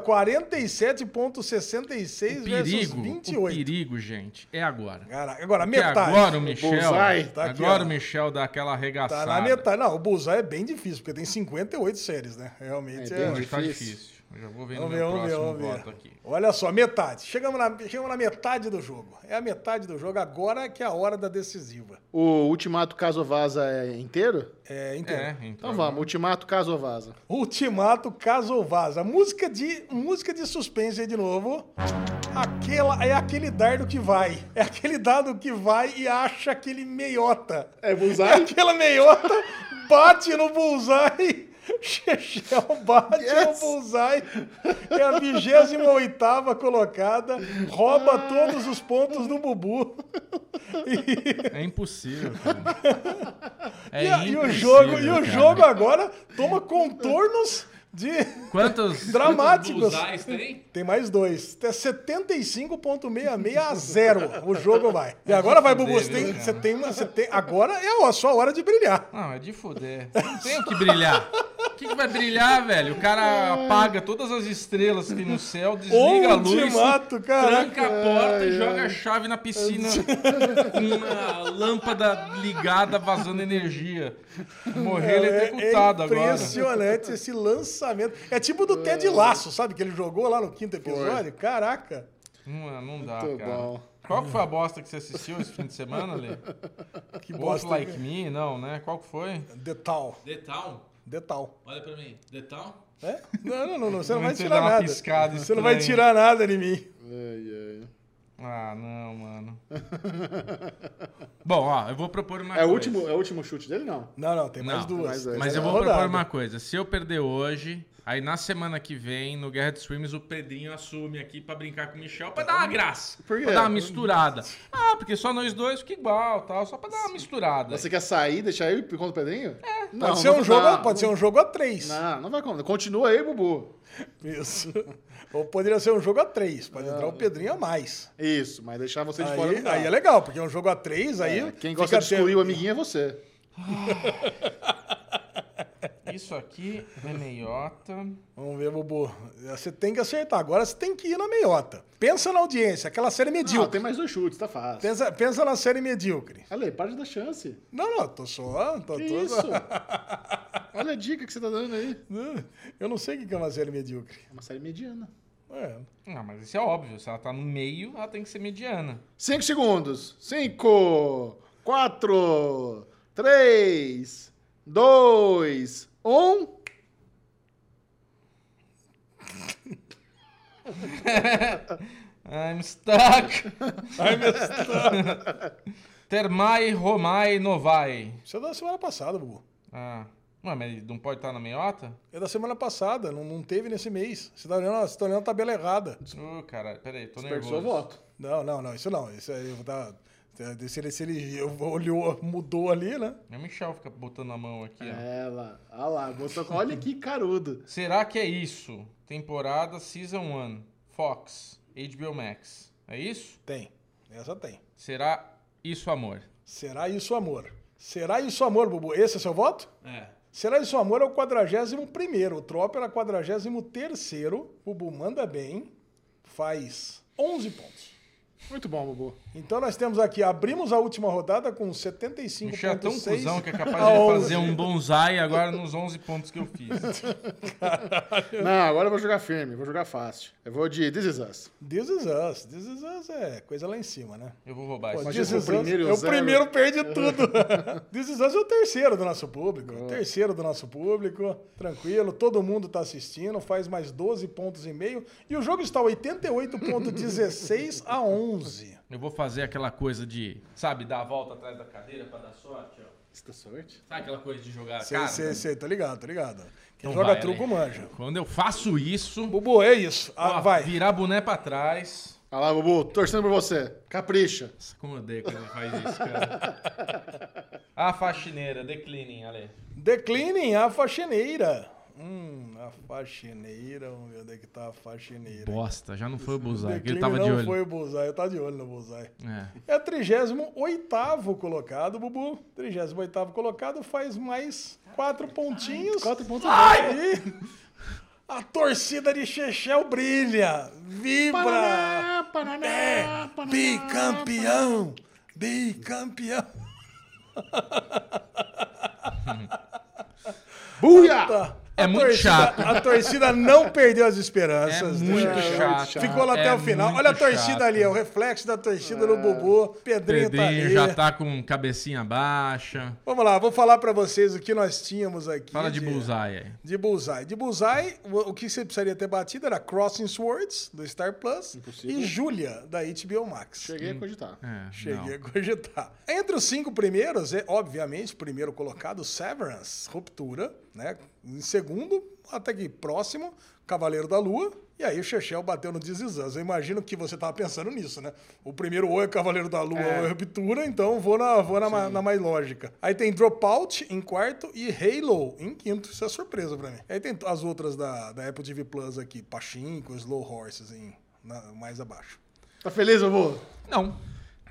Speaker 4: 47.66
Speaker 2: O
Speaker 4: versus
Speaker 2: perigo, o
Speaker 4: 28.
Speaker 2: perigo, gente, é agora.
Speaker 4: Cara, agora
Speaker 2: Porque
Speaker 4: metade.
Speaker 2: agora o Michel,
Speaker 1: Bullseye
Speaker 4: tá aqui,
Speaker 2: agora
Speaker 4: ó.
Speaker 2: o Michel dá aquela
Speaker 4: Tá
Speaker 2: arregaçada.
Speaker 4: na metade. Não, o Bullseye é bem difícil, porque tem 58 séries, né? Realmente
Speaker 1: É,
Speaker 4: é.
Speaker 1: bem
Speaker 2: Hoje tá
Speaker 1: Difícil.
Speaker 2: difícil. Eu já vou ver no
Speaker 4: Vamos ver,
Speaker 2: meu
Speaker 4: vamos ver,
Speaker 2: próximo
Speaker 4: vamos ver.
Speaker 2: voto aqui.
Speaker 4: Olha só, metade. Chegamos na, chegamos na metade do jogo. É a metade do jogo. Agora que é a hora da decisiva.
Speaker 1: O Ultimato Caso Vaza é inteiro?
Speaker 4: É, então.
Speaker 2: É, então,
Speaker 1: Então vamos, Ultimato Caso Vaza.
Speaker 4: Ultimato Caso ou Vaza. Música de, música de suspense aí de novo. Aquela, é aquele dardo que vai. É aquele dado que vai e acha aquele meiota.
Speaker 1: É
Speaker 4: É
Speaker 1: Bullseye?
Speaker 4: aquela meiota, bate no bullseye. Chechel bate no
Speaker 1: Yes.
Speaker 4: bullseye. É a 28 colocada. Rouba todos os pontos do Bubu. E,
Speaker 2: É impossível, cara. É
Speaker 4: e a- e o
Speaker 2: impossível,
Speaker 4: jogo, e o
Speaker 2: cara.
Speaker 4: jogo agora toma contornos de.
Speaker 2: Quantos
Speaker 4: Dramáticos.
Speaker 2: quantos bullseyes tem?
Speaker 4: Tem mais dois. É 75.66 a zero. O jogo vai. E agora vai, Bubu. Você tem, você tem, uma- você tem- agora é a sua hora de brilhar.
Speaker 2: Não, é de foder. Não tem o que brilhar. O que, que vai brilhar, velho? O cara apaga todas as estrelas que tem no céu, desliga a luz.
Speaker 4: Ultimato, cara.
Speaker 2: Tranca a porta e joga a chave na piscina com a lâmpada ligada vazando energia. Morrer eletrocutado
Speaker 4: é
Speaker 2: agora.
Speaker 4: impressionante esse lançamento. É tipo do Ted Laço, sabe? Que ele jogou lá no quinto episódio. Caraca.
Speaker 2: Não, é, não dá,
Speaker 1: Muito
Speaker 2: cara.
Speaker 1: bom.
Speaker 2: Qual que foi a bosta que você assistiu esse fim de semana, Lê?
Speaker 4: Que
Speaker 2: Bosta
Speaker 4: bosta.
Speaker 2: Like Me? Não, né? Qual que foi?
Speaker 4: Detal.
Speaker 2: The Town.
Speaker 4: Detal.
Speaker 2: Olha pra mim. The Town?
Speaker 4: É? Não, não, não, não. Você não vai
Speaker 2: Você
Speaker 4: tirar
Speaker 2: dá uma
Speaker 4: nada.
Speaker 2: piscada
Speaker 4: Você não vai
Speaker 2: estranha.
Speaker 4: tirar nada de mim.
Speaker 1: Ai, ai.
Speaker 2: Ah, não, mano. Bom, ó, eu vou propor
Speaker 4: Ah,
Speaker 2: uma
Speaker 1: É o,
Speaker 2: coisa.
Speaker 1: último, né? é o último chute dele, não.
Speaker 4: Não, não, tem mais
Speaker 2: Não,
Speaker 4: duas.
Speaker 1: mais dois.
Speaker 2: Mas
Speaker 4: Tem mais
Speaker 2: eu
Speaker 4: uma
Speaker 2: vou propor
Speaker 4: rodada.
Speaker 2: uma coisa. Se eu perder hoje, aí na semana que vem, no Guerra dos Streams, o Pedrinho assume aqui pra brincar com o Michel, pra dar uma graça.
Speaker 1: Por quê?
Speaker 2: Pra dar uma misturada. Ah, porque só nós dois fica igual, tal, só pra dar uma misturada.
Speaker 1: Você quer sair, deixar eu ir contra o Pedrinho? É.
Speaker 4: É. Pode, ser, um jogo, a- pode ser um jogo a três.
Speaker 1: Não, não vai contra. Continua aí, Bubu.
Speaker 4: Isso. Ou poderia ser um jogo a três. Pode entrar o Pedrinho a mais.
Speaker 1: Isso, mas deixar você de fora não
Speaker 4: Aí,
Speaker 1: dá.
Speaker 4: aí é legal, porque é um jogo a três. Aí
Speaker 1: É, Quem gosta de
Speaker 4: fica
Speaker 1: excluir o amiguinho é você.
Speaker 2: Isso aqui é meiota.
Speaker 4: Vamos ver, Bubu. Você tem que acertar. Agora você tem que ir na meiota. Pensa na audiência, aquela série
Speaker 1: Não,
Speaker 4: medíocre.
Speaker 1: tem mais dois chutes, tá fácil.
Speaker 4: Pensa, pensa na série medíocre.
Speaker 1: Ale, para de dar chance.
Speaker 4: Não, não, tô só. Tô,
Speaker 1: Que
Speaker 4: tô-
Speaker 1: isso? Olha a dica que você tá dando aí.
Speaker 4: Eu não sei o que é uma série medíocre.
Speaker 1: É uma série mediana.
Speaker 4: É.
Speaker 2: Não, mas isso é óbvio. Se ela tá no meio, ela tem que ser mediana.
Speaker 1: Cinco segundos. Cinco, quatro, três, dois, um.
Speaker 2: I'm stuck. Termai, Romai, Novai.
Speaker 4: Isso é da semana passada, Bubu.
Speaker 2: Ah. Ué, mas ele não pode estar na meiota?
Speaker 4: É da semana passada, não, não teve nesse mês. Você tá, olhando, você tá olhando a tabela errada.
Speaker 2: Ô, caralho, peraí, tô
Speaker 1: Perdoa o
Speaker 2: nervoso.
Speaker 1: voto.
Speaker 4: Não, não, não, isso não. Isso aí eu vou dar. Se ele, se ele olhou, mudou ali, né?
Speaker 2: É o Michel fica botando a mão aqui,
Speaker 4: É.
Speaker 2: ó.
Speaker 1: Ela. Olha lá, botou. Olha que carudo.
Speaker 2: Será que é isso? Temporada Season 1, Fox, HBO Max. É isso?
Speaker 4: Tem. Essa tem.
Speaker 2: Será isso, amor?
Speaker 4: Será isso amor? Será isso amor, Bubu? Esse é seu voto?
Speaker 2: É.
Speaker 4: Será isso amor é o 41º, o Trop era 43º. Bubu manda bem, faz 11 pontos.
Speaker 1: Muito bom, Bubu.
Speaker 4: Então nós temos aqui, abrimos a última rodada com 75.6.
Speaker 2: Michel é tão cuzão que é capaz
Speaker 4: a
Speaker 2: de
Speaker 4: 11.
Speaker 2: fazer um bonsai agora nos 11 pontos que eu fiz.
Speaker 1: Não, agora eu vou jogar firme, vou jogar fácil. Eu vou de This Is Us.
Speaker 4: This is us, this is us é coisa lá em cima, né?
Speaker 2: Eu vou roubar
Speaker 4: Pô,
Speaker 2: isso.
Speaker 1: Mas
Speaker 4: This
Speaker 1: o
Speaker 4: Is Us-
Speaker 1: primeiro e o
Speaker 4: é o
Speaker 1: zero.
Speaker 4: primeiro perde tudo. This Is Us é o terceiro do nosso público. Terceiro do nosso público. Tranquilo, todo mundo tá assistindo, faz mais 12 pontos e meio. E o jogo está 88.16 a 11.
Speaker 2: Eu vou fazer aquela coisa de, sabe, dar a volta atrás da cadeira pra dar sorte, ó.
Speaker 1: Isso dá sorte?
Speaker 2: Sabe aquela coisa de jogar a
Speaker 4: Sei,
Speaker 2: cara?
Speaker 4: sei, sei, tô tá ligado, tô ligado. Quem
Speaker 2: Então
Speaker 4: joga
Speaker 2: vai,
Speaker 4: truco
Speaker 2: Ale.
Speaker 4: manja.
Speaker 2: Quando eu faço isso,
Speaker 4: Bubu, é isso. Ah,
Speaker 2: ó,
Speaker 4: vai.
Speaker 2: virar boné pra trás.
Speaker 1: Olha lá, Bubu, torcendo por você. Capricha.
Speaker 2: Nossa, como eu odeio quando ele faz isso, cara. a faxineira, declining, Ale.
Speaker 4: Declinem a faxineira. Hum, a faxineira. Vamos ver onde é que tá a faxineira.
Speaker 2: Bosta, já não foi o Buzai, que ele
Speaker 4: Declinem
Speaker 2: tava
Speaker 4: não
Speaker 2: de olho.
Speaker 4: foi o Bullseye, eu tava de olho no Bullseye.
Speaker 2: É.
Speaker 4: É 38 colocado, Bubu. 38 colocado faz mais quatro pontinhos.
Speaker 1: Quatro pontos.
Speaker 4: Ai! A torcida de Chechel brilha, vibra!
Speaker 1: Paraná, Paraná,
Speaker 4: é
Speaker 1: Paraná.
Speaker 4: bicampeão! Bicampeão!
Speaker 1: Buia!
Speaker 4: Tá.
Speaker 2: É
Speaker 4: A
Speaker 2: muito
Speaker 4: torcida-
Speaker 2: chato.
Speaker 4: A torcida não perdeu as
Speaker 2: É
Speaker 4: esperanças.
Speaker 2: muito
Speaker 4: né?
Speaker 2: chato.
Speaker 4: Ficou lá até
Speaker 2: É
Speaker 4: o final.
Speaker 2: muito
Speaker 4: Olha a torcida
Speaker 2: chato.
Speaker 4: ali, é o reflexo da torcida no Bubu. Pedrinho, tá
Speaker 2: Pedrinho
Speaker 4: ali.
Speaker 2: já tá com cabecinha baixa.
Speaker 4: Vamos lá, vou falar pra vocês o que nós tínhamos aqui.
Speaker 2: Fala de Bullseye aí.
Speaker 4: De Bullseye. De Bullseye, o o que você precisaria ter batido era Crossing Swords, do Star Plus,
Speaker 1: Impossível.
Speaker 4: e Julia, da HBO Max.
Speaker 1: Cheguei a cogitar.
Speaker 2: É,
Speaker 4: Cheguei
Speaker 2: não.
Speaker 4: a cogitar. Entre os cinco primeiros, é, obviamente, o primeiro colocado, Severance, Ruptura, né? Em segundo, até que próximo, Cavaleiro da Lua. E aí o Chechel bateu no Dizizans. Eu imagino que você tava pensando nisso, né? O primeiro ou é Cavaleiro da Lua ou é Ruptura, então vou na, vou na, ma- na mais lógica. Aí tem Dropout em quarto e Halo em quinto. Isso é surpresa pra mim. Aí tem as outras da, da Apple TV Plus aqui, Pachinko, Slow Horses em, na- mais abaixo.
Speaker 1: Tá feliz, Bubu?
Speaker 2: Não.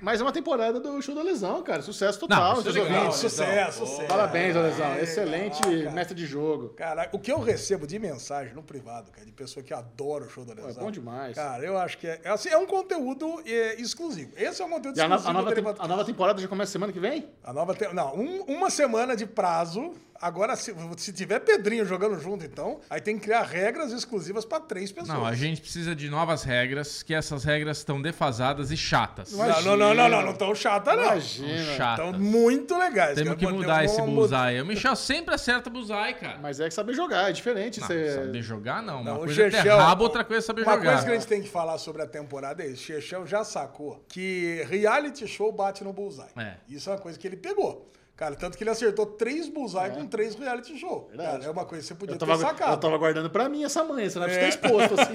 Speaker 1: Mais uma temporada do show da lesão, cara. Sucesso total.
Speaker 2: Não, isso é
Speaker 1: seus
Speaker 2: legal,
Speaker 1: ouvintes.
Speaker 2: né?
Speaker 4: Sucesso, sucesso.
Speaker 1: Parabéns, Alesão. Excelente mestre de jogo.
Speaker 4: Cara, o que eu recebo de mensagem no privado, cara, de pessoa que adora o show da Lesão.
Speaker 1: é bom demais.
Speaker 4: Cara, eu acho que é. é Assim, é um conteúdo é, exclusivo. Esse é um conteúdo
Speaker 1: E a, no-
Speaker 4: exclusivo.
Speaker 1: a nova
Speaker 4: do
Speaker 1: tem-
Speaker 4: Derivado
Speaker 1: a nova temporada já começa semana que vem?
Speaker 4: a nova tem- Não, um- uma semana de prazo. Agora, se, se tiver Pedrinho jogando junto, então, aí tem que criar regras exclusivas pra três pessoas.
Speaker 2: Não, a gente precisa de novas regras, que essas regras estão defasadas e chatas.
Speaker 4: Não, não, não, não, não, não tão chata, não. então,
Speaker 1: Imagina.
Speaker 2: Chatas.
Speaker 4: Tão muito legais.
Speaker 2: Temos
Speaker 4: Quero
Speaker 2: que
Speaker 4: manter
Speaker 2: mudar
Speaker 4: um
Speaker 2: esse
Speaker 4: bom-
Speaker 2: bullseye. O Michel sempre acerta bullseye, cara.
Speaker 1: Mas é que saber jogar, é diferente.
Speaker 2: Não,
Speaker 1: você-
Speaker 2: saber jogar não. Uma
Speaker 4: Não, Então, o
Speaker 2: coisa é ter
Speaker 4: Chechel-
Speaker 2: rabo, outra coisa é saber
Speaker 4: Uma
Speaker 2: jogar.
Speaker 4: coisa que a gente tem que falar sobre a temporada é isso. Chechel já sacou que reality show bate no bullseye.
Speaker 2: É.
Speaker 4: Isso é uma coisa que ele pegou. Cara, tanto que ele acertou três bullseye com três reality show. Cara, é uma coisa que você podia
Speaker 1: É. Eu tava,
Speaker 4: ter sacado.
Speaker 1: eu tava guardando pra mim essa manhã, você não
Speaker 2: É.
Speaker 1: precisa ter exposto assim.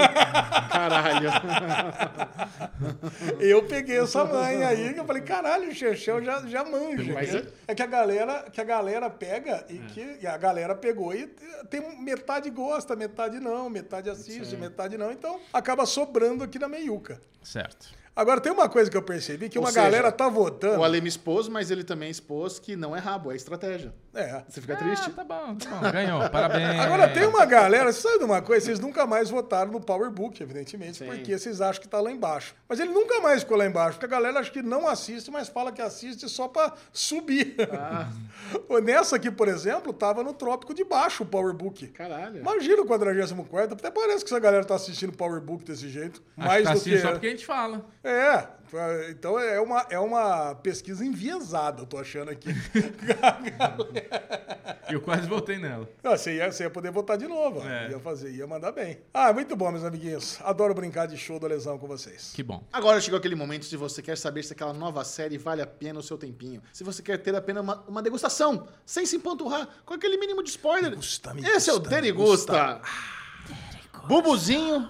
Speaker 1: Caralho.
Speaker 4: Eu peguei essa mãe aí, que eu falei, caralho, o Chechel já, já manja.
Speaker 1: Mas
Speaker 4: é...
Speaker 1: é-
Speaker 4: que a galera, que a galera pega
Speaker 2: É.
Speaker 4: e que e a galera pegou e tem metade gosta, metade não, metade assiste, metade não. Então acaba sobrando aqui na meiuca.
Speaker 2: Certo.
Speaker 4: Agora tem uma coisa que eu percebi que
Speaker 1: Ou
Speaker 4: uma
Speaker 1: seja,
Speaker 4: galera tá votando.
Speaker 1: O Ale me expôs, mas ele também expôs que não é rabo, é estratégia.
Speaker 4: É.
Speaker 1: Você fica triste?
Speaker 2: Ah, tá bom, tá bom. Ganhou. Parabéns.
Speaker 4: Agora tem um uma galera, você sabe de uma coisa? Vocês nunca mais votaram no Powerbook, evidentemente,
Speaker 1: Sim.
Speaker 4: porque vocês acham que tá lá embaixo. Mas ele nunca mais ficou lá embaixo, porque a galera acha que não assiste, mas fala que assiste só pra subir. Nessa aqui, por exemplo, tava no trópico de baixo o Powerbook.
Speaker 1: Caralho.
Speaker 4: Imagina o 44, até parece que essa galera tá assistindo Powerbook desse jeito.
Speaker 2: Acho
Speaker 4: mais
Speaker 2: que tá
Speaker 4: do
Speaker 2: assim
Speaker 4: que.
Speaker 2: só porque a gente fala.
Speaker 4: É, pra- então é uma, é uma pesquisa enviesada, eu tô achando aqui.
Speaker 2: Eu quase voltei nela.
Speaker 4: Ah, você, ia, você ia poder votar de novo. ó.
Speaker 2: É.
Speaker 4: Ia fazer, ia mandar bem. Ah, muito bom, meus amiguinhos. Adoro brincar de show do lesão com vocês.
Speaker 2: Que bom.
Speaker 1: Agora chegou aquele momento se você quer saber se aquela nova série vale a pena o seu tempinho. Se você quer ter apenas uma, uma degustação, sem se empanturrar, com aquele mínimo de spoiler.
Speaker 4: Degusta, me
Speaker 1: Esse é o
Speaker 4: gusta, me
Speaker 1: Derigusta. Bubuzinho.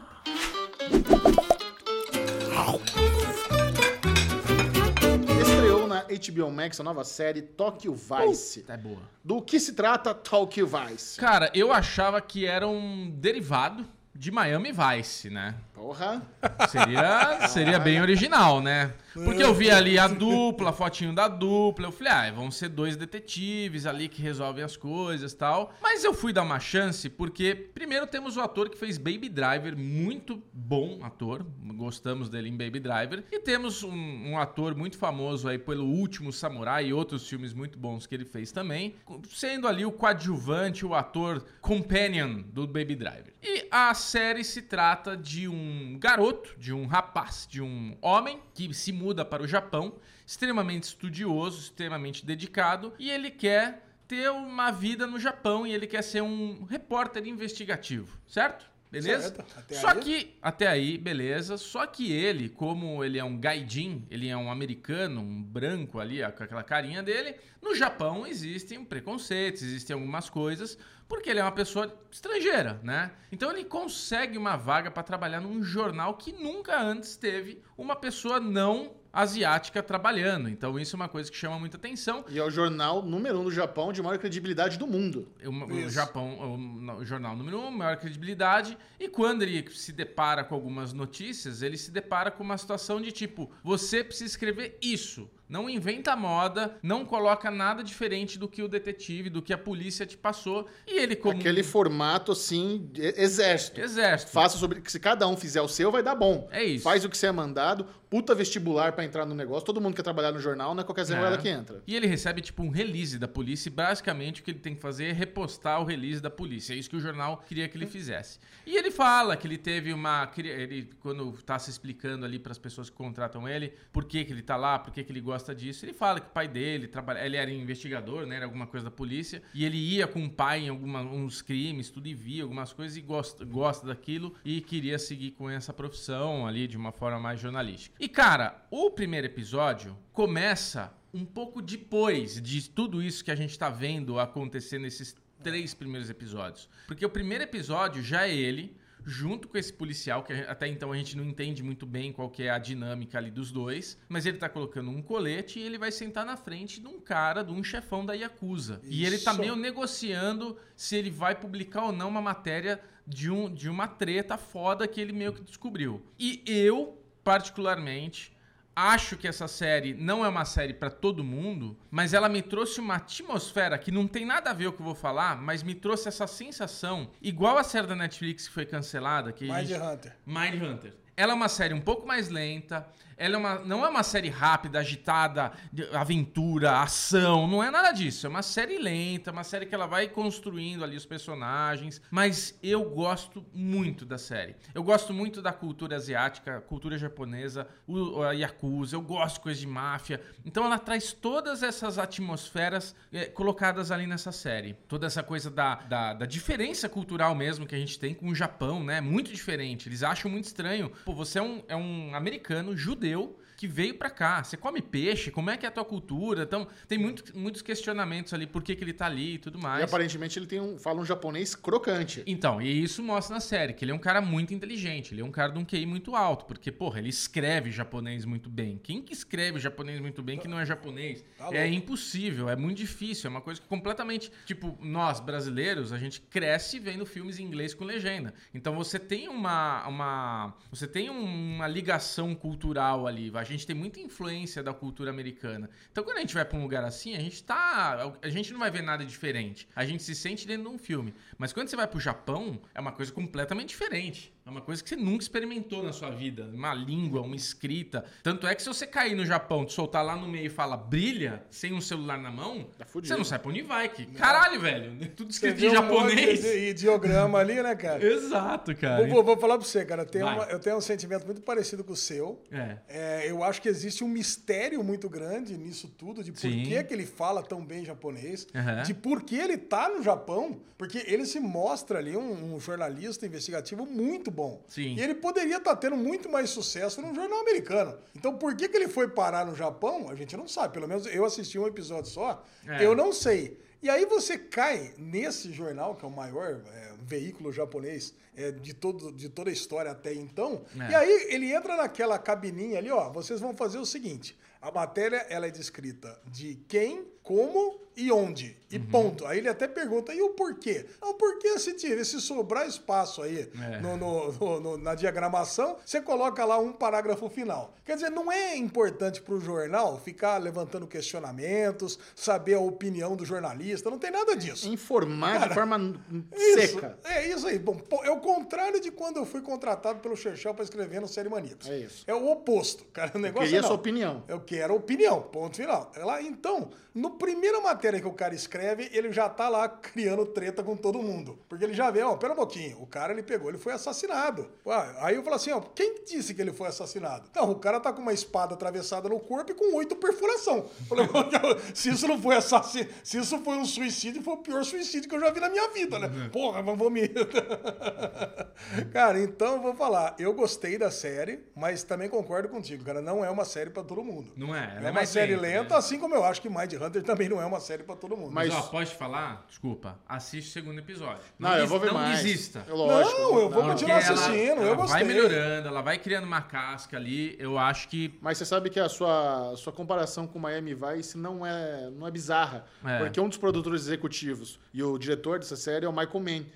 Speaker 1: Estreou na HBO Max a nova série Tokyo Vice.
Speaker 2: É boa.
Speaker 1: Do que se trata Tokyo Vice?
Speaker 2: Cara, eu achava que era um derivado de Miami Vice, né?
Speaker 1: Porra.
Speaker 2: Seria, seria bem original, né? Porque eu vi ali a dupla, a fotinho da dupla, eu falei, ah, vão ser dois detetives ali que resolvem as coisas e tal. Mas eu fui dar uma chance porque, primeiro, temos o ator que fez Baby Driver, muito bom ator, gostamos dele em Baby Driver. E temos um, um ator muito famoso aí pelo Último Samurai e outros filmes muito bons que ele fez também, sendo ali o coadjuvante, o ator companion do Baby Driver. E a série se trata de um garoto, de um rapaz, de um homem que se muda para o Japão, extremamente estudioso, extremamente dedicado, e ele quer ter uma vida no Japão e ele quer ser um repórter investigativo, certo? Beleza?
Speaker 4: Certo. Até
Speaker 2: Só
Speaker 4: aí.
Speaker 2: que que até aí, beleza. Só que ele, como ele é um gaijin, ele é um americano, um branco ali, ó, com aquela carinha dele, no Japão existem preconceitos, existem algumas coisas, porque ele é uma pessoa estrangeira, né? Então ele consegue uma vaga pra trabalhar num jornal que nunca antes teve uma pessoa não asiática trabalhando. Então isso é uma coisa que chama muita atenção.
Speaker 1: E é o jornal número um do Japão de maior credibilidade do mundo.
Speaker 2: O- O
Speaker 4: Isso.
Speaker 2: Japão, o no- jornal número um, maior credibilidade. E quando ele se depara com algumas notícias, ele se depara com uma situação de tipo: você precisa escrever isso. Não inventa moda, não coloca nada diferente do que o detetive, do que a polícia te passou. E ele, como. um
Speaker 1: Aquele formato assim, de exército.
Speaker 2: Exército.
Speaker 1: Faça sobre. Se cada um fizer o seu, vai dar bom.
Speaker 2: É isso.
Speaker 1: Faz o que você é mandado, puta vestibular pra entrar no negócio. Todo mundo quer trabalhar no jornal, não é qualquer
Speaker 2: É.
Speaker 1: zero ela que entra.
Speaker 2: E ele recebe, tipo, um release da polícia e basicamente o que ele tem que fazer é repostar o release da polícia. É isso que o jornal queria que ele fizesse. E ele fala que ele teve uma. que Ele, ele, quando tá se explicando ali para as pessoas que contratam ele, por que, que ele tá lá, por que, que ele gosta disso, ele fala que o pai dele trabalha. Ele era investigador, né? Era alguma coisa da polícia. E ele ia com o pai em alguma, uns crimes, tudo e via algumas coisas e gosta, gosta daquilo e queria seguir com essa profissão ali de uma forma mais jornalística. E cara, o primeiro episódio começa um pouco depois de tudo isso que a gente tá vendo acontecer nesses três primeiros episódios. Porque o primeiro episódio já é ele, junto com esse policial, que a gen- até então a gente não entende muito bem qual que é a dinâmica ali dos dois, mas ele tá colocando um colete e ele vai sentar na frente de um cara, de um chefão da Yakuza. E ele tá
Speaker 4: Isso.
Speaker 2: meio negociando se ele vai publicar ou não uma matéria de, um, de uma treta foda que ele meio que descobriu. E eu, particularmente, Acho que essa série não é uma série pra todo mundo, mas ela me trouxe uma atmosfera que não tem nada a ver com o que eu vou falar, mas me trouxe essa sensação, igual a série da Netflix que foi cancelada, que a gente...
Speaker 4: Mindhunter.
Speaker 2: Mindhunter. Ela é uma série um pouco mais lenta. Ela é uma, não é uma série rápida, agitada, de aventura, ação. Não é nada disso. É uma série lenta, uma série que ela vai construindo ali os personagens. Mas eu gosto muito da série. Eu gosto muito da cultura asiática, cultura japonesa, o, a Yakuza. Eu gosto de coisas de máfia. Então ela traz todas essas atmosferas eh, colocadas ali nessa série. Toda essa coisa da, da, da diferença cultural mesmo que a gente tem com o Japão, né? Muito diferente. Eles acham muito estranho. Pô, você é um, é um americano judeu que veio pra cá. Você come peixe? Como é que é a tua cultura? Então, tem muito, muitos questionamentos ali. Por que, que ele tá ali e tudo mais.
Speaker 1: E aparentemente ele tem um, fala um japonês crocante.
Speaker 2: Então, e isso mostra na série, que ele é um cara muito inteligente, ele é um cara de um QI muito alto, porque, porra, ele escreve japonês muito bem. Quem que escreve japonês muito bem que não é japonês?
Speaker 4: Tá
Speaker 2: é
Speaker 4: louco.
Speaker 2: impossível, é muito difícil, é uma coisa que completamente... Tipo, nós, brasileiros, a gente cresce vendo filmes em inglês com legenda. Então você tem uma... uma você tem uma ligação cultural ali, a gente tem muita influência da cultura americana. Então quando a gente vai pra um lugar assim, a gente tá... A gente não vai ver nada diferente. A gente se sente dentro de um filme. Mas quando você vai pro Japão, é uma coisa completamente diferente. É uma coisa que você nunca experimentou na sua vida. Uma língua, uma escrita. Tanto é que se você cair no Japão, te soltar lá no meio e fala brilha, sem um celular na mão,
Speaker 1: Tá fudido.
Speaker 2: você não sai pra onde vai. Que... Caralho, velho. Tudo
Speaker 4: Você
Speaker 2: escrito
Speaker 4: vê
Speaker 2: em
Speaker 4: um monte
Speaker 2: japonês.
Speaker 4: de ideograma ali, né, cara?
Speaker 2: Exato, cara.
Speaker 4: Vou, vou- vou falar pra você, cara. Tem
Speaker 2: Vai.
Speaker 4: uma- eu tenho um sentimento muito parecido com o seu.
Speaker 2: É.
Speaker 4: É, eu acho que existe um mistério muito grande nisso tudo, de por
Speaker 2: Sim.
Speaker 4: que, que ele fala tão bem japonês,
Speaker 2: Aham.
Speaker 4: de por que ele tá no Japão, porque ele se mostra ali um, um jornalista investigativo muito bom.
Speaker 2: Sim.
Speaker 4: E ele poderia estar tendo muito mais sucesso num jornal americano. Então, por que, que ele foi parar no Japão? A gente não sabe. Pelo menos eu assisti um episódio só,
Speaker 2: É.
Speaker 4: eu não sei. E aí você cai nesse jornal, que é o maior é, veículo japonês é, de, todo, de toda a história até então,
Speaker 2: É.
Speaker 4: e aí Aí ele entra naquela cabininha ali, ó. Vocês vão fazer o seguinte: a matéria ela é descrita de quem, como e onde. E ponto. Aí ele até pergunta: e o porquê? Não, porquê se tira, se sobrar espaço aí
Speaker 2: É.
Speaker 4: no- no- no- no- na diagramação, você coloca lá um parágrafo final. Quer dizer, não é importante pro jornal ficar levantando questionamentos, saber a opinião do jornalista, não tem nada disso.
Speaker 1: Informar de forma
Speaker 4: Isso,
Speaker 1: seca.
Speaker 4: É isso aí. Bom, pô, é o contrário de quando eu fui contratado pelo Xerxel para escrever no Série Maníacos.
Speaker 1: É isso.
Speaker 4: É o oposto, cara. O negócio
Speaker 1: Queria
Speaker 4: é não.
Speaker 1: sua opinião.
Speaker 4: Eu quero opinião, ponto final. Ela, então, no primeira matéria que o cara escreve, ele já tá lá criando treta com todo mundo. Porque ele já vê, ó, pera um pouquinho, o cara ele pegou, ele foi assassinado. Ué, aí eu falo assim, ó, quem disse que ele foi assassinado? Não, o cara tá com uma espada atravessada no corpo e com oito perfuração. Eu Falei, "Pô, se isso não foi assassino, se isso foi um suicídio, foi o pior suicídio que eu já vi na minha vida, né? Porra, mas vou me. Cara, então eu vou falar, eu gostei da série, mas também concordo contigo, cara, não é uma série pra todo mundo.
Speaker 2: Não é, ela é
Speaker 4: É uma
Speaker 2: mais
Speaker 4: série
Speaker 2: lenta,
Speaker 4: lenta,
Speaker 2: né?
Speaker 4: assim como eu acho que Mind Hunter também não é uma série pra todo mundo.
Speaker 1: Mas-
Speaker 2: Mas, ó, pode falar? Desculpa. Assiste o segundo episódio.
Speaker 1: Não, eu
Speaker 2: des-
Speaker 1: vou ver
Speaker 2: não
Speaker 1: mais.
Speaker 2: desista.
Speaker 1: É lógico.
Speaker 4: Não, eu vou
Speaker 2: Porque
Speaker 4: continuar assistindo,
Speaker 2: ela,
Speaker 4: eu
Speaker 2: ela vai
Speaker 4: gostei.
Speaker 2: melhorando, ela vai criando uma casca ali. Eu acho que
Speaker 1: Mas você sabe que a sua, sua comparação com Miami Vice não é, não é bizarra.
Speaker 2: É.
Speaker 1: Porque um dos produtores executivos e o diretor dessa série é o Michael Mann.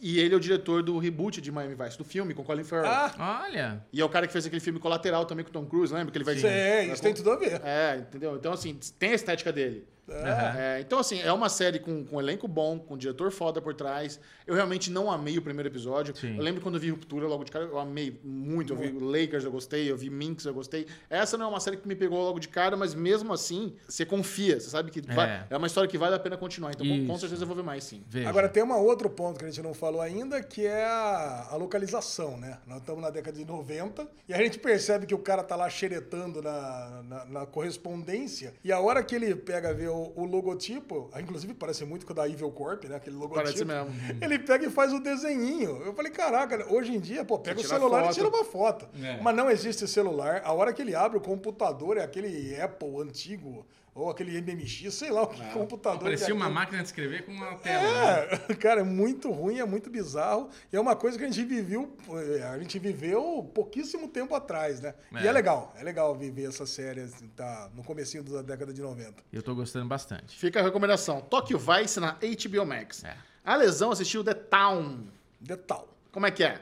Speaker 1: E ele é o diretor do reboot de Miami Vice, do filme com Colin Farrell.
Speaker 4: Ah,
Speaker 2: Olha,
Speaker 1: E é o cara que fez aquele filme colateral também com o Tom Cruise, lembra? Que ele vai
Speaker 4: sim, é, isso tem tudo a ver.
Speaker 1: É, entendeu? Então, assim, tem a estética dele.
Speaker 2: Aham.
Speaker 1: É, então, assim, é uma série com, com um elenco bom, com um diretor foda por trás. Eu realmente não amei o primeiro episódio.
Speaker 2: Sim.
Speaker 1: Eu lembro quando eu vi Ruptura logo de cara, eu amei muito. Eu vi Lakers, eu gostei. Eu vi Minx, eu gostei. Essa não é uma série que me pegou logo de cara, mas mesmo assim, você confia. Você sabe que vai- é, uma história que vale a pena continuar. Então, com, com
Speaker 2: Isso.
Speaker 1: certeza eu vou ver mais, sim.
Speaker 2: veja.
Speaker 4: Agora tem um outro ponto que a gente não falou ainda, que é a, a localização, né? Nós estamos na década de 90 e a gente percebe que o cara tá lá xeretando na, na, na correspondência e a hora que ele pega ver o, o logotipo, ah, inclusive parece muito com o da Evil Corp, né? Aquele logotipo.
Speaker 1: Parece mesmo.
Speaker 4: Ele pega e faz o desenhinho. Eu falei, caraca, hoje em dia, pô, pega o
Speaker 1: Você tira
Speaker 4: celular
Speaker 1: foto.
Speaker 4: e tira uma foto.
Speaker 2: É.
Speaker 4: Mas não existe celular. A hora que ele abre o computador é aquele Apple antigo ou aquele MMX, sei lá o que computador. que é
Speaker 2: Parecia uma
Speaker 4: aquele.
Speaker 2: máquina de escrever com uma tela. né?
Speaker 4: É, cara, é muito ruim, é muito bizarro. E é uma coisa que a gente viveu, eh, a gente viveu pouquíssimo tempo atrás, né?
Speaker 2: É.
Speaker 4: E é legal, é legal viver essas séries tá, no comecinho da década de 90.
Speaker 2: Eu tô gostando bastante.
Speaker 1: Fica a recomendação. Tokyo Vice na HBO Max.
Speaker 2: É.
Speaker 1: A Lesão assistiu The Town.
Speaker 4: Detal.
Speaker 1: Como é que é?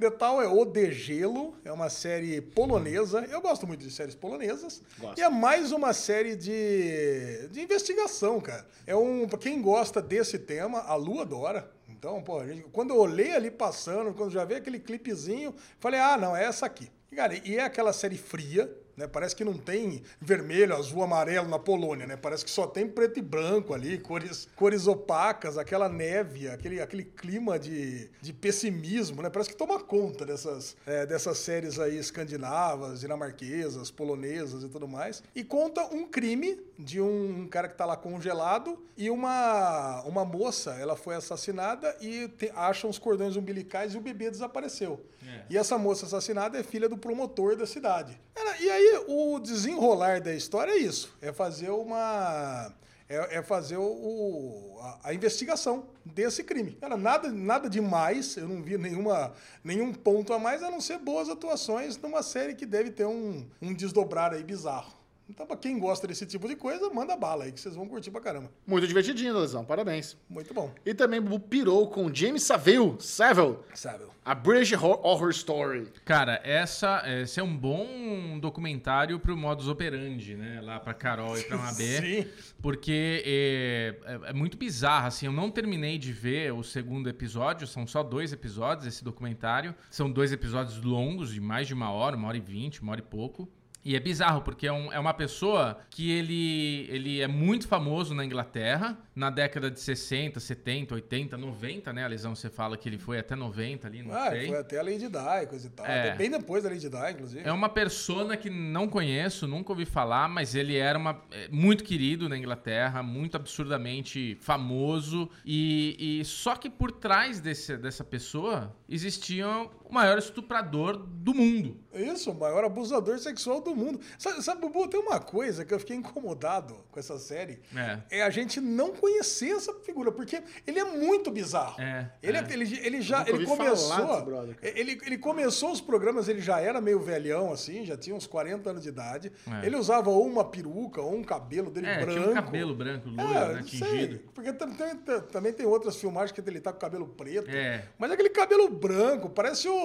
Speaker 4: Detal é O De Gelo, é uma série polonesa. Eu gosto muito de séries polonesas.
Speaker 1: Gosto.
Speaker 4: E é mais uma série de, de investigação, cara. É um. Pra quem gosta desse tema, a Lu adora. Então, pô, a gente- quando eu olhei ali passando, quando já vi aquele clipezinho, falei, ah, não, é essa aqui. E, cara, e é aquela série fria, né? Parece que não tem vermelho, azul, amarelo na Polônia, né? Parece que só tem preto e branco ali, cores, cores opacas, aquela neve, aquele, aquele clima de, de pessimismo, né? Parece que toma conta dessas, é, dessas séries aí escandinavas, dinamarquesas, polonesas e tudo mais. E conta um crime de um, um cara que tá lá congelado e uma, uma moça, ela foi assassinada e te- acham os cordões umbilicais e o bebê desapareceu. E essa moça assassinada é filha do promotor da cidade. Ela- e aí o desenrolar da história é isso, é fazer uma é, é fazer o, o- a, a investigação desse crime. Era nada, nada demais, eu não vi nenhuma, nenhum ponto a mais, a não ser boas atuações numa série que deve ter um, um desdobrar aí bizarro. Então, pra quem gosta desse tipo de coisa, manda bala aí, que vocês vão curtir pra caramba.
Speaker 1: Muito divertidinho, Lesão. Parabéns.
Speaker 4: Muito bom.
Speaker 1: E também pirou com James Saville, Saville,
Speaker 4: Sabe?
Speaker 1: a British Hor- Horror Story.
Speaker 2: Cara, essa, esse é um bom documentário pro modus operandi, né? Lá pra Carol e pra um Mabé.
Speaker 4: Sim.
Speaker 2: Porque é, é- é muito bizarro, assim. Eu não terminei de ver o segundo episódio, são só dois episódios esse documentário. São dois episódios longos, de mais de uma hora, uma hora e vinte, uma hora e pouco. E é bizarro, porque é, um- é uma pessoa que ele, ele é muito famoso na Inglaterra, na década de 60, 70, 80, 90, né? A lesão você fala que ele foi até 90 ali, não
Speaker 4: Ah,
Speaker 2: sei.
Speaker 4: e foi até a Lady Di, coisa e tal.
Speaker 2: É.
Speaker 4: Até Bem depois da Lady Di, inclusive.
Speaker 2: É uma persona que não conheço, nunca ouvi falar, mas ele era uma, é, muito querido na Inglaterra, muito absurdamente famoso. E, e só que por trás desse, dessa pessoa existia o maior estuprador do mundo.
Speaker 4: Isso, o maior abusador sexual do mundo. Sabe, sabe, Bubu, tem uma coisa que eu fiquei incomodado com essa série.
Speaker 2: É.
Speaker 4: É a gente não conhecer essa figura, porque ele é muito bizarro.
Speaker 2: É,
Speaker 4: ele,
Speaker 2: é.
Speaker 4: ele, ele já
Speaker 1: nunca
Speaker 4: ele
Speaker 1: ouvi falar
Speaker 4: começou.
Speaker 1: desse brother, cara.
Speaker 4: ele, ele começou os programas, ele já era meio velhão, assim, já tinha uns 40 anos de idade.
Speaker 2: É.
Speaker 4: Ele usava ou uma peruca ou um cabelo dele
Speaker 2: É,
Speaker 4: branco.
Speaker 2: tinha um cabelo branco, loiro,
Speaker 4: É,
Speaker 2: né,
Speaker 4: não
Speaker 2: tingido.
Speaker 4: sei, porque tam- tam- tam- também tem outras filmagens que ele tá com cabelo preto.
Speaker 2: É.
Speaker 4: Mas aquele cabelo branco, parece o.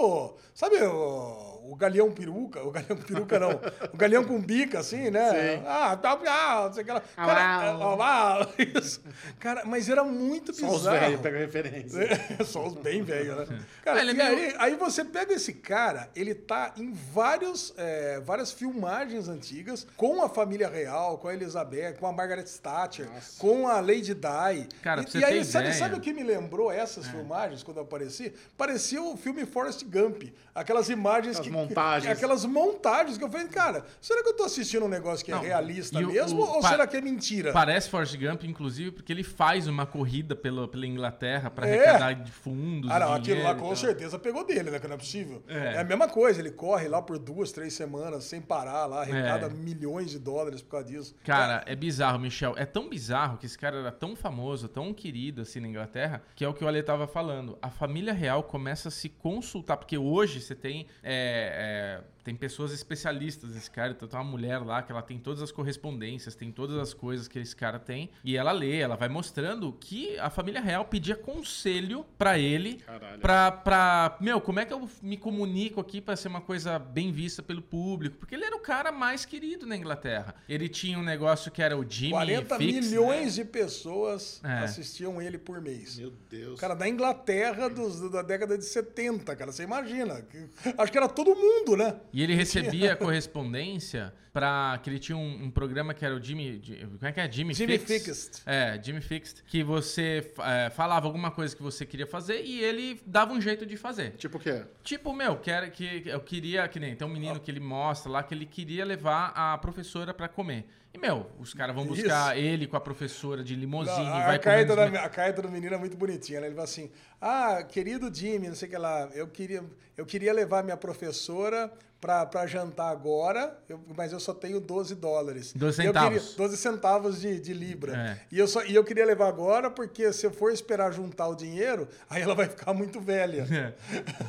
Speaker 4: Sabe o, o galeão peruca? O galeão peruca não. o galeão com bica, assim, né?
Speaker 1: Sim.
Speaker 4: Ah, tá. Ah, não sei o que lá.
Speaker 1: Au,
Speaker 4: Cara,
Speaker 1: au.
Speaker 4: au, au, isso. Cara, mas era muito
Speaker 1: Só
Speaker 4: bizarro.
Speaker 1: os velhos pegam referência.
Speaker 4: É, Só os bem velhos, né? Cara,
Speaker 2: Ele é
Speaker 4: e
Speaker 2: meio-
Speaker 4: aí, aí você pega esse cara, ele tá em vários, é, várias filmagens antigas com a família real, com a Elizabeth, com a Margaret Thatcher, com a Lady Di.
Speaker 2: Cara, pra
Speaker 4: e,
Speaker 2: você
Speaker 4: e aí,
Speaker 2: ter
Speaker 4: sabe,
Speaker 2: ideia. É.
Speaker 4: sabe o que me lembrou essas filmagens quando eu apareci? Parecia o filme Forrest Gump. Aquelas imagens
Speaker 1: Aquelas
Speaker 4: que.
Speaker 1: montagens.
Speaker 4: Aquelas montagens que eu falei, cara, será que eu tô assistindo um negócio que é
Speaker 2: Não,
Speaker 4: realista
Speaker 2: e o-
Speaker 4: mesmo?
Speaker 2: o-
Speaker 4: ou
Speaker 2: pa-
Speaker 4: será que é mentira?
Speaker 2: Parece Forrest Gump, inclusive, porque ele faz uma corrida pela, pela Inglaterra pra
Speaker 4: É.
Speaker 2: arrecadar de fundos.
Speaker 4: Ah, não,
Speaker 2: dinheiro
Speaker 4: aquilo lá
Speaker 2: e
Speaker 4: com
Speaker 2: tal.
Speaker 4: certeza pegou dele, né? Que não é possível.
Speaker 2: É.
Speaker 4: É. a mesma coisa, ele corre lá por duas, três semanas sem parar lá, arrecada
Speaker 2: É.
Speaker 4: milhões de dólares por causa disso.
Speaker 2: Cara, é bizarro, Michel. É tão bizarro que esse cara era tão famoso, tão querido assim na Inglaterra, que é o que o Ale tava falando. A família real começa a se consultar, porque hoje você tem. é, é, tem pessoas especialistas nesse cara. Então tem uma mulher lá que ela tem todas as correspondências, tem todas as coisas que esse cara tem. E ela lê, ela vai mostrando que a família real pedia conselho pra ele
Speaker 1: Caralho.
Speaker 2: pra, pra. Meu, como é que eu me comunico aqui pra ser uma coisa bem vista pelo público? Porque ele era o cara mais querido na Inglaterra. Ele tinha um negócio que era o Jimmy.
Speaker 4: 40
Speaker 2: Fix, né?
Speaker 4: É, milhões de pessoas
Speaker 2: É.
Speaker 4: assistiam ele por mês.
Speaker 1: Meu Deus.
Speaker 4: Cara, da Inglaterra dos- da década de 70, cara, você imagina. Que- Acho que era todo mundo, né?
Speaker 2: E ele recebia a correspondência pra. que ele tinha um, um programa que era o Jimmy. Ji- Como é que é? Jimmy,
Speaker 4: Jimmy
Speaker 2: Fix?
Speaker 4: Fixed.
Speaker 2: É, Jimmy Fixed. Que você é, falava alguma coisa que você queria fazer e ele dava um jeito de fazer.
Speaker 1: Tipo o quê?
Speaker 2: Tipo, meu, que era- que eu queria, que nem tem um
Speaker 4: Ah.
Speaker 2: menino que ele mostra lá que ele queria levar a professora pra comer. E, meu, os caras vão
Speaker 4: Isso. Ah,
Speaker 2: buscar ele com a professora de limousine,
Speaker 4: a,
Speaker 2: vai
Speaker 4: a carta
Speaker 2: comendo
Speaker 4: da,
Speaker 2: os me-
Speaker 4: a carta do menino é muito bonitinha, né? Ele fala assim: Ah, querido Jimmy, não sei o que lá, eu queria, eu queria levar minha professora pra, pra jantar agora, eu- mas eu só tenho 12 dólares.
Speaker 2: 12
Speaker 4: Eu queria-
Speaker 2: centavos.
Speaker 4: 12 centavos de, de libra.
Speaker 2: É.
Speaker 4: E, eu só, e eu queria levar agora, porque se eu for esperar juntar o dinheiro, aí ela vai ficar muito velha.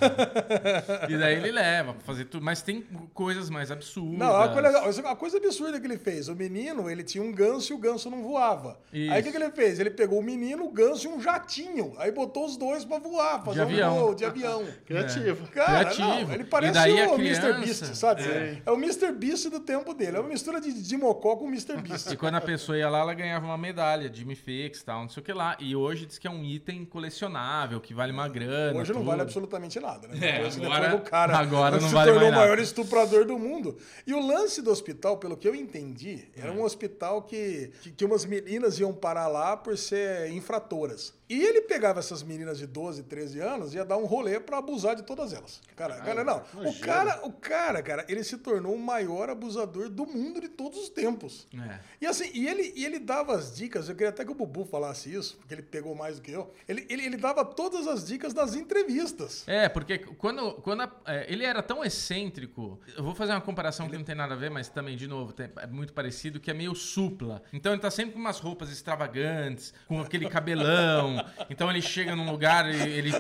Speaker 2: É. E daí ele leva pra fazer tudo. Mas tem coisas mais absurdas.
Speaker 4: Não, a coisa, legal- isso é uma coisa absurda que ele fez. O menino, ele tinha um ganso e o ganso não voava.
Speaker 2: Isso.
Speaker 4: Aí o que, que ele fez? Ele pegou o menino, o ganso e um jatinho. Aí botou os dois pra voar, fazer um
Speaker 2: avião.
Speaker 4: voo de avião.
Speaker 1: Criativo.
Speaker 4: Cara,
Speaker 2: Criativo.
Speaker 4: não, ele parece
Speaker 2: e daí a
Speaker 4: o
Speaker 2: criança,
Speaker 4: Mr. Beast, sabe? É. o Mr. Beast do tempo dele. É uma mistura de Didi Mocó com Mr. Beast.
Speaker 2: E quando a pessoa ia lá, ela ganhava uma medalha, Jimmy Fix, tal, não sei o que lá. E hoje diz que é um item colecionável, que vale uma grana.
Speaker 4: Hoje não
Speaker 2: tudo.
Speaker 4: vale absolutamente nada, né?
Speaker 2: É,
Speaker 4: Depois-
Speaker 2: agora-
Speaker 4: depois o cara
Speaker 2: agora não
Speaker 4: se
Speaker 2: vale
Speaker 4: tornou
Speaker 2: mais
Speaker 4: o maior
Speaker 2: nada.
Speaker 4: estuprador do mundo. E o lance do hospital, pelo que eu entendi, era
Speaker 2: É.
Speaker 4: um hospital que, que, que umas meninas iam parar lá por ser infratoras. E ele pegava essas meninas de 12, 13 anos e ia dar um rolê pra abusar de todas elas. Cara, cara não. O
Speaker 1: nojento.
Speaker 4: cara, o cara, cara, ele se tornou o maior abusador do mundo de todos os tempos.
Speaker 2: É.
Speaker 4: E assim, e ele, e ele dava as dicas, eu queria até que o Bubu falasse isso, porque ele pegou mais do que eu. Ele, ele, ele dava todas as dicas das entrevistas.
Speaker 2: É, porque quando, quando a- é, ele era tão excêntrico, eu vou fazer uma comparação que não tem nada a ver, mas também, de novo, tem- é muito parecido, que é meio supla. Então ele tá sempre com umas roupas extravagantes, com aquele cabelão. Então ele chega num lugar, ele, ele,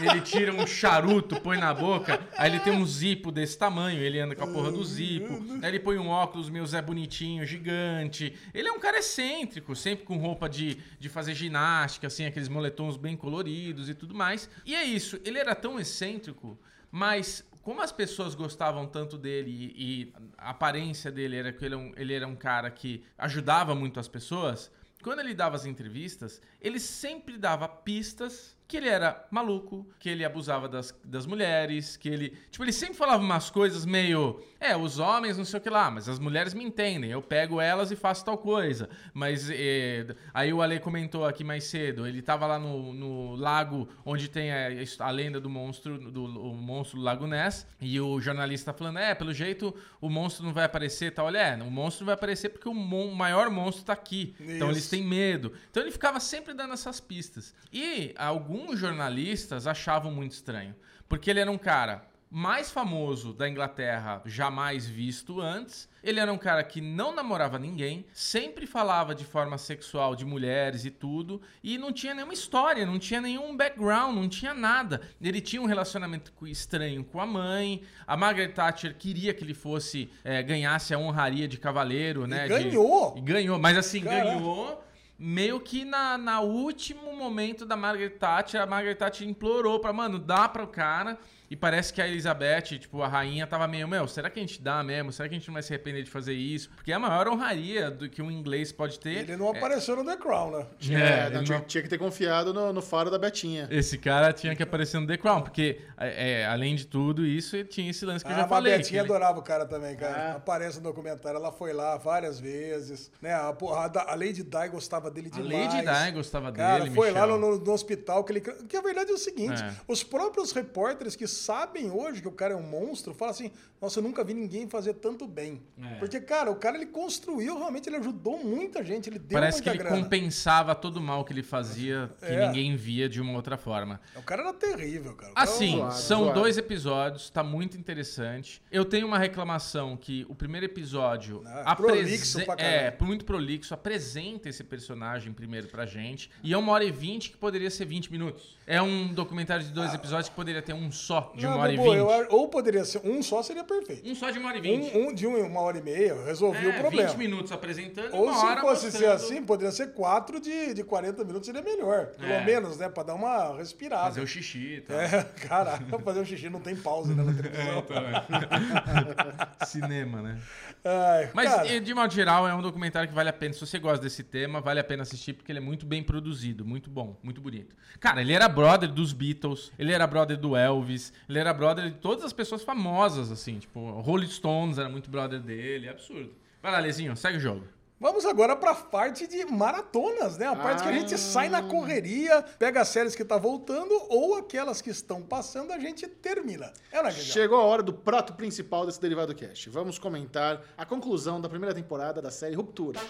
Speaker 2: ele tira um charuto, põe na boca, aí ele tem um zipo desse tamanho, ele anda com a porra do zipo. Aí ele põe um óculos meu Zé Bonitinho, gigante. Ele é um cara excêntrico, sempre com roupa de, de fazer ginástica, assim, aqueles moletons bem coloridos e tudo mais. E é isso, ele era tão excêntrico, mas como as pessoas gostavam tanto dele e, e a aparência dele era que ele, é um- ele era um cara que ajudava muito as pessoas, quando ele dava as entrevistas, ele sempre dava pistas que ele era maluco, que ele abusava das, das mulheres, que ele. Tipo, ele sempre falava umas coisas meio. É, os homens não sei o que lá, mas as mulheres me entendem, eu pego elas e faço tal coisa. Mas. eh, aí o Ale comentou aqui mais cedo, ele tava lá no, no lago onde tem a, a lenda do monstro, do o monstro do Lago Ness, e o jornalista falando: é, pelo jeito o monstro não vai aparecer tal. Olha, é, o monstro não vai aparecer porque o mon- maior monstro tá aqui. Então eles
Speaker 4: Isso.
Speaker 2: têm tem medo. Então ele ficava sempre dando essas pistas. E alguns jornalistas achavam muito estranho, porque ele era um cara mais famoso da Inglaterra, jamais visto antes. Ele era um cara que não namorava ninguém, sempre falava de forma sexual de mulheres e tudo, e não tinha nenhuma história, não tinha nenhum background, não tinha nada. Ele tinha um relacionamento co- estranho com a mãe. A Margaret Thatcher queria que ele fosse eh, ganhasse a honraria de cavaleiro, né? de-
Speaker 4: ganhou!
Speaker 2: e ganhou, mas assim,
Speaker 4: Caraca.
Speaker 2: ganhou meio que na, na último momento da Margaret Thatcher. A Margaret Thatcher implorou pra, mano, dá pro cara. E parece que a Elizabeth, tipo, a rainha, tava meio, meu, será que a gente dá mesmo? Será que a gente não vai se arrepender de fazer isso? Porque é a maior honraria do que um inglês pode ter.
Speaker 4: Ele não apareceu no The Crown, né?
Speaker 1: É, não, É
Speaker 2: ele
Speaker 1: tinha,
Speaker 2: não-
Speaker 1: tinha que ter confiado no, no faro da Betinha.
Speaker 2: Esse cara tinha que aparecer no The Crown, porque, é, é, além de tudo isso, ele tinha esse lance que eu
Speaker 4: Ah,
Speaker 2: já
Speaker 4: mas a
Speaker 2: falei. que
Speaker 4: Betinha
Speaker 2: ele-
Speaker 4: adorava o cara também, cara. Aparece no documentário, ela foi lá várias vezes. Né? A, porrada, a Lady Di gostava dele
Speaker 2: A
Speaker 4: demais.
Speaker 2: Lady Di gostava
Speaker 4: Cara,
Speaker 2: dele,
Speaker 4: foi lá
Speaker 2: Michel.
Speaker 4: no, no- no hospital que ele. Que a verdade é o seguinte:
Speaker 2: É.
Speaker 4: os próprios repórteres que sabem hoje que o cara é um monstro falam assim: nossa, eu nunca vi ninguém fazer tanto bem.
Speaker 2: É.
Speaker 4: Porque, cara, o cara ele construiu, realmente, ele ajudou muita gente, ele deu
Speaker 2: Parece que
Speaker 4: muita
Speaker 2: ele
Speaker 4: grana.
Speaker 2: compensava todo o mal que ele fazia, que
Speaker 4: É.
Speaker 2: ninguém via de uma outra forma.
Speaker 4: O cara era terrível, cara. O cara
Speaker 2: Assim,
Speaker 1: zoado,
Speaker 2: são
Speaker 1: zoado.
Speaker 2: dois episódios, tá muito interessante. Eu tenho uma reclamação que o primeiro episódio
Speaker 4: Ah, prolixo pra caramba.
Speaker 2: é muito prolixo, apresenta esse personagem primeiro pra gente. E é uma hora e vinte que poderia ser 20 minutos. É um documentário de dois episódios que poderia ter um só de
Speaker 4: Ah. Não,
Speaker 2: uma hora e
Speaker 4: Bubu, eu
Speaker 2: vinte.
Speaker 4: acho- ou poderia ser um só, seria perfeito.
Speaker 2: Um só de uma hora e vinte.
Speaker 4: Um, um de uma hora e meia resolvia o
Speaker 2: É,
Speaker 4: problema.
Speaker 2: 20 minutos apresentando e
Speaker 4: Ou
Speaker 2: uma
Speaker 4: se
Speaker 2: hora
Speaker 4: fosse ser
Speaker 2: mostrando-
Speaker 4: assim, poderia ser quatro de, de 40 minutos, seria melhor. Pelo
Speaker 2: É.
Speaker 4: menos, né? Pra dar uma respirada.
Speaker 2: Fazer o xixi e tal.
Speaker 4: É, caraca, fazer um xixi não tem pausa né, na televisão.
Speaker 2: Cinema, né?
Speaker 1: É.
Speaker 4: Ai,
Speaker 2: Mas,
Speaker 4: cara,
Speaker 2: eh, de modo geral, é um documentário que vale a pena. Se você gosta desse tema, vale a pena assistir, porque ele é muito bem produzido, muito bom, muito bonito. Cara, ele era brother dos Beatles, ele era brother do Elvis, ele era brother de todas as pessoas famosas, assim, tipo, Rolling Stones era muito brother dele, é absurdo. Vai lá, Lezinho, segue o jogo.
Speaker 4: vamos agora pra parte de maratonas, né? A parte que a
Speaker 1: Ah.
Speaker 4: gente sai na correria, pega as séries que tá voltando ou aquelas que estão passando, a gente termina. É, né, Gegel?
Speaker 1: Chegou a hora do prato principal desse Derivado Cast. Vamos comentar a conclusão da primeira temporada da série Ruptura.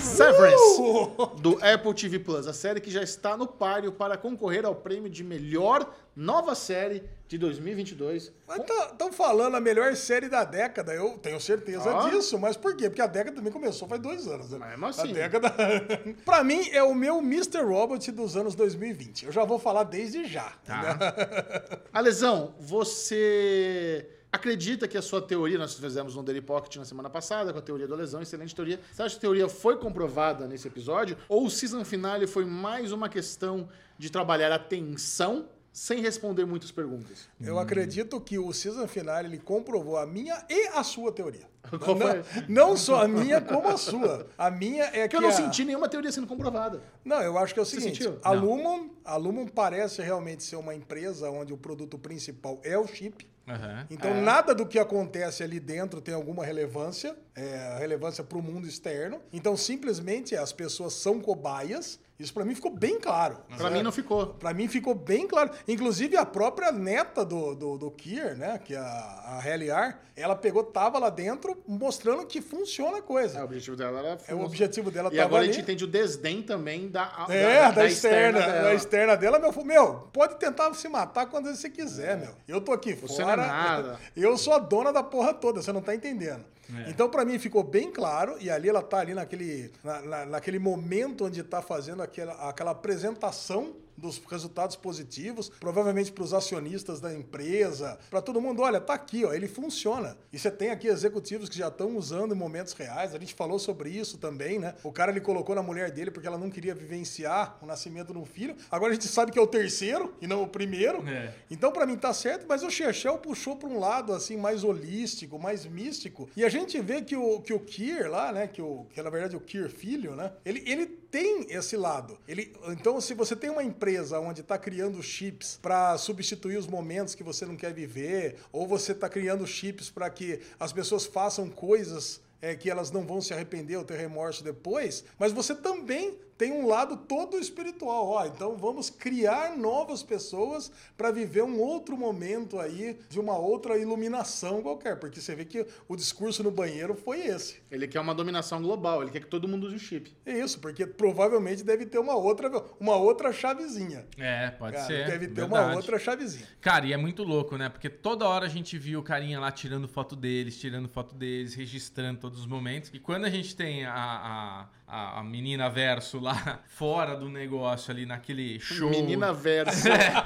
Speaker 1: Severance, do Apple TV Plus, a série que já está no páreo para concorrer ao prêmio de melhor nova série de 2022.
Speaker 4: Mas estão falando a melhor série da década, eu tenho certeza
Speaker 1: Ó.
Speaker 4: disso, mas por quê? Porque a década também começou faz dois anos, né?
Speaker 1: Mas mesmo assim.
Speaker 4: A década. pra mim, é o meu Mr. Robot dos anos
Speaker 1: Tá.
Speaker 4: 2020. Eu já vou falar desde já.
Speaker 2: Tá?
Speaker 1: Alesão, você Acredita que a sua teoria, nós fizemos um Daily Pocket na semana passada com a teoria da lesão, excelente teoria. Você acha que a teoria foi comprovada nesse episódio? Ou o season finale foi mais uma questão de trabalhar a tensão sem responder muitas perguntas?
Speaker 4: Eu acredito que o season final ele comprovou a minha e a sua teoria.
Speaker 1: Qual
Speaker 4: não,
Speaker 1: foi?
Speaker 4: não só a minha, como a sua. A minha é
Speaker 1: Porque
Speaker 4: que.
Speaker 1: eu não
Speaker 4: a-
Speaker 1: senti nenhuma teoria sendo comprovada.
Speaker 4: Não, eu acho que é o seguinte:
Speaker 1: sentiu?
Speaker 4: a
Speaker 2: Não.
Speaker 4: Lumon, a Lumon parece realmente ser uma empresa onde o produto principal é o chip.
Speaker 2: Aham.
Speaker 4: Então,
Speaker 1: É.
Speaker 4: nada do que acontece ali dentro tem alguma relevância, é, relevância para o mundo externo. Então, simplesmente as pessoas são cobaias. Isso para mim ficou bem claro.
Speaker 1: Pra mim não ficou.
Speaker 4: Pra mim ficou bem claro. Inclusive, a própria neta do, do, do Kier, né? Que é a, a Helliar, ela pegou, tava lá dentro, mostrando que funciona a
Speaker 1: É, o
Speaker 4: coisa.
Speaker 1: objetivo dela era
Speaker 4: É, o objetivo dela
Speaker 1: E
Speaker 4: tava
Speaker 1: agora a
Speaker 4: ali.
Speaker 1: gente entende o desdém também da,
Speaker 4: É, da, externa.
Speaker 1: dela.
Speaker 4: da externa dela, meu, meu, pode tentar se matar quantas vezes você quiser, meu. Eu tô aqui
Speaker 1: É. Você
Speaker 4: fora.
Speaker 1: não é nada.
Speaker 4: Eu sou a dona da porra toda, você não tá entendendo. Então, pra mim, ficou bem claro, e ali ela tá ali naquele, na- na- naquele momento onde tá fazendo aquela, aquela apresentação dos resultados positivos, provavelmente para os acionistas da empresa, pra todo mundo, olha, tá aqui, ó, ele funciona. E você tem aqui executivos que já estão usando em momentos reais, a gente falou sobre isso também, né? O cara ele colocou na mulher dele porque ela não queria vivenciar o nascimento de um filho. Agora a gente sabe que é o terceiro e não o primeiro.
Speaker 2: É.
Speaker 4: Então, pra mim, tá certo, mas o Chechel puxou pra um lado, assim, mais holístico, mais místico. E a gente vê que o, que o Kier lá, né? Que, o, que na verdade é o Kier filho, né? Ele, ele tem esse lado. Ele, então, se você tem uma empresa onde tá criando chips pra substituir os momentos que você não quer viver, ou você tá criando chips pra que as pessoas façam coisas é, que elas não vão se arrepender ou ter remorso depois, mas você também tem um lado todo espiritual. Ó, então vamos criar novas pessoas para viver um outro momento aí de uma outra iluminação qualquer, porque você vê que o discurso no banheiro foi esse.
Speaker 1: Ele quer uma dominação global, ele quer que todo mundo use o chip.
Speaker 4: É isso, porque provavelmente deve ter uma outra, uma outra chavezinha.
Speaker 2: É, pode
Speaker 4: Cara,
Speaker 2: ser.
Speaker 4: deve ter uma
Speaker 2: verdade.
Speaker 4: outra chavezinha.
Speaker 2: Cara, e é muito louco, né? Porque toda hora a gente viu o carinha lá tirando foto deles, tirando foto deles, registrando todos os momentos. E quando a gente tem a, a, a- a menina verso lá fora do negócio, ali naquele show.
Speaker 1: Menina verso.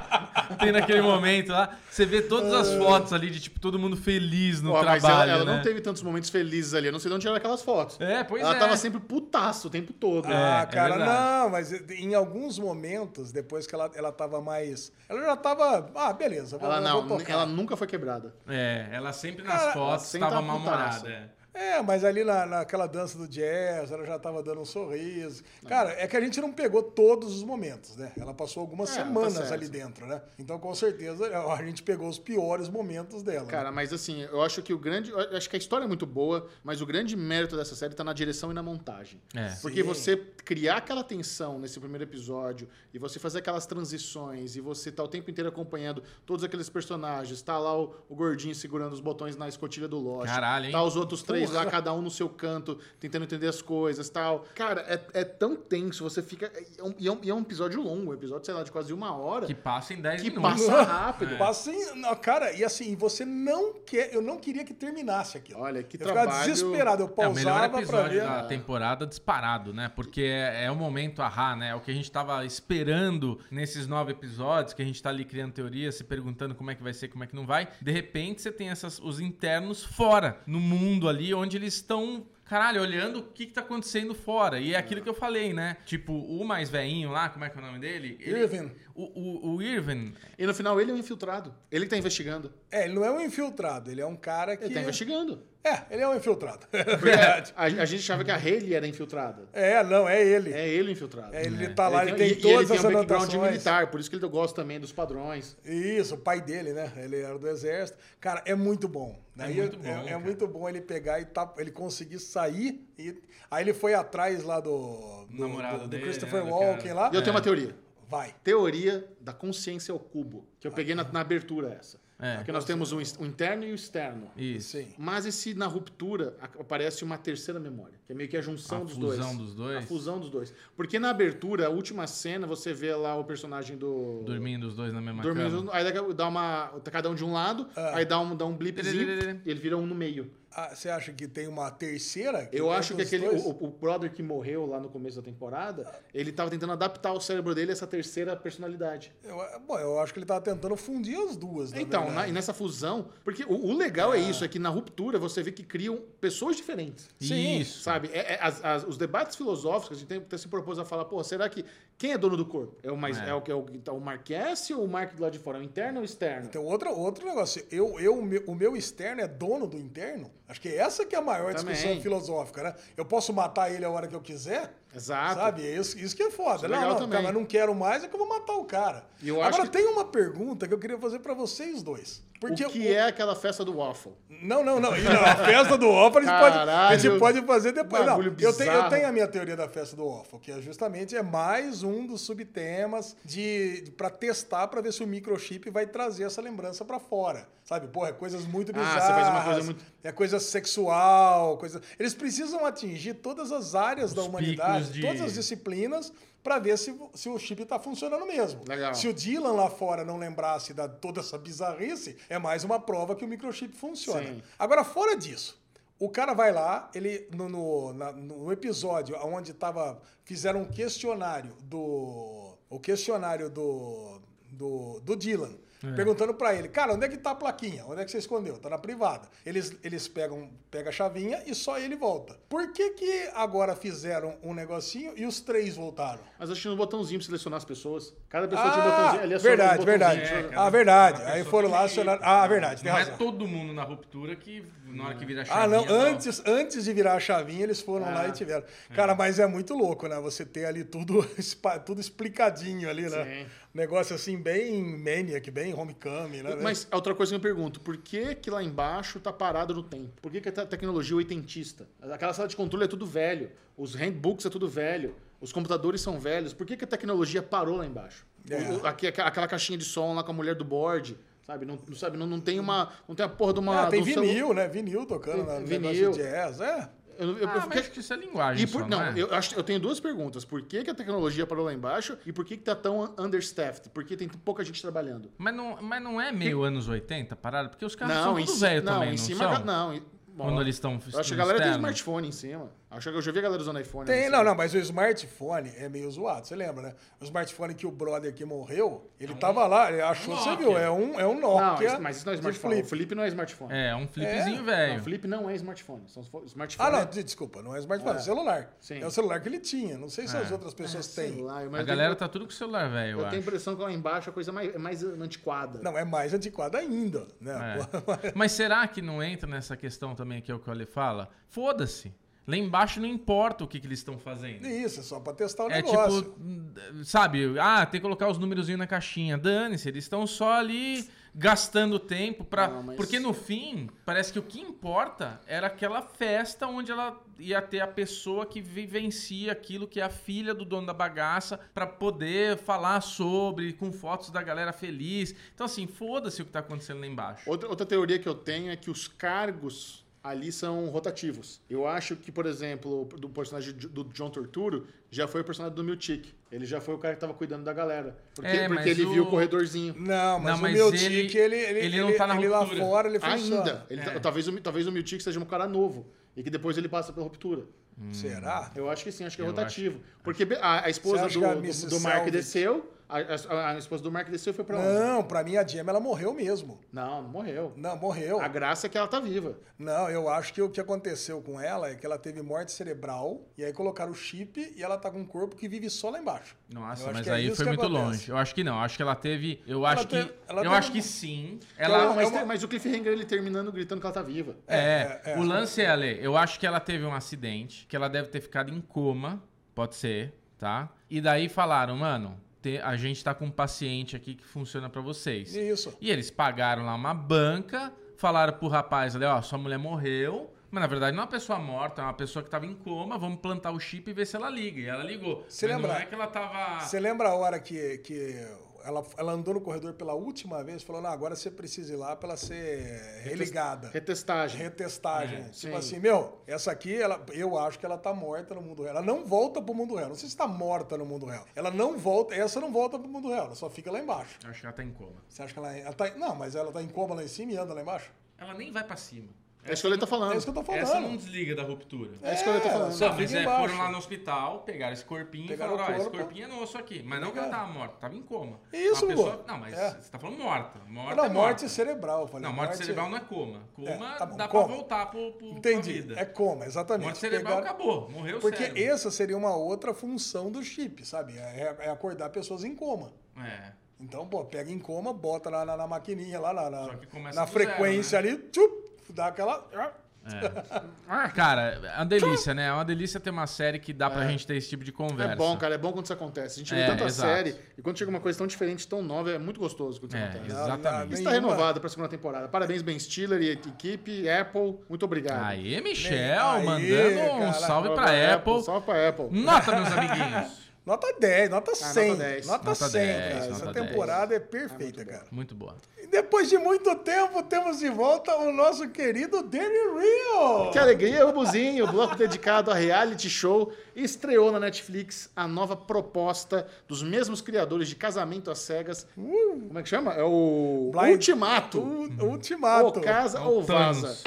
Speaker 2: Tem naquele momento lá, você vê todas as fotos ali de tipo todo mundo feliz no
Speaker 1: Ó, É.
Speaker 2: trabalho.
Speaker 1: mas ela, ela
Speaker 2: né?
Speaker 1: não teve tantos momentos felizes ali. Eu não sei de onde eram aquelas fotos.
Speaker 2: É, pois
Speaker 1: ela
Speaker 2: é.
Speaker 1: tava sempre putaço o tempo todo.
Speaker 4: Ah,
Speaker 2: é
Speaker 4: cara,
Speaker 2: verdade.
Speaker 4: não, mas em alguns momentos, depois que ela, ela tava mais. Ela já tava. Ah, beleza. vou-
Speaker 1: Ela
Speaker 4: eu
Speaker 1: não,
Speaker 4: vou tocar.
Speaker 1: ela nunca foi quebrada.
Speaker 2: É, ela sempre nas
Speaker 4: Cara,
Speaker 1: ela
Speaker 2: fotos
Speaker 1: sempre
Speaker 2: estava
Speaker 1: tá
Speaker 2: mal-humorada.
Speaker 1: putaça.
Speaker 2: é.
Speaker 4: É, mas ali na, naquela dança do jazz, ela já tava dando um sorriso. Cara, é que a gente não pegou todos os momentos, né? Ela passou algumas
Speaker 1: É, tá
Speaker 4: semanas
Speaker 1: certo.
Speaker 4: ali dentro, né? Então, com certeza, a gente pegou os piores momentos dela. né?
Speaker 1: Cara, mas assim, eu acho que o grande. Eu acho que a história é muito boa, mas o grande mérito dessa série tá na direção e na montagem.
Speaker 2: É.
Speaker 1: Porque você criar aquela tensão nesse primeiro episódio e você fazer aquelas transições e você tá o tempo inteiro acompanhando todos aqueles personagens. Tá lá o, o gordinho segurando os botões na escotilha do Lost.
Speaker 2: Caralho, hein?
Speaker 1: Tá os outros três lá, cada um no seu canto, tentando entender as coisas tal. Cara, é, é tão tenso, você fica. é um- E é, um, e é um episódio longo, um episódio, sei lá, de quase uma hora.
Speaker 2: Que passa em 10
Speaker 1: Que
Speaker 2: minutos.
Speaker 1: passa rápido.
Speaker 4: Passa em- não, cara, e assim, você não quer. Eu não queria que terminasse aquilo.
Speaker 1: Olha, que
Speaker 4: eu ficava
Speaker 1: trabalho-
Speaker 4: desesperado. Eu
Speaker 2: É o melhor
Speaker 4: pausava pra
Speaker 2: episódio
Speaker 4: ver.
Speaker 2: da temporada disparado, né? Porque é, é o momento ahá, né? É o que a gente tava esperando nesses nove episódios, que a gente tá ali criando teorias, se perguntando como é que vai ser, como é que não vai. De repente você tem essas, os internos fora, no mundo ali, onde eles estão. Caralho, olhando o que, que tá acontecendo fora. E é aquilo que eu falei, né? Tipo, o mais velhinho lá, como é que é o nome dele? Ele-
Speaker 4: Irvin.
Speaker 2: O, o, o Irvin,
Speaker 1: E no final ele é um infiltrado. Ele tá investigando.
Speaker 4: É, ele não é um infiltrado, ele é um cara que.
Speaker 1: Ele tá investigando.
Speaker 4: É, ele é um infiltrado.
Speaker 1: Verdade. A, a gente achava que a Haley era infiltrada.
Speaker 4: É, não, é ele.
Speaker 1: É ele o infiltrado.
Speaker 4: É, ele tá lá, ele tem
Speaker 1: e- e ele
Speaker 4: todas as
Speaker 1: tem um background
Speaker 4: anotações.
Speaker 1: militar, por isso que ele gosta também dos padrões.
Speaker 4: Isso, o pai dele, né? Ele era do exército. Cara, é muito bom. Daí é,
Speaker 2: muito bom, né,
Speaker 4: é
Speaker 2: cara.
Speaker 4: muito bom ele pegar e tá, ele conseguir sair. E, aí ele foi atrás lá do, do,
Speaker 2: Namorado
Speaker 4: do, do
Speaker 2: dele,
Speaker 4: Christopher
Speaker 2: né, do
Speaker 4: Walken
Speaker 2: cara.
Speaker 4: lá. É,
Speaker 1: E eu tenho uma teoria.
Speaker 4: Vai.
Speaker 1: Teoria da consciência ao cubo, que eu peguei na,
Speaker 4: Ah.
Speaker 1: na abertura essa.
Speaker 2: É.
Speaker 1: Porque nós temos o ins- o interno e o externo.
Speaker 2: isso.
Speaker 4: Sim.
Speaker 1: Mas e se na ruptura a- aparece uma terceira memória? Que é meio que a junção
Speaker 2: A
Speaker 1: dos dois.
Speaker 2: fusão dos dois?
Speaker 1: A fusão dos dois. Porque na abertura, a última cena, você vê lá o personagem do...
Speaker 2: Dormindo os dois na mesma
Speaker 1: Dormindo,
Speaker 2: cama.
Speaker 4: É.
Speaker 1: aí dá- dá uma. Tá cada um de um lado, aí dá um, dá um blipzinho
Speaker 2: Tiririririri.
Speaker 1: e ele vira um no meio.
Speaker 4: Ah, você acha que tem uma terceira?
Speaker 1: Eu
Speaker 4: tem
Speaker 1: acho que
Speaker 4: outros
Speaker 1: aquele,
Speaker 4: dois?
Speaker 1: o, o brother que morreu lá no começo da temporada, ele tava tentando adaptar o cérebro dele a essa terceira personalidade.
Speaker 4: Eu- é, bom, eu acho que ele tava tentando fundir as
Speaker 2: É
Speaker 4: duas, na
Speaker 1: Então, na-
Speaker 4: verdade.
Speaker 1: e nessa fusão, porque o, o
Speaker 2: Ah.
Speaker 1: legal é isso, é que na ruptura você vê que criam pessoas diferentes.
Speaker 4: Sim.
Speaker 2: Isso.
Speaker 1: Sabe? É- é- as- as- os debates filosóficos, a gente tem, até se propôs a falar, pô, será que quem é dono do corpo? É o mais
Speaker 2: É.
Speaker 1: é. o que é o, então, o Mark S ou o Mark do lado de fora? É o interno ou o externo?
Speaker 4: Então, outro, outro negócio. Eu, eu, o meu- o meu externo é dono do interno? Acho que essa que é a maior
Speaker 1: Também.
Speaker 4: discussão filosófica, né? Eu posso matar ele a hora que eu quiser?
Speaker 1: Exato.
Speaker 4: Sabe? Isso, isso que é
Speaker 1: Isso
Speaker 4: foda.
Speaker 1: é
Speaker 4: não,
Speaker 1: legal
Speaker 4: não,
Speaker 1: também.
Speaker 4: cara, eu não quero mais, é que eu vou matar o cara.
Speaker 1: E eu
Speaker 4: Agora,
Speaker 1: acho que-
Speaker 4: tem uma pergunta que eu queria fazer pra vocês dois. Porque
Speaker 1: o que é aquela festa do waffle?
Speaker 4: Não, não, não. E não, a festa do Waffle a gente pode- a gente
Speaker 1: Caralho, Um
Speaker 4: pode fazer depois. Não,
Speaker 1: bagulho
Speaker 4: eu, tenho, eu
Speaker 1: bizarro.
Speaker 4: tenho a minha teoria da festa do Waffle, que é justamente é mais um dos subtemas de, para testar para ver se o microchip vai trazer essa lembrança para fora. Sabe? Porra, é coisas muito
Speaker 1: Ah,
Speaker 4: bizarras.
Speaker 1: você faz uma coisa muito-
Speaker 4: É coisa sexual, coisa... Eles precisam atingir todas as áreas da humanidade,
Speaker 2: picos de-
Speaker 4: todas as disciplinas, para ver se, se o chip tá funcionando mesmo.
Speaker 1: Legal.
Speaker 4: Se o Dylan lá fora não lembrasse da toda essa bizarrice, é mais uma prova que o microchip funciona.
Speaker 1: Sim.
Speaker 4: Agora, fora disso, o cara vai lá, ele no, no, na- no episódio onde tava, fizeram um questionário do. O questionário do. do, do Dylan. Perguntando pra ele, cara, onde é que tá a plaquinha? Onde é que você escondeu? Tá na privada. Eles, eles pegam pega a chavinha e só ele volta. Por que que agora fizeram um negocinho e os três voltaram?
Speaker 1: Mas eu tinha um botãozinho pra selecionar as pessoas. Cada pessoa tinha um
Speaker 4: Ah,
Speaker 1: botãozinho. Ali aciona
Speaker 4: verdade,
Speaker 1: os
Speaker 4: verdade.
Speaker 1: botãozinhos.
Speaker 2: É, cara.
Speaker 4: ah, verdade.
Speaker 2: Uma
Speaker 4: Aí
Speaker 2: pessoa
Speaker 4: foram
Speaker 2: que-
Speaker 4: lá, acionaram. Ah, verdade, tem
Speaker 2: Não é
Speaker 4: razão.
Speaker 2: todo mundo na ruptura que, na hora que vira
Speaker 4: Ah,
Speaker 2: chavinha...
Speaker 4: não, antes, antes de virar a chavinha, eles foram lá
Speaker 1: Ah,
Speaker 4: e tiveram. Cara, mas é muito louco, né? Você ter ali tudo, espa- tudo explicadinho ali, né?
Speaker 1: Sim.
Speaker 4: Negócio assim, bem Maniac, bem Homecoming, né?
Speaker 1: Mas a outra coisa que eu pergunto, por que que lá embaixo tá parado no tempo? Por que que a te- tecnologia é oitentista? Aquela sala de controle é tudo velho, os handbooks é tudo velho, os computadores são velhos. Por que que a tecnologia parou lá embaixo?
Speaker 4: É.
Speaker 1: O- o- aqui- aqua- aquela caixinha de som lá com a mulher do board, sabe? Não, não sabe, não, não tem uma, não tem a porra de uma
Speaker 4: Ah, tem
Speaker 1: de um celu-
Speaker 4: vinil, né? Vinil
Speaker 1: Tem
Speaker 4: tocando na
Speaker 1: vinil.
Speaker 4: negócio de jazz, é.
Speaker 1: Eu, eu- eu
Speaker 2: Ah, mas
Speaker 1: fiquei-
Speaker 2: acho que isso é linguagem
Speaker 1: E por,
Speaker 2: só,
Speaker 1: não,
Speaker 2: é?
Speaker 1: eu, acho, eu tenho duas perguntas. Por que, que a tecnologia parou lá embaixo e por que, que tá tão understaffed? Por que tem pouca gente trabalhando?
Speaker 2: Mas, não, mas não é meio anos 80, parado? Porque os carros são
Speaker 1: em
Speaker 2: tudo
Speaker 1: ci-
Speaker 2: velho
Speaker 1: não,
Speaker 2: também,
Speaker 1: em
Speaker 2: não
Speaker 1: cima,
Speaker 2: são?
Speaker 1: ga- Não, em- bom,
Speaker 2: Quando eles estão
Speaker 1: Eu acho que a
Speaker 2: no
Speaker 1: galera tem
Speaker 2: externo.
Speaker 1: smartphone em cima. Acho que eu já vi a galera usando iPhone.
Speaker 4: Tem,
Speaker 1: né?
Speaker 4: não, não, mas o smartphone é meio zoado, você lembra, né? O smartphone que o brother que morreu, ele tava lá, ele achou, você viu, é um, é um
Speaker 1: é. Não,
Speaker 4: Nokia.
Speaker 1: isso- mas isso não é
Speaker 4: de
Speaker 1: smartphone. O
Speaker 4: flip.
Speaker 1: Flip não é smartphone.
Speaker 2: É, um flipzinho
Speaker 1: Não,
Speaker 2: velho.
Speaker 1: o Flip não é smartphone. São fo- smartphone.
Speaker 4: Ah, não,
Speaker 2: Né?
Speaker 1: é-
Speaker 4: de- desculpa, não é smartphone,
Speaker 1: É.
Speaker 4: é celular.
Speaker 1: Sim.
Speaker 4: É o celular que ele tinha. Não sei se
Speaker 2: É.
Speaker 4: as outras pessoas
Speaker 1: sei
Speaker 4: têm.
Speaker 1: lá, mas
Speaker 2: A
Speaker 1: eu
Speaker 2: galera
Speaker 1: tenho,
Speaker 2: tá tudo com o celular velho, eu
Speaker 1: Eu tenho a
Speaker 2: acho.
Speaker 1: impressão que lá embaixo a coisa é mais, é mais antiquada.
Speaker 4: Não, é mais antiquado ainda, né?
Speaker 2: É. Mas será que não entra nessa questão também que é o que o Ale fala? Foda-se. Lá embaixo não importa o que, que eles estão fazendo.
Speaker 4: Isso, é só pra testar o
Speaker 2: É
Speaker 4: negócio.
Speaker 2: tipo, hum, sabe, ah, tem que colocar os númerozinhos na caixinha. Dane-se, eles estão só ali gastando tempo pra.
Speaker 1: Não, mas-
Speaker 2: Porque no fim, parece que o que importa era aquela festa onde ela ia ter a pessoa que vivencia aquilo que é a filha do dono da bagaça pra poder falar sobre, com fotos da galera feliz. Então, assim, foda-se o que tá acontecendo lá embaixo.
Speaker 1: Outra, outra teoria que eu tenho é que os cargos ali são rotativos. Eu acho que, por exemplo, do personagem de- do John Torturo já foi o personagem do Miltic. Ele já foi o cara que tava cuidando da galera. Porque,
Speaker 2: É,
Speaker 1: porque
Speaker 2: mas
Speaker 1: ele
Speaker 2: o-
Speaker 1: viu o corredorzinho.
Speaker 4: Não, mas,
Speaker 2: Não, mas
Speaker 4: o meu
Speaker 2: ele-
Speaker 4: tique, ele, ele,
Speaker 2: ele não tá na
Speaker 4: ele lá
Speaker 2: ruptura.
Speaker 4: fora, ele funciona.
Speaker 1: Ainda. Ele tá- talvez, o, talvez o Miltic seja um cara novo. E que depois ele passa pela ruptura.
Speaker 2: Hum.
Speaker 4: Será?
Speaker 1: Eu acho que sim, acho que é
Speaker 2: Eu
Speaker 1: rotativo. Porque be- a, a esposa
Speaker 4: acha
Speaker 1: do,
Speaker 4: que é a
Speaker 1: do-
Speaker 4: Mrs.
Speaker 1: do Mark
Speaker 4: Salvage-
Speaker 1: desceu. A, a- a esposa do Mark desceu e foi pra onde?
Speaker 4: Não, pra mim a Gemma, ela morreu mesmo.
Speaker 1: Não, morreu.
Speaker 4: Não, morreu.
Speaker 1: A graça é que ela tá viva.
Speaker 4: Não, eu acho que o que aconteceu com ela é que ela teve morte cerebral e aí colocaram o chip e ela tá com um corpo que vive só lá embaixo. Eu
Speaker 2: Nossa,
Speaker 4: acho
Speaker 2: mas
Speaker 4: que é
Speaker 2: aí
Speaker 4: isso
Speaker 2: foi
Speaker 4: que
Speaker 2: muito
Speaker 4: acontece.
Speaker 2: longe. Eu acho que não. Acho que ela teve. Eu acho que.
Speaker 4: teve- ela
Speaker 2: eu
Speaker 4: teve
Speaker 2: acho
Speaker 4: um-
Speaker 2: que sim.
Speaker 4: Ela-
Speaker 2: Ela.
Speaker 1: Não, mas,
Speaker 4: é uma-
Speaker 1: tem- mas o cliffhanger ele terminando gritando que ela tá viva.
Speaker 2: É,
Speaker 4: É, é,
Speaker 2: o
Speaker 4: é.
Speaker 2: lance é, Ale, eu acho que ela teve um acidente, que ela deve ter ficado em coma, pode ser, tá? E daí falaram, mano, te- a gente tá com um paciente aqui que funciona pra vocês.
Speaker 4: Isso.
Speaker 2: E eles pagaram lá uma banca, falaram pro rapaz ali, ó, sua mulher morreu, mas na verdade não é uma pessoa morta, é uma pessoa que tava em coma, vamos plantar o chip e ver se ela liga. E ela ligou.
Speaker 4: Se
Speaker 2: Mas
Speaker 4: lembrar-
Speaker 2: Não é que ela tava...
Speaker 4: Você lembra a hora que, que ela, ela andou no corredor pela última vez? Falou, não, agora você precisa ir lá pra ela ser religada.
Speaker 1: Retestagem.
Speaker 4: Retestagem. tipo
Speaker 1: sim.
Speaker 4: assim, meu, essa aqui, ela, eu acho que ela tá morta no mundo real. Ela não volta pro mundo real. Não sei se tá morta no mundo real. Ela não volta, essa não volta pro mundo real, ela só fica lá embaixo.
Speaker 2: Eu acho que ela tá em coma.
Speaker 4: é, Você acha que ela, ela tá. Não, mas ela tá em coma lá em cima e anda lá embaixo?
Speaker 2: Ela nem vai pra cima.
Speaker 1: É isso que ele tá
Speaker 4: É
Speaker 1: falando.
Speaker 4: isso que eu tô
Speaker 2: Essa não
Speaker 4: falando.
Speaker 2: desliga da ruptura.
Speaker 1: É isso que eu tô falando.
Speaker 4: só
Speaker 2: Não, mas
Speaker 4: fica
Speaker 2: é,
Speaker 4: embaixo.
Speaker 2: foram lá no hospital, pegaram esse corpinho
Speaker 4: Pegaram
Speaker 2: e falaram,
Speaker 4: o
Speaker 2: ó, esse
Speaker 4: corpo.
Speaker 2: corpinho é nosso aqui. Mas não que ela
Speaker 4: Pegaram.
Speaker 2: tava morta, tava em coma.
Speaker 4: Isso,
Speaker 2: Uma pessoa...
Speaker 4: Gugu.
Speaker 2: Não, mas
Speaker 4: É.
Speaker 2: você tá falando morta. Morta
Speaker 4: Não,
Speaker 2: é
Speaker 4: morte
Speaker 2: morta.
Speaker 4: cerebral. eu Falei,
Speaker 2: Não, morte, cerebral não é coma. Coma
Speaker 4: É, tá bom,
Speaker 2: dá
Speaker 4: coma.
Speaker 2: pra voltar pro, pro, pra
Speaker 4: Entendi.
Speaker 2: vida.
Speaker 4: É coma, exatamente.
Speaker 2: morte cerebral
Speaker 4: Pegaram-
Speaker 2: acabou, morreu o
Speaker 4: Porque
Speaker 2: cérebro.
Speaker 4: essa seria uma outra função do chip, sabe? É, é acordar pessoas em coma.
Speaker 2: É.
Speaker 4: Então, pô, pega em coma, bota lá na, na maquininha, lá na, na,
Speaker 2: Só que começa
Speaker 4: na
Speaker 2: do né?
Speaker 4: frequência ali, tchup, dá aquela. ah,
Speaker 2: É. Cara, é uma delícia, né? É uma delícia ter uma série que dá
Speaker 4: É.
Speaker 2: pra gente ter esse tipo de conversa.
Speaker 1: É bom, cara, é bom quando isso acontece. A gente vê
Speaker 2: É,
Speaker 1: tanta
Speaker 2: exato.
Speaker 1: série e quando chega uma coisa tão diferente, tão nova, é muito gostoso quando isso
Speaker 2: É,
Speaker 1: acontece.
Speaker 2: exato. Exatamente.
Speaker 1: Está
Speaker 4: nenhuma-
Speaker 1: renovada para a segunda temporada. Parabéns, Ben Stiller e equipe, Apple. Muito obrigado.
Speaker 2: Aê,
Speaker 4: Aê,
Speaker 2: Michel, mandando um
Speaker 4: cara.
Speaker 2: salve pra
Speaker 1: Salve
Speaker 2: Apple.
Speaker 1: Salve pra Apple.
Speaker 2: Nota, meus amiguinhos.
Speaker 4: Nota 10, nota
Speaker 1: Ah,
Speaker 4: 100.
Speaker 1: nota 10.
Speaker 4: Nota
Speaker 2: Nota
Speaker 4: 100,
Speaker 2: 10,
Speaker 4: cara.
Speaker 2: nota
Speaker 4: Essa
Speaker 2: 10.
Speaker 4: temporada é perfeita, cara.
Speaker 2: Muito boa.
Speaker 4: E depois de muito tempo, temos de volta o nosso querido Danny Rio.
Speaker 1: Que alegria, Ubuzinho, o bloco dedicado a reality show, estreou na Netflix a nova proposta dos mesmos criadores de Casamento às Cegas. Como é que chama? É o
Speaker 4: Uh. Blind-
Speaker 1: Ultimato.
Speaker 4: O
Speaker 1: Ou
Speaker 4: ultimato.
Speaker 1: casa
Speaker 2: É o
Speaker 1: ou
Speaker 2: Thanos.
Speaker 1: vaza.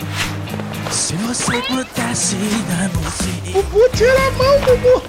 Speaker 6: Se você pudesse dar no fim.
Speaker 4: Bubu, tira a mão, Bubu.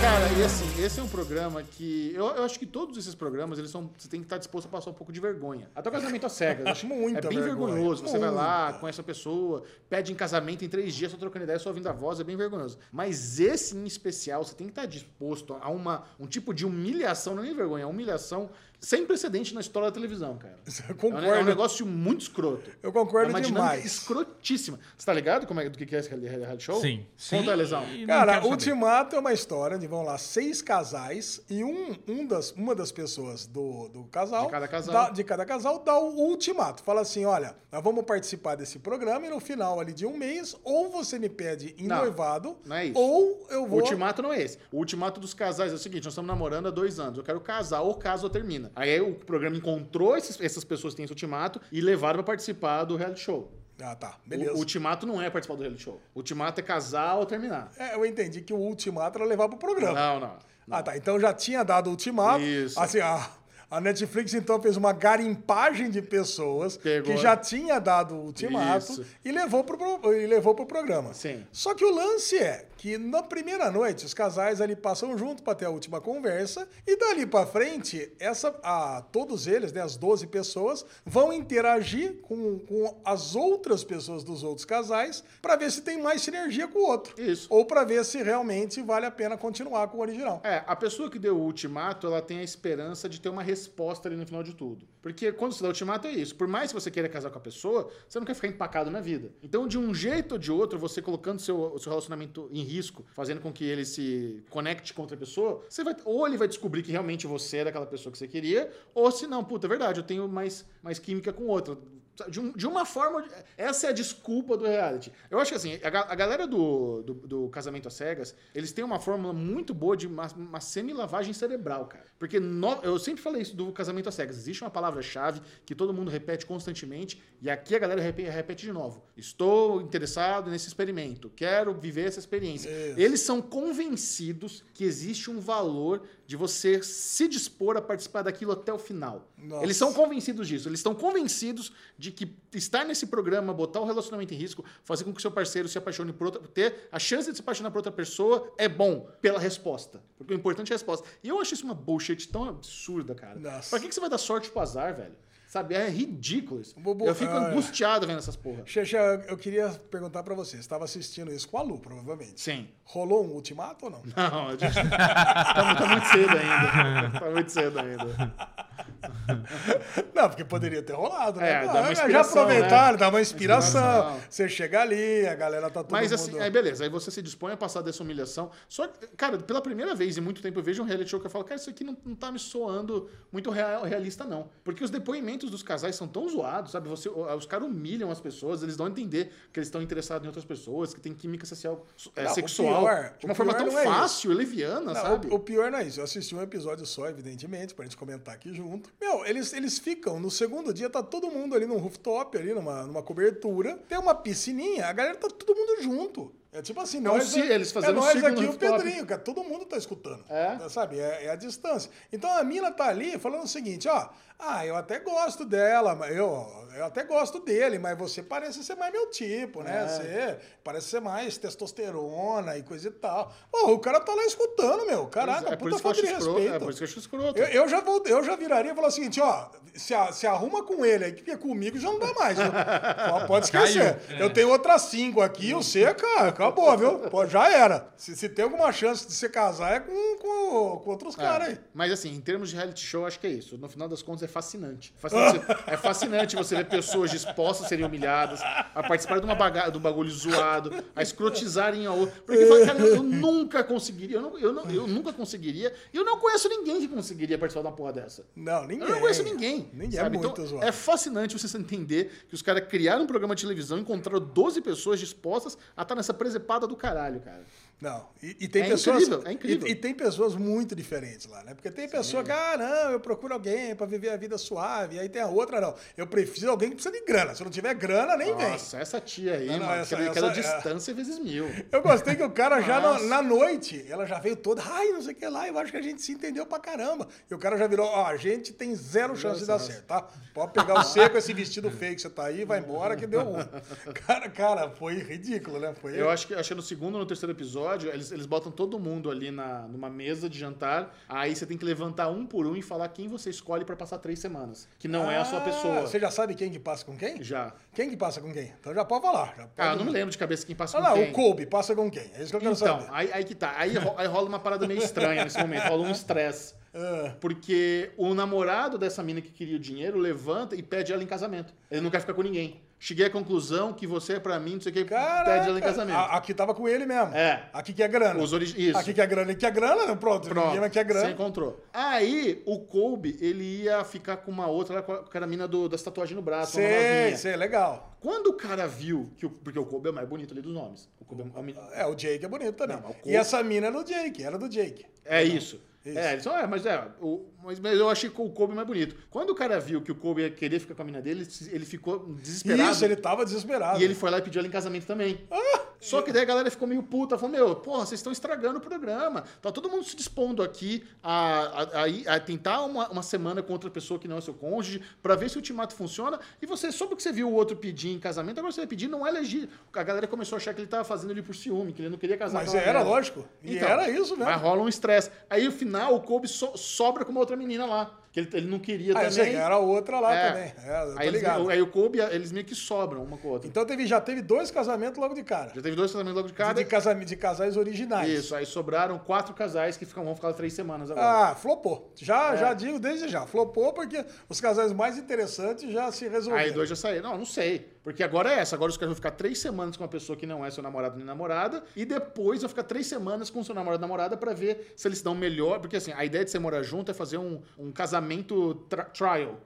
Speaker 1: Cara, e assim, esse é um programa que. Eu, eu acho que todos esses programas, eles são. Você tem que estar disposto a passar um pouco de vergonha. Até o casamento às cegas. eu Acho
Speaker 4: Muita
Speaker 1: É bem
Speaker 4: vergonha.
Speaker 1: vergonhoso. Você vai lá,
Speaker 4: Muita.
Speaker 1: conhece a pessoa, pede em casamento em três dias, só trocando ideia, só ouvindo a voz, é bem vergonhoso. Mas esse em especial, você tem que estar disposto a uma, um tipo de humilhação, não é nem vergonha, é humilhação sem precedente na história da televisão, cara. É
Speaker 4: Eu
Speaker 1: um, é um
Speaker 4: concordo.
Speaker 1: negócio muito escroto.
Speaker 4: Eu concordo
Speaker 1: é uma
Speaker 4: demais.
Speaker 1: dinâmica escrotíssima. Você tá ligado como é, do que que é esse reality show?
Speaker 2: Sim.
Speaker 1: Conta a lesão.
Speaker 2: E não
Speaker 4: Cara,
Speaker 2: quero saber.
Speaker 4: Ultimato é uma história onde vão lá seis casais e um, um das, uma das pessoas do, do casal.
Speaker 1: De cada casal.
Speaker 4: dá- de cada casal dá o ultimato. Fala assim: olha, nós vamos participar desse programa e no final ali de um mês, ou você me pede em
Speaker 1: Não,
Speaker 4: noivado,
Speaker 1: não é isso.
Speaker 4: ou eu
Speaker 1: O
Speaker 4: vou.
Speaker 1: ultimato não é esse. O ultimato dos casais é o seguinte: nós estamos namorando há dois anos. Eu quero casar, ou caso ou termina. Aí o programa encontrou esses- essas pessoas que têm esse ultimato e levaram pra participar do reality show.
Speaker 4: Ah, tá. Beleza.
Speaker 1: O, o ultimato não é participar do reality show. O ultimato é casar ou terminar.
Speaker 4: É, eu entendi que o ultimato era levar pro programa.
Speaker 1: Não, não. não.
Speaker 4: Ah, tá. Então já tinha dado o ultimato.
Speaker 1: Isso.
Speaker 4: Assim, a, a Netflix então fez uma garimpagem de pessoas
Speaker 1: Pegou.
Speaker 4: que já tinha dado o ultimato
Speaker 1: Isso.
Speaker 4: e levou, pro, pro- e levou pro programa.
Speaker 1: Sim.
Speaker 4: Só que o lance é que na primeira noite os casais ali passam junto pra ter a última conversa e dali pra frente essa a todos eles, né, as 12 pessoas vão interagir com, com as outras pessoas dos outros casais pra ver se tem mais sinergia com o outro.
Speaker 1: Isso.
Speaker 4: Ou pra ver se realmente vale a pena continuar com o original.
Speaker 1: É, a pessoa que deu o ultimato, ela tem a esperança de ter uma resposta ali no final de tudo. Porque quando você dá ultimato é isso. Por mais que você queira casar com a pessoa, você não quer ficar empacado na vida. Então, de um jeito ou de outro, você colocando seu, o seu relacionamento em risco, fazendo com que ele se conecte com outra pessoa, você vai. Ou ele vai descobrir que realmente você era aquela pessoa que você queria, ou se não, puta, é verdade, eu tenho mais, mais química com outra. De, um- de uma forma. Essa é a desculpa do reality. Eu acho que assim, a, ga- a galera do, do, do Casamento às Cegas, eles têm uma fórmula muito boa de uma, uma semi-lavagem cerebral, cara. Porque no- eu sempre falei isso do Casamento às Cegas. Existe uma palavra-chave que todo mundo repete constantemente, e aqui a galera repe- repete, de novo. Estou interessado nesse experimento, quero viver essa experiência. Eles são convencidos que existe um valor de você se dispor a participar daquilo até o final.
Speaker 4: Nossa.
Speaker 1: Eles são convencidos disso. Eles estão convencidos de que estar nesse programa, botar o relacionamento em risco, fazer com que seu parceiro se apaixone por outra, ter a chance de se apaixonar por outra pessoa é bom pela resposta. Porque o importante é a resposta. E eu acho isso uma bullshit tão absurda, cara.
Speaker 4: Nossa.
Speaker 1: Pra que, que você vai dar sorte pro azar, velho? Sabe, é ridículo isso.
Speaker 4: Bobo-
Speaker 1: eu fico
Speaker 4: ah, é.
Speaker 1: angustiado vendo essas porra.
Speaker 4: Xexé, eu queria perguntar pra você. Você estava assistindo isso com a Lu, provavelmente.
Speaker 1: Sim.
Speaker 4: Rolou um ultimato ou não?
Speaker 1: Não, a gente... tá, tá muito cedo ainda. Tá muito cedo ainda.
Speaker 4: Não, porque poderia ter rolado, né?
Speaker 1: É,
Speaker 4: Pô,
Speaker 1: dá uma
Speaker 4: já
Speaker 1: inspiração,
Speaker 4: aproveitaram,
Speaker 1: né?
Speaker 4: dá uma inspiração.
Speaker 1: Inspiração.
Speaker 4: Você chega ali, a galera tá todo
Speaker 1: Mas
Speaker 4: mundo...
Speaker 1: assim, aí beleza, aí você se dispõe a passar dessa humilhação. Só que, cara, pela primeira vez em muito tempo eu vejo um reality show que eu falo, cara, isso aqui não, não tá me soando muito real- realista, não. Porque os depoimentos dos casais são tão zoados, sabe? Você, os caras humilham as pessoas, eles dão a entender que eles estão interessados em outras pessoas, que tem química social, é,
Speaker 4: Não, o
Speaker 1: sexual.
Speaker 4: pior-
Speaker 1: de uma
Speaker 4: o
Speaker 1: forma
Speaker 4: pior
Speaker 1: tão
Speaker 4: não é isso.
Speaker 1: fácil, leviana,
Speaker 4: Não,
Speaker 1: sabe?
Speaker 4: o, o pior não é isso. Eu assisti um episódio só, evidentemente, pra gente comentar aqui junto. Meu, eles, eles ficam. No segundo dia, tá todo mundo ali num rooftop, ali numa, numa cobertura. Tem uma piscininha, a galera tá todo mundo junto. É tipo assim,
Speaker 1: É um
Speaker 4: nós,
Speaker 1: ci- eles fazendo
Speaker 4: é
Speaker 1: um
Speaker 4: nós
Speaker 1: ciclo no
Speaker 4: aqui o
Speaker 1: rooftop.
Speaker 4: Pedrinho, cara, todo mundo tá escutando.
Speaker 1: É?
Speaker 4: Sabe, é, é a distância. Então a mina tá ali falando o seguinte, ó, ah, eu até gosto dela, mas eu, eu até gosto dele, mas você parece ser mais meu tipo, né? Você parece ser mais testosterona e coisa e tal. Pô, o cara tá lá escutando, meu. Caraca,
Speaker 1: é por
Speaker 4: puta
Speaker 1: isso que eu
Speaker 4: falta
Speaker 1: acho
Speaker 4: de
Speaker 1: escroto.
Speaker 4: respeito.
Speaker 1: É por isso que eu acho escroto.
Speaker 4: Eu, eu já vou, eu já viraria e falar o seguinte, ó, se, a- se arruma com ele aí, porque comigo já não dá mais. viu? Ó, Pode esquecer. Eu tenho outras cinco aqui, eu sei,
Speaker 1: Uhum.
Speaker 4: cara, acabou, viu? Pô, já era. Se, se tem alguma chance de você casar, é com, com, com outros caras aí.
Speaker 1: Mas assim, em termos de reality show, acho que é isso. No final das contas, é fascinante. Fascinante você- é fascinante você ver pessoas dispostas a serem humilhadas, a participarem de, uma baga- de um bagulho zoado, a escrotizarem a outra. Porque fala, cara, eu nunca conseguiria, eu, não- eu não- eu nunca conseguiria, e eu não conheço ninguém que conseguiria participar de uma porra dessa.
Speaker 4: Não, ninguém.
Speaker 1: Eu não conheço ninguém.
Speaker 4: É, Ninguém
Speaker 1: sabe?
Speaker 4: é muito
Speaker 1: então,
Speaker 4: zoado.
Speaker 1: É fascinante você entender que os caras criaram um programa de televisão e encontraram 12 pessoas dispostas a estar nessa presepada do caralho, cara.
Speaker 4: Não. E, e tem
Speaker 1: É
Speaker 4: pessoas.
Speaker 1: incrível, é incrível.
Speaker 4: E, e tem pessoas muito diferentes lá, né? Porque tem pessoa que, ah, não, eu procuro alguém pra viver a vida suave. E aí tem a outra, não. Eu prefiro alguém que precisa de grana. Se não tiver grana, nem vem.
Speaker 1: Nossa, essa tia aí,
Speaker 4: Não, não,
Speaker 1: mano,
Speaker 4: essa-
Speaker 1: aquela, aquela
Speaker 4: essa- é
Speaker 1: distância vezes mil.
Speaker 4: Eu gostei que o cara já na,
Speaker 1: Nossa.
Speaker 4: na noite, ela já veio toda, ai, não sei o que lá, eu acho que a gente se entendeu pra caramba. E o cara já virou, ó, a gente tem zero chance de dar certo, tá? Pode pegar o seco, esse vestido feio que você tá aí, vai embora que deu um. Cara, cara, foi ridículo, né? Foi...
Speaker 1: Eu acho que, acho que no segundo ou no terceiro episódio, eles, eles botam todo mundo ali na, numa mesa de jantar. Aí você tem que levantar um por um e falar quem você escolhe pra passar três semanas. Que não é a sua
Speaker 4: Ah,
Speaker 1: pessoa.
Speaker 4: Você já sabe quem que passa com quem?
Speaker 1: Já.
Speaker 4: Quem que passa com quem? Então já pode falar. Já pode...
Speaker 1: Ah, eu não me lembro de cabeça quem passa
Speaker 4: Ah,
Speaker 1: com
Speaker 4: lá,
Speaker 1: quem.
Speaker 4: o Kobe passa com quem? É isso que eu quero
Speaker 1: Então,
Speaker 4: saber.
Speaker 1: aí, aí que tá. Aí, ro- aí rola uma parada meio estranha nesse momento. Rola um estresse.
Speaker 4: Ah.
Speaker 1: Porque o namorado dessa mina que queria o dinheiro levanta e pede ela em casamento. Ele não quer ficar com ninguém. Cheguei à conclusão que você é pra mim, não sei o que,
Speaker 4: Caraca,
Speaker 1: pede ela em casamento.
Speaker 4: a- aqui tava com ele mesmo.
Speaker 1: É.
Speaker 4: Aqui que é grana.
Speaker 1: Os origi- isso.
Speaker 4: Aqui que é grana, aqui que é grana, pronto. Ninguém mais quer grana.
Speaker 1: Você encontrou. Aí, o Kobe, ele ia ficar com uma outra, com a- com a mina do, das tatuagens no braço, uma
Speaker 4: Sei,
Speaker 1: novinha.
Speaker 4: sei, é legal.
Speaker 1: Quando o cara viu, que o, porque o Kobe é o mais bonito ali dos nomes. O Kobe é, o men-
Speaker 4: É, o Jake é bonito também.
Speaker 1: Não, mas o
Speaker 4: e
Speaker 1: corpo-
Speaker 4: essa mina era do Jake, era do Jake.
Speaker 1: é isso.
Speaker 4: isso.
Speaker 1: É, eles falam, é, mas é, o- mas, mas eu achei que o Kobe é mais bonito. Quando o cara viu que o Kobe ia querer ficar com a mina dele, ele se- ele ficou desesperado.
Speaker 4: Isso, ele tava desesperado.
Speaker 1: E ele foi lá e pediu ela em casamento também.
Speaker 4: Ah,
Speaker 1: Só que daí a galera ficou meio puta, falou, meu, porra, vocês estão estragando o programa. Tá todo mundo se dispondo aqui a, a- a ir- a tentar uma, uma semana com outra pessoa que não é seu cônjuge, pra ver se o ultimato funciona. E você soube que você viu o outro pedir em casamento, agora você vai pedir, não é legítimo. A galera começou a achar que ele tava fazendo ele por ciúme, que ele não queria casar.
Speaker 4: Mas
Speaker 1: com ela. Então,
Speaker 4: era lógico. E era isso mesmo.
Speaker 1: Mas rola um estresse. Aí, no final, o Kobe so- sobra com uma outra menina lá, que ele, ele não queria
Speaker 4: Ah, eu sei,
Speaker 1: também.
Speaker 4: era outra lá
Speaker 1: É.
Speaker 4: também. É, eu tô
Speaker 1: aí, eles-
Speaker 4: ligado.
Speaker 1: aí o Kobe, eles meio que sobram uma com a outra.
Speaker 4: Então teve, já teve dois casamentos logo de cara.
Speaker 1: Já teve dois casamentos logo de
Speaker 4: De,
Speaker 1: cada.
Speaker 4: de casa- de casais originais.
Speaker 1: Isso, aí sobraram quatro casais que ficam, vão ficar três semanas agora.
Speaker 4: Ah, flopou. Já,
Speaker 1: É.
Speaker 4: já digo desde já. Flopou porque os casais mais interessantes já se resolveram.
Speaker 1: aí dois já saíram. Não, não sei. Porque agora é essa. Agora os caras vão ficar três semanas com uma pessoa que não é seu namorado nem namorada. E depois vão ficar três semanas com seu namorado e namorada pra ver se eles se dão melhor. Porque assim, a ideia de você morar junto é fazer um, um casamento tra- trial.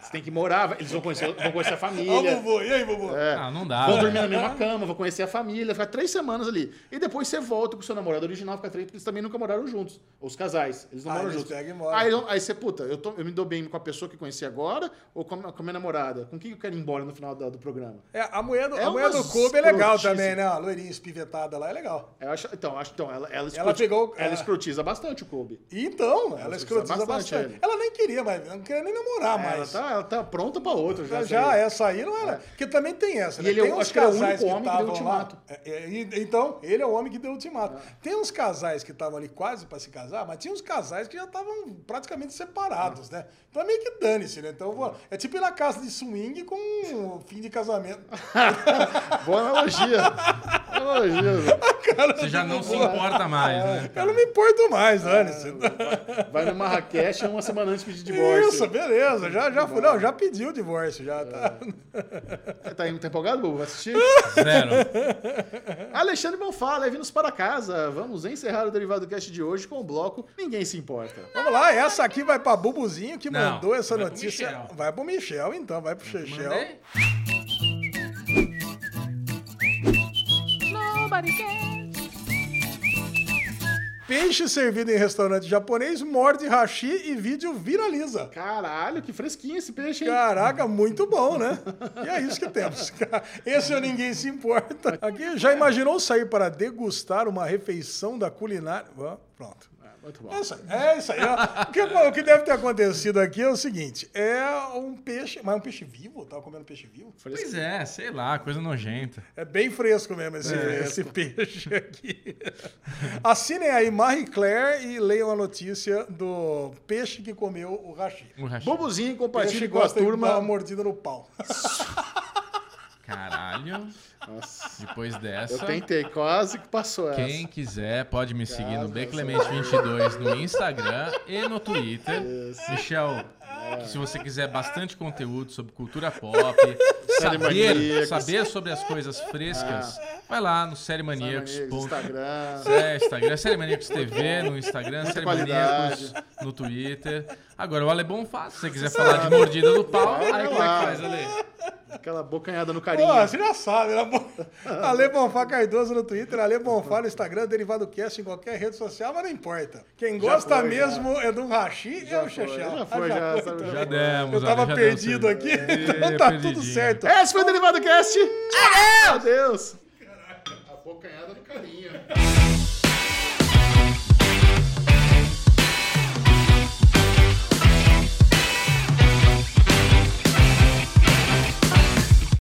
Speaker 1: Você tem que morar, vai- eles vão conhecer, vão conhecer a
Speaker 4: Ó,
Speaker 1: família. É.
Speaker 4: vovô, e aí, vovô?
Speaker 2: Ah, não dá.
Speaker 1: Vão
Speaker 2: velho.
Speaker 1: dormir na mesma cama, vão conhecer a família, ficar três semanas ali. E depois você volta com o seu namorado original, fica três, porque eles também nunca moraram juntos. Os casais, eles não
Speaker 4: Ah,
Speaker 1: moram
Speaker 4: eles
Speaker 1: juntos.
Speaker 4: pegam e moram.
Speaker 1: Aí, eu- aí você, puta, eu, tô- eu me dou bem com a pessoa que eu conheci agora ou com a, com a minha namorada? Com quem eu quero ir embora no final da- do programa?
Speaker 4: É, a mulher do,
Speaker 1: É
Speaker 4: a mulher
Speaker 1: umas
Speaker 4: do Kobe é legal
Speaker 1: escrotices.
Speaker 4: também, né? A loirinha espivetada lá é legal.
Speaker 1: Eu acho, então, acho, então ela, ela,
Speaker 4: Ela pegou- é.
Speaker 1: ela
Speaker 4: ela-
Speaker 1: escrotiza bastante o Kobe.
Speaker 4: E então, ela escrotiza
Speaker 1: bastante
Speaker 4: bastante.
Speaker 1: ele.
Speaker 4: Ela nem queria, mas não queria nem namorar
Speaker 1: Ela
Speaker 4: mais.
Speaker 1: tá, ela tá pronta pra outra já.
Speaker 4: Já, é
Speaker 1: isso aí. É.
Speaker 4: essa aí não era. Porque também tem essa,
Speaker 1: E
Speaker 4: né?
Speaker 1: ele é
Speaker 4: tem
Speaker 1: o-
Speaker 4: uns
Speaker 1: acho que era o
Speaker 4: casais
Speaker 1: único homem que deu
Speaker 4: estavam lá-
Speaker 1: ultimato.
Speaker 4: É, é, e- então, ele é o homem que deu ultimato. Tem uns casais que estavam ali quase pra se casar, mas tinha uns casais que já estavam praticamente separados, né? Então é meio que dane-se, né? Então, eu vou- é tipo ir na casa de swing com o fim de casamento.
Speaker 1: Boa analogia. analogia. velho.
Speaker 2: Você já não se importa mais, né?
Speaker 4: Eu não me importo mais,
Speaker 1: É,
Speaker 4: dane-se.
Speaker 1: Vai no Marrakech é uma semana antes de pedir divórcio.
Speaker 4: Isso, beleza. Já, já, fui, não, já pedi o divórcio, já tá.
Speaker 1: Tá, tá empolgado, Bobo? Vai assistir?
Speaker 2: Zero.
Speaker 1: Alexandre Bonfá, leve-nos para casa. Vamos encerrar o Derivado Cast de hoje com o bloco Ninguém Se Importa.
Speaker 4: Vamos lá, essa aqui vai pra Bubuzinho que
Speaker 2: Não,
Speaker 4: mandou essa
Speaker 2: vai pro
Speaker 4: notícia.
Speaker 2: Michel.
Speaker 4: vai pro Michel, então, vai pro Chechel.
Speaker 2: Mandei?
Speaker 3: Nobody cares.
Speaker 4: Peixe servido em restaurante japonês, morde hashi e vídeo viraliza.
Speaker 1: Caralho, que fresquinho esse peixe, hein?
Speaker 4: Caraca, muito bom, né? E é isso que temos. Esse é o Ninguém Se Importa. Aqui, já imaginou sair para degustar uma refeição da culinária? Ó, Pronto.
Speaker 1: Muito bom.
Speaker 4: É isso aí. É isso aí. ó. O que, o que deve ter acontecido aqui é o seguinte: é um peixe, mas é um peixe vivo? Eu tava comendo peixe vivo?
Speaker 2: Pois é, sei lá, coisa nojenta.
Speaker 4: É bem fresco mesmo esse,
Speaker 1: É.
Speaker 4: esse peixe aqui. Assinem aí Marie Claire e leiam a notícia do peixe que comeu o hashi.
Speaker 2: O hashi.
Speaker 1: Bobozinho,
Speaker 4: Peixe
Speaker 1: compartilhe com a
Speaker 4: gosta de dar uma
Speaker 1: turma.
Speaker 4: mordida no pau.
Speaker 2: Caralho.
Speaker 1: Nossa,
Speaker 2: Depois
Speaker 1: eu
Speaker 2: dessa.
Speaker 1: tentei, quase que passou essa.
Speaker 2: Quem quiser pode me seguir no Beclemente22 no Instagram e no Twitter. Michel, que
Speaker 1: É.
Speaker 2: se você quiser bastante conteúdo sobre cultura pop,
Speaker 1: Série
Speaker 2: saber,
Speaker 1: Maníacos. É.
Speaker 2: saber sobre as coisas frescas, vai lá no Série Maníacos.
Speaker 1: Maníacos,
Speaker 2: ponto-
Speaker 1: Instagram.
Speaker 2: É, Instagram, Série Maníacos TV no Instagram, Série
Speaker 1: qualidade.
Speaker 2: Maníacos no Twitter. Agora, o Ale Bonfá, se você quiser falar de mordida do pau,
Speaker 1: Vai
Speaker 2: aí como é
Speaker 1: lá.
Speaker 2: que faz, Ale?
Speaker 1: Aquela bocanhada no
Speaker 4: Pô,
Speaker 1: carinho.
Speaker 4: você já sabe, né? Ale Bonfá Cardoso no Twitter, Ale Bonfá no Instagram, Derivado Cast em qualquer rede social, mas não importa. Quem
Speaker 1: Já
Speaker 4: gosta
Speaker 1: foi, já.
Speaker 4: mesmo é do Rashi e é o
Speaker 1: foi,
Speaker 4: Xexel.
Speaker 1: já foi,
Speaker 4: Ah,
Speaker 1: já,
Speaker 4: foi,
Speaker 1: sabe?
Speaker 4: então.
Speaker 2: Já demos,
Speaker 4: Eu
Speaker 2: Ale,
Speaker 4: tava
Speaker 2: já deu
Speaker 4: perdido
Speaker 2: certo.
Speaker 4: aqui,
Speaker 2: É,
Speaker 4: então tá tudo
Speaker 2: perdidinho.
Speaker 4: certo.
Speaker 1: Esse foi o Derivado Cast. Adeus! Meu Deus! Caraca, a bocanhada no carinho.